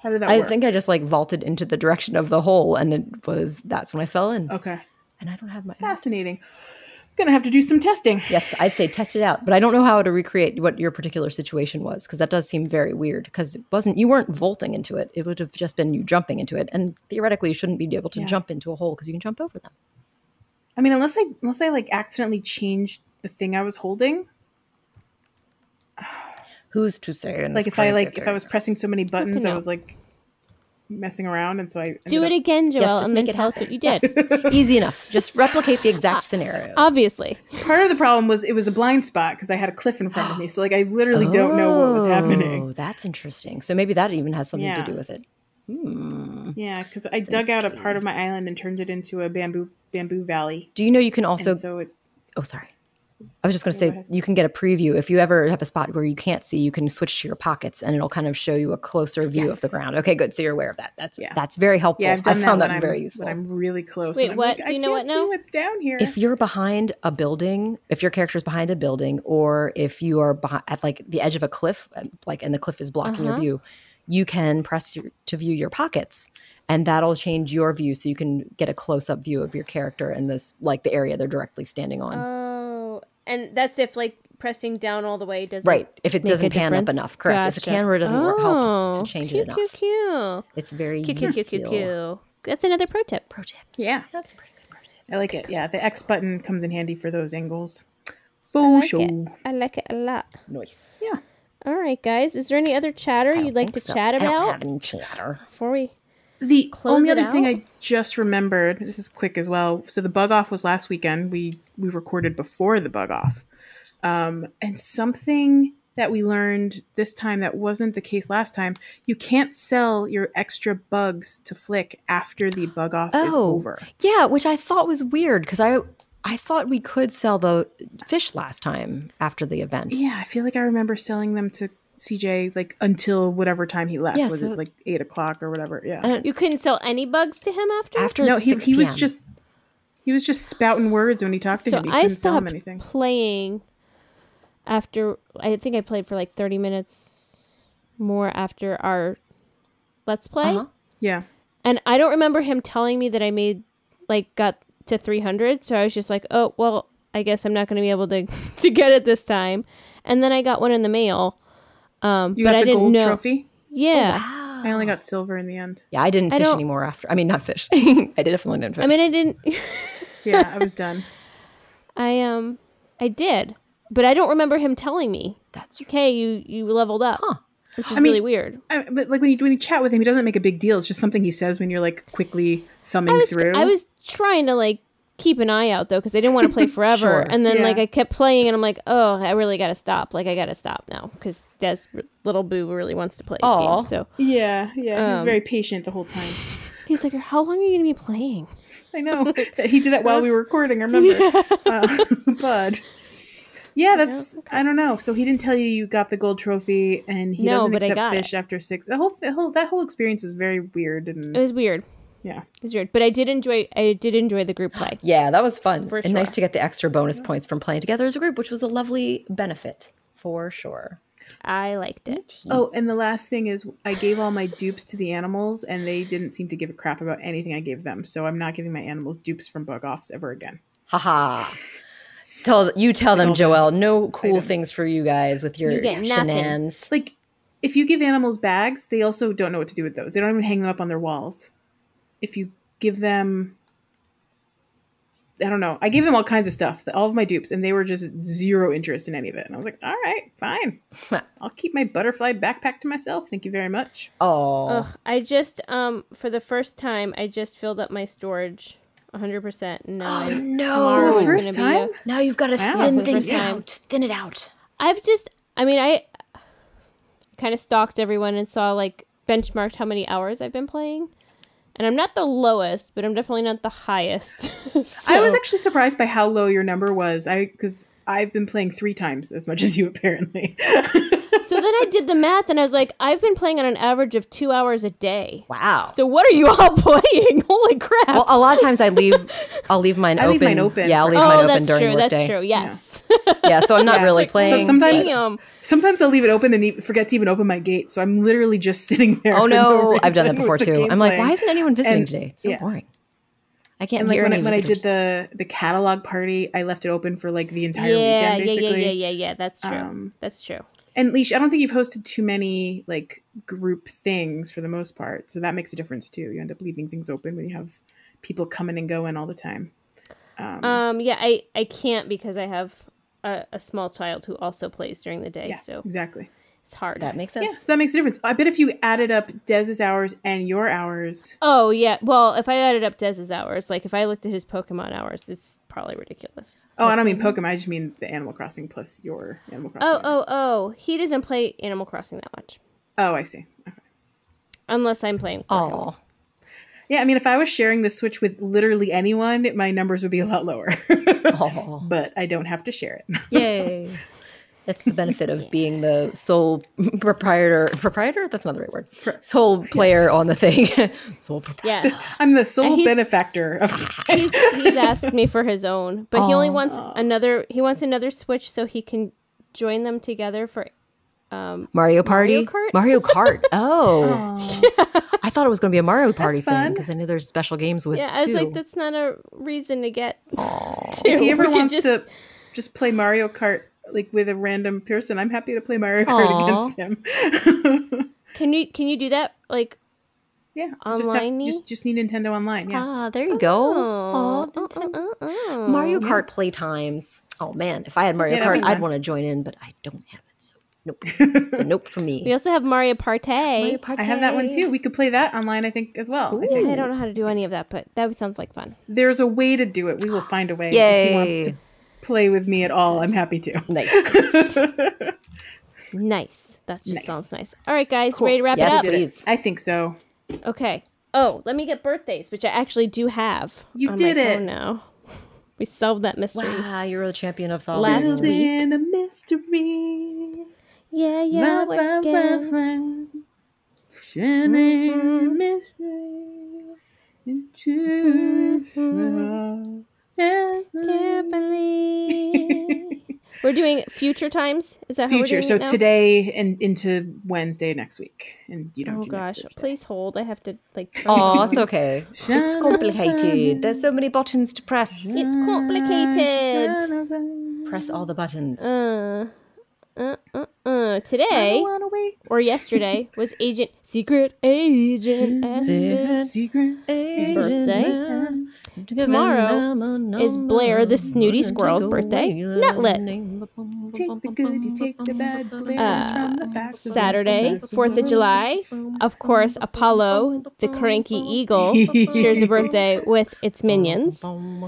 Speaker 3: How did that
Speaker 4: I
Speaker 3: work?
Speaker 4: think I just like vaulted into the direction of the hole, and it was that's when I fell in.
Speaker 3: Okay,
Speaker 4: And I don't have my.
Speaker 3: fascinating. Gonna have to do some testing.
Speaker 4: Yes, I'd say test it out, but I don't know how to recreate what your particular situation was because that does seem very weird. Because it wasn't you weren't vaulting into it; it would have just been you jumping into it, and theoretically, you shouldn't be able to
Speaker 3: Yeah.
Speaker 4: jump into a hole because you can jump over them.
Speaker 3: I mean, unless I unless I like accidentally changed the thing I was holding.
Speaker 4: Who's to say? In
Speaker 3: Like if I like if I was pressing so many buttons, I
Speaker 2: know?
Speaker 3: was like messing around, and so I
Speaker 2: Do it
Speaker 3: ended
Speaker 2: again, Joelle,
Speaker 4: just
Speaker 2: and then
Speaker 4: make it
Speaker 2: tell us what you did.
Speaker 4: easy enough, just replicate the exact scenario.
Speaker 2: Obviously.
Speaker 3: up- Part of the problem was it was a blind spot because I had a cliff in front of me, so like I literally don't know what was happening.
Speaker 4: Oh, That's interesting. So maybe that even has something
Speaker 3: Yeah.
Speaker 4: to do with it.
Speaker 2: Oh.
Speaker 4: Hmm.
Speaker 3: Yeah, because I dug out a part of my island and turned it into a bamboo bamboo valley,
Speaker 4: Do you know you can also
Speaker 3: and so it
Speaker 4: oh sorry i was just going to
Speaker 3: go
Speaker 4: say
Speaker 3: ahead.
Speaker 4: you can get a preview if you ever have a spot where you can't see you can switch to your pockets and it'll kind of show you a closer view of the
Speaker 3: Yes.
Speaker 4: ground okay good so you're aware of that that's
Speaker 3: Yeah.
Speaker 4: that's very helpful
Speaker 3: yeah I've
Speaker 4: i
Speaker 3: done
Speaker 4: found
Speaker 3: that,
Speaker 4: that,
Speaker 3: when
Speaker 4: very
Speaker 3: I'm,
Speaker 4: useful
Speaker 3: When I'm really close.
Speaker 2: Wait,
Speaker 3: and I'm
Speaker 2: what?
Speaker 3: like,
Speaker 2: Do you
Speaker 3: I
Speaker 2: know what
Speaker 3: can't See
Speaker 2: now?
Speaker 3: what's down here?
Speaker 4: if you're behind a building if your character is behind a building or if you are behind, at like the edge of a cliff um, like and the cliff is blocking
Speaker 3: Uh-huh.
Speaker 4: your view you can press your, to view your pockets and that'll change your view so you can get a close-up view of your character and this like the area they're directly standing on
Speaker 2: Oh, and that's if like pressing down all the way doesn't.
Speaker 4: Right. If it
Speaker 2: make a
Speaker 4: doesn't pan up
Speaker 2: difference?
Speaker 4: enough, correct. If the
Speaker 2: Gotcha.
Speaker 4: camera doesn't work, help
Speaker 2: Oh,
Speaker 4: to change
Speaker 2: cute,
Speaker 4: it enough.
Speaker 2: Cute, cute.
Speaker 4: It's very
Speaker 2: Cute, cute, cute, cute,
Speaker 4: useful.
Speaker 2: cute. That's another pro tip.
Speaker 4: Pro tips.
Speaker 3: yeah,
Speaker 4: that's a pretty good pro tip.
Speaker 3: I like it. Yeah, the X button comes in handy for those angles.
Speaker 2: I
Speaker 3: For
Speaker 2: like
Speaker 3: sure.
Speaker 2: it. I like it a lot.
Speaker 4: Nice. Yeah.
Speaker 2: All right, guys. Is there any other chatter you'd like to chat
Speaker 4: I don't
Speaker 2: about
Speaker 4: have any chatter.
Speaker 2: before we?
Speaker 3: The
Speaker 2: Close
Speaker 3: only
Speaker 2: it
Speaker 3: other thing
Speaker 2: out?
Speaker 3: I just remembered, this is quick as well. So the bug off was last weekend. We we recorded before the bug off. Um, and something that we learned this time that wasn't the case last time, you can't sell your extra bugs to Flick after the bug off is
Speaker 4: Oh.
Speaker 3: over.
Speaker 4: Yeah, which I thought was weird because I I thought we could sell the fish last time after the event.
Speaker 3: Yeah, I feel like I remember selling them to CJ like until whatever time he left.
Speaker 4: Yeah,
Speaker 3: was
Speaker 4: so-
Speaker 3: it like eight o'clock or whatever? Yeah.
Speaker 2: You couldn't sell any bugs to him after.
Speaker 4: After
Speaker 3: no,
Speaker 4: it's
Speaker 3: he,
Speaker 4: 6
Speaker 3: he was
Speaker 4: PM.
Speaker 3: just he was just spouting words when he talked to
Speaker 2: so
Speaker 3: him. He
Speaker 2: I
Speaker 3: couldn't tell him
Speaker 2: stopped
Speaker 3: anything.
Speaker 2: playing after I think I played for like 30 minutes more after our let's play.
Speaker 4: Uh-huh.
Speaker 3: Yeah.
Speaker 2: And I don't remember him telling me that I made like got to 300, so I was just like, "Oh, well, I guess I'm not going to be able to to get it this time." And then I got one in the mail. Um
Speaker 3: You
Speaker 2: but
Speaker 3: got
Speaker 2: I
Speaker 3: the
Speaker 2: didn't
Speaker 3: gold
Speaker 2: know.
Speaker 3: trophy. Oh,
Speaker 2: Yeah.
Speaker 3: I only got silver in the end.
Speaker 4: Yeah, I didn't fish
Speaker 2: don't-
Speaker 4: anymore after. I mean, not fish. I definitely didn't fish.
Speaker 2: I mean, I didn't
Speaker 3: Yeah, I was done.
Speaker 2: I um I did, but I don't remember him telling me.
Speaker 4: that's
Speaker 2: Okay, you you leveled up. Which is
Speaker 3: mean-
Speaker 2: really weird.
Speaker 3: I, but like when you when you chat with him, he doesn't make a big deal. It's just something he says when you're like quickly thumbing
Speaker 2: I was,
Speaker 3: through.
Speaker 2: I was trying to like keep an eye out though because I didn't want to play forever.
Speaker 4: Sure.
Speaker 2: And then
Speaker 3: Yeah.
Speaker 2: like I kept playing and I'm like, oh, I really got to stop. Like I got to stop now because Des little boo really wants to play this
Speaker 4: Aw.
Speaker 2: game. So
Speaker 3: yeah, yeah.
Speaker 2: um,
Speaker 3: he was very patient the whole time.
Speaker 2: he's like, how long are you gonna be playing?
Speaker 3: I know that he did that while we were recording. I remember, uh, but yeah, that's
Speaker 2: oh,
Speaker 3: I don't know. So he didn't tell you you got the gold trophy, and he
Speaker 2: No,
Speaker 3: doesn't
Speaker 2: but I
Speaker 3: accept
Speaker 2: got
Speaker 3: fish after six. The whole, the whole that whole experience was very weird,
Speaker 2: It
Speaker 3: and
Speaker 2: was weird. It
Speaker 3: yeah,
Speaker 2: was weird, but I did enjoy. I did enjoy the group play.
Speaker 4: Yeah, that was fun. and nice
Speaker 2: sure.
Speaker 4: to get the extra bonus points from playing together as a group, which was a lovely benefit for sure.
Speaker 2: I liked it.
Speaker 3: Oh, and the last thing is, I gave all my dupes to the animals, and they didn't seem to give a crap about anything I gave them. So I'm not giving my animals dupes from bug offs ever again.
Speaker 4: Haha. Tell you tell them,
Speaker 3: Like all
Speaker 4: Joelle, no cool things for you guys with your
Speaker 2: You get nothing.
Speaker 4: shenanigans.
Speaker 3: Like, if you give animals bags, they also don't know what to do with those. They don't even hang them up on their walls. If you give them, I don't know. I gave them all kinds of stuff, all of my dupes, and they were just zero interest in any of it. And I was like, all right, fine. I'll keep my butterfly backpack to myself. Thank you very much.
Speaker 4: Oh,
Speaker 2: Ugh, I just um for the first time I just filled up my storage 100%. No.
Speaker 4: Oh, no.
Speaker 2: tomorrow is
Speaker 3: First
Speaker 2: going to be a,
Speaker 3: time?
Speaker 4: Now you've got to
Speaker 3: Wow.
Speaker 2: For
Speaker 4: thin
Speaker 2: the
Speaker 4: things
Speaker 2: first time.
Speaker 4: out. Thin it out.
Speaker 2: I've just, I mean, I kind of stalked everyone and saw like benchmarked how many hours I've been playing. and I'm not the lowest, but I'm definitely not the highest.
Speaker 3: I was
Speaker 2: So-
Speaker 3: actually surprised by how low your number was. I because I've been playing three times as much as you apparently.
Speaker 2: so then I did the math, and I was like, I've been playing on an average of two hours a day.
Speaker 4: Wow.
Speaker 2: So what are you all playing? Holy crap!
Speaker 4: Well, a lot of times I leave, I'll leave mine
Speaker 3: I
Speaker 4: open.
Speaker 3: leave mine open
Speaker 4: Yeah, I'll
Speaker 3: for-
Speaker 4: leave mine
Speaker 2: oh,
Speaker 4: open
Speaker 2: that's
Speaker 4: during
Speaker 2: true.
Speaker 4: workday.
Speaker 2: That's true. Yes.
Speaker 4: Yeah, so I'm not
Speaker 3: Yeah.
Speaker 4: really
Speaker 3: So
Speaker 4: playing.
Speaker 3: sometimes-
Speaker 2: Damn.
Speaker 3: Sometimes I'll leave it open and e- forget to even open my gate, so I'm literally just sitting there.
Speaker 4: oh
Speaker 3: for
Speaker 4: no, I've
Speaker 3: reason
Speaker 4: done that before
Speaker 3: with the
Speaker 4: too.
Speaker 3: game
Speaker 4: I'm like,
Speaker 3: playing.
Speaker 4: why isn't anyone visiting
Speaker 3: And-
Speaker 4: today? It's so
Speaker 3: yeah.
Speaker 4: boring. I can't
Speaker 3: And like
Speaker 4: hear
Speaker 3: when I,
Speaker 4: any
Speaker 3: when I did
Speaker 4: visitors.
Speaker 3: the the catalog party, I left it open for like the entire
Speaker 2: yeah,
Speaker 3: weekend
Speaker 2: yeah,
Speaker 3: basically.
Speaker 2: yeah, yeah, yeah, yeah. That's true.
Speaker 3: Um,
Speaker 2: that's true.
Speaker 3: And Leash, I don't think you've hosted too many like group things for the most part, so that makes a difference too. You end up leaving things open when you have people coming and going all the time. Um,
Speaker 2: Um, yeah, I I can't because I have a, a small child who also plays during the day,
Speaker 3: yeah,
Speaker 2: so
Speaker 3: exactly.
Speaker 2: it's hard.
Speaker 4: that makes
Speaker 3: Yeah,
Speaker 4: sense.
Speaker 3: so that makes a difference. I bet if you added up Dez's hours and your hours,
Speaker 2: oh yeah. Well, if I added up Dez's hours, like if I looked at his Pokemon hours, it's probably ridiculous.
Speaker 3: oh, I don't mean Pokemon, I just mean the Animal Crossing plus your Animal Crossing.
Speaker 2: Oh, oh, oh. He doesn't play Animal Crossing that much.
Speaker 3: oh, I see. Okay.
Speaker 2: Unless I'm playing. for him.
Speaker 4: Oh,
Speaker 3: Yeah, I mean, if I was sharing the Switch with literally anyone, my numbers would be a lot lower.
Speaker 4: oh,
Speaker 3: but I don't have to share it.
Speaker 4: yay! That's the benefit of being the sole proprietor. Proprietor? That's not the right word. Sole player on the thing. sole proprietor.
Speaker 2: Yes.
Speaker 3: I'm the sole
Speaker 2: he's-
Speaker 3: benefactor of.
Speaker 2: he's he's asked me for his own, but he only wants another. He wants another Switch so he can join them together for.
Speaker 4: Mario Party.
Speaker 2: Kart?
Speaker 4: Mario Kart. Oh, I thought it was going to be a Mario Party thing
Speaker 3: fun.
Speaker 4: because I knew there's special games with.
Speaker 2: Yeah, I was like,
Speaker 4: two.
Speaker 2: that's not a reason to get.
Speaker 3: if he ever
Speaker 2: we could
Speaker 3: wants
Speaker 2: just-
Speaker 3: to just play Mario Kart like with a random person, I'm happy to play Mario Kart
Speaker 4: Aw.
Speaker 3: against him.
Speaker 2: Can you can you do that? Like,
Speaker 3: yeah, just,
Speaker 2: Online-y?
Speaker 3: just just need Nintendo Online. Yeah,
Speaker 4: Ah, there you go. Aw,
Speaker 2: oh, oh, oh, oh.
Speaker 4: Mario Kart play times. Oh man, if I had Mario
Speaker 3: yeah, that'd
Speaker 4: Kart,
Speaker 3: be
Speaker 4: I'd
Speaker 3: fun.
Speaker 4: want to join in, but I don't have it. So nope. it's a nope for
Speaker 2: we
Speaker 4: me.
Speaker 2: also have Mario Partey.
Speaker 4: Mario Party.
Speaker 3: I have that one too. We could play that online, I think, as well. I think
Speaker 2: I don't know how to do any of that, but that sounds like fun.
Speaker 3: There's a way to do it. We will find a way. If he wants
Speaker 4: Yay.
Speaker 3: to play with me at all, I'm happy to.
Speaker 4: Nice.
Speaker 2: Nice. That just sounds nice. All right, guys, ready to wrap
Speaker 4: Yes,
Speaker 2: it
Speaker 4: please.
Speaker 3: I think so.
Speaker 2: up? Okay. Oh, let me get birthdays, which I actually do have.
Speaker 3: You
Speaker 2: on
Speaker 3: did
Speaker 2: my
Speaker 3: it.
Speaker 2: Phone now we solved that mystery.
Speaker 4: Wow, you're the champion of solving. them.
Speaker 2: Last-
Speaker 3: Building a mystery.
Speaker 2: Yeah, yeah.
Speaker 3: Ba, ba,
Speaker 2: we're
Speaker 3: ba,
Speaker 2: good.
Speaker 3: ba. Shining
Speaker 2: Mm-hmm.
Speaker 3: mystery into
Speaker 2: Mm-hmm. Kimberly. we're doing future times. Is that
Speaker 3: future.
Speaker 2: How we're
Speaker 3: So
Speaker 2: doing it now?
Speaker 3: today and into Wednesday next week, and you don't.
Speaker 2: Oh
Speaker 3: do next
Speaker 2: gosh,
Speaker 3: Thursday.
Speaker 2: please hold. I have to like. turn
Speaker 4: Oh,
Speaker 2: it
Speaker 4: it's
Speaker 2: on.
Speaker 4: okay. It's complicated. There's so many buttons to press.
Speaker 2: it's complicated.
Speaker 4: Press all the buttons.
Speaker 2: Uh, uh, uh, uh. Today
Speaker 3: Wanna wait
Speaker 2: or yesterday was Agent Secret Agent
Speaker 3: for the
Speaker 2: S's
Speaker 3: secret?
Speaker 2: birthday. Tomorrow is Blair the snooty squirrel's birthday. Nutlet.
Speaker 3: Take the good, you take the bad. Blair from the back.
Speaker 2: Saturday, 4th of July. Of course, Apollo, the cranky eagle, shares a birthday with its minions.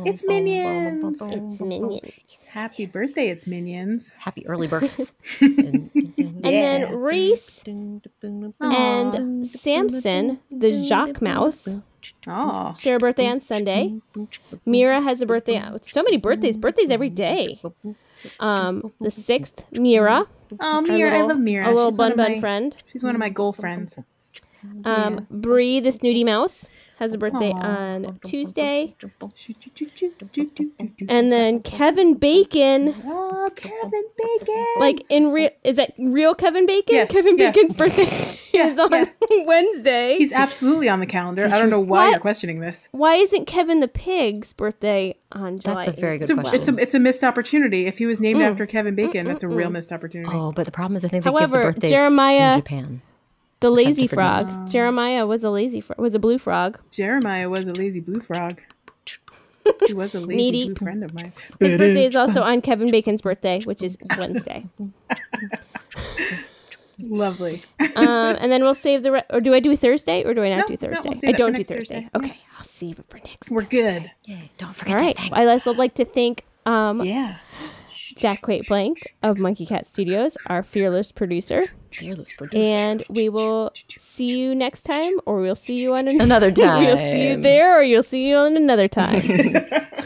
Speaker 3: It's minions.
Speaker 2: Its minions.
Speaker 3: Happy birthday! It's minions.
Speaker 4: Happy early births.
Speaker 2: And then Reese and Samson, the Jock Mouse,
Speaker 3: Oh,
Speaker 2: share a birthday on Sunday. Mira has a birthday. on- So many birthdays, birthdays every day. Um, the 6th, Mira.
Speaker 3: oh,
Speaker 2: our
Speaker 3: Mira, I
Speaker 2: little-
Speaker 3: love Mira.
Speaker 2: A little
Speaker 3: She's one
Speaker 2: bun
Speaker 3: of
Speaker 2: bun
Speaker 3: my-
Speaker 2: friend.
Speaker 3: She's one of my goal friends.
Speaker 2: Um, Bree, the snooty mouse, has a birthday on Tuesday. And then Kevin Bacon.
Speaker 3: Oh, Kevin Bacon.
Speaker 2: like in real is that real Kevin Bacon?
Speaker 3: Yes,
Speaker 2: Kevin
Speaker 3: yeah.
Speaker 2: Bacon's birthday is on
Speaker 3: yeah.
Speaker 2: Wednesday.
Speaker 3: He's absolutely on the calendar. I don't know why
Speaker 2: What?
Speaker 3: you're questioning this.
Speaker 2: Why isn't Kevin the pig's birthday on July?
Speaker 4: That's a very
Speaker 2: 8th?
Speaker 4: good
Speaker 3: It's a,
Speaker 4: question.
Speaker 3: it's a it's a missed opportunity. If he was named
Speaker 2: Mm.
Speaker 3: after Kevin Bacon, that's a real missed opportunity.
Speaker 4: oh, but the problem is, I think they give
Speaker 2: However,
Speaker 4: the birthdays
Speaker 2: Jeremiah-
Speaker 4: in Japan.
Speaker 2: The lazy frog.
Speaker 4: different
Speaker 2: Jeremiah was a lazy frog. Was a blue frog.
Speaker 3: Jeremiah was a lazy blue frog. He was a lazy
Speaker 2: Needy.
Speaker 3: blue friend of mine.
Speaker 2: His birthday is also on Kevin Bacon's birthday, which is Wednesday.
Speaker 3: Lovely.
Speaker 2: Um, and then we'll save the re- or do I do Thursday or do I not
Speaker 3: No,
Speaker 2: do
Speaker 3: no, we'll
Speaker 2: Thursday?
Speaker 3: save
Speaker 2: I
Speaker 3: that for
Speaker 2: don't do
Speaker 3: next
Speaker 2: Thursday.
Speaker 3: Thursday.
Speaker 2: Okay, I'll save it for next.
Speaker 3: We're good.
Speaker 4: Yay! Don't
Speaker 2: All
Speaker 4: forget
Speaker 2: right.
Speaker 4: to thank.
Speaker 2: I also would like to thank um,
Speaker 3: Yeah.
Speaker 2: Jack Quaid Blank of Monkey Cat Studios, our fearless producer.
Speaker 4: Fearless producer.
Speaker 2: And we will see you next time, or we'll see you on an-
Speaker 4: Another
Speaker 2: we'll see you
Speaker 4: time.
Speaker 2: there, or you'll see you on another time.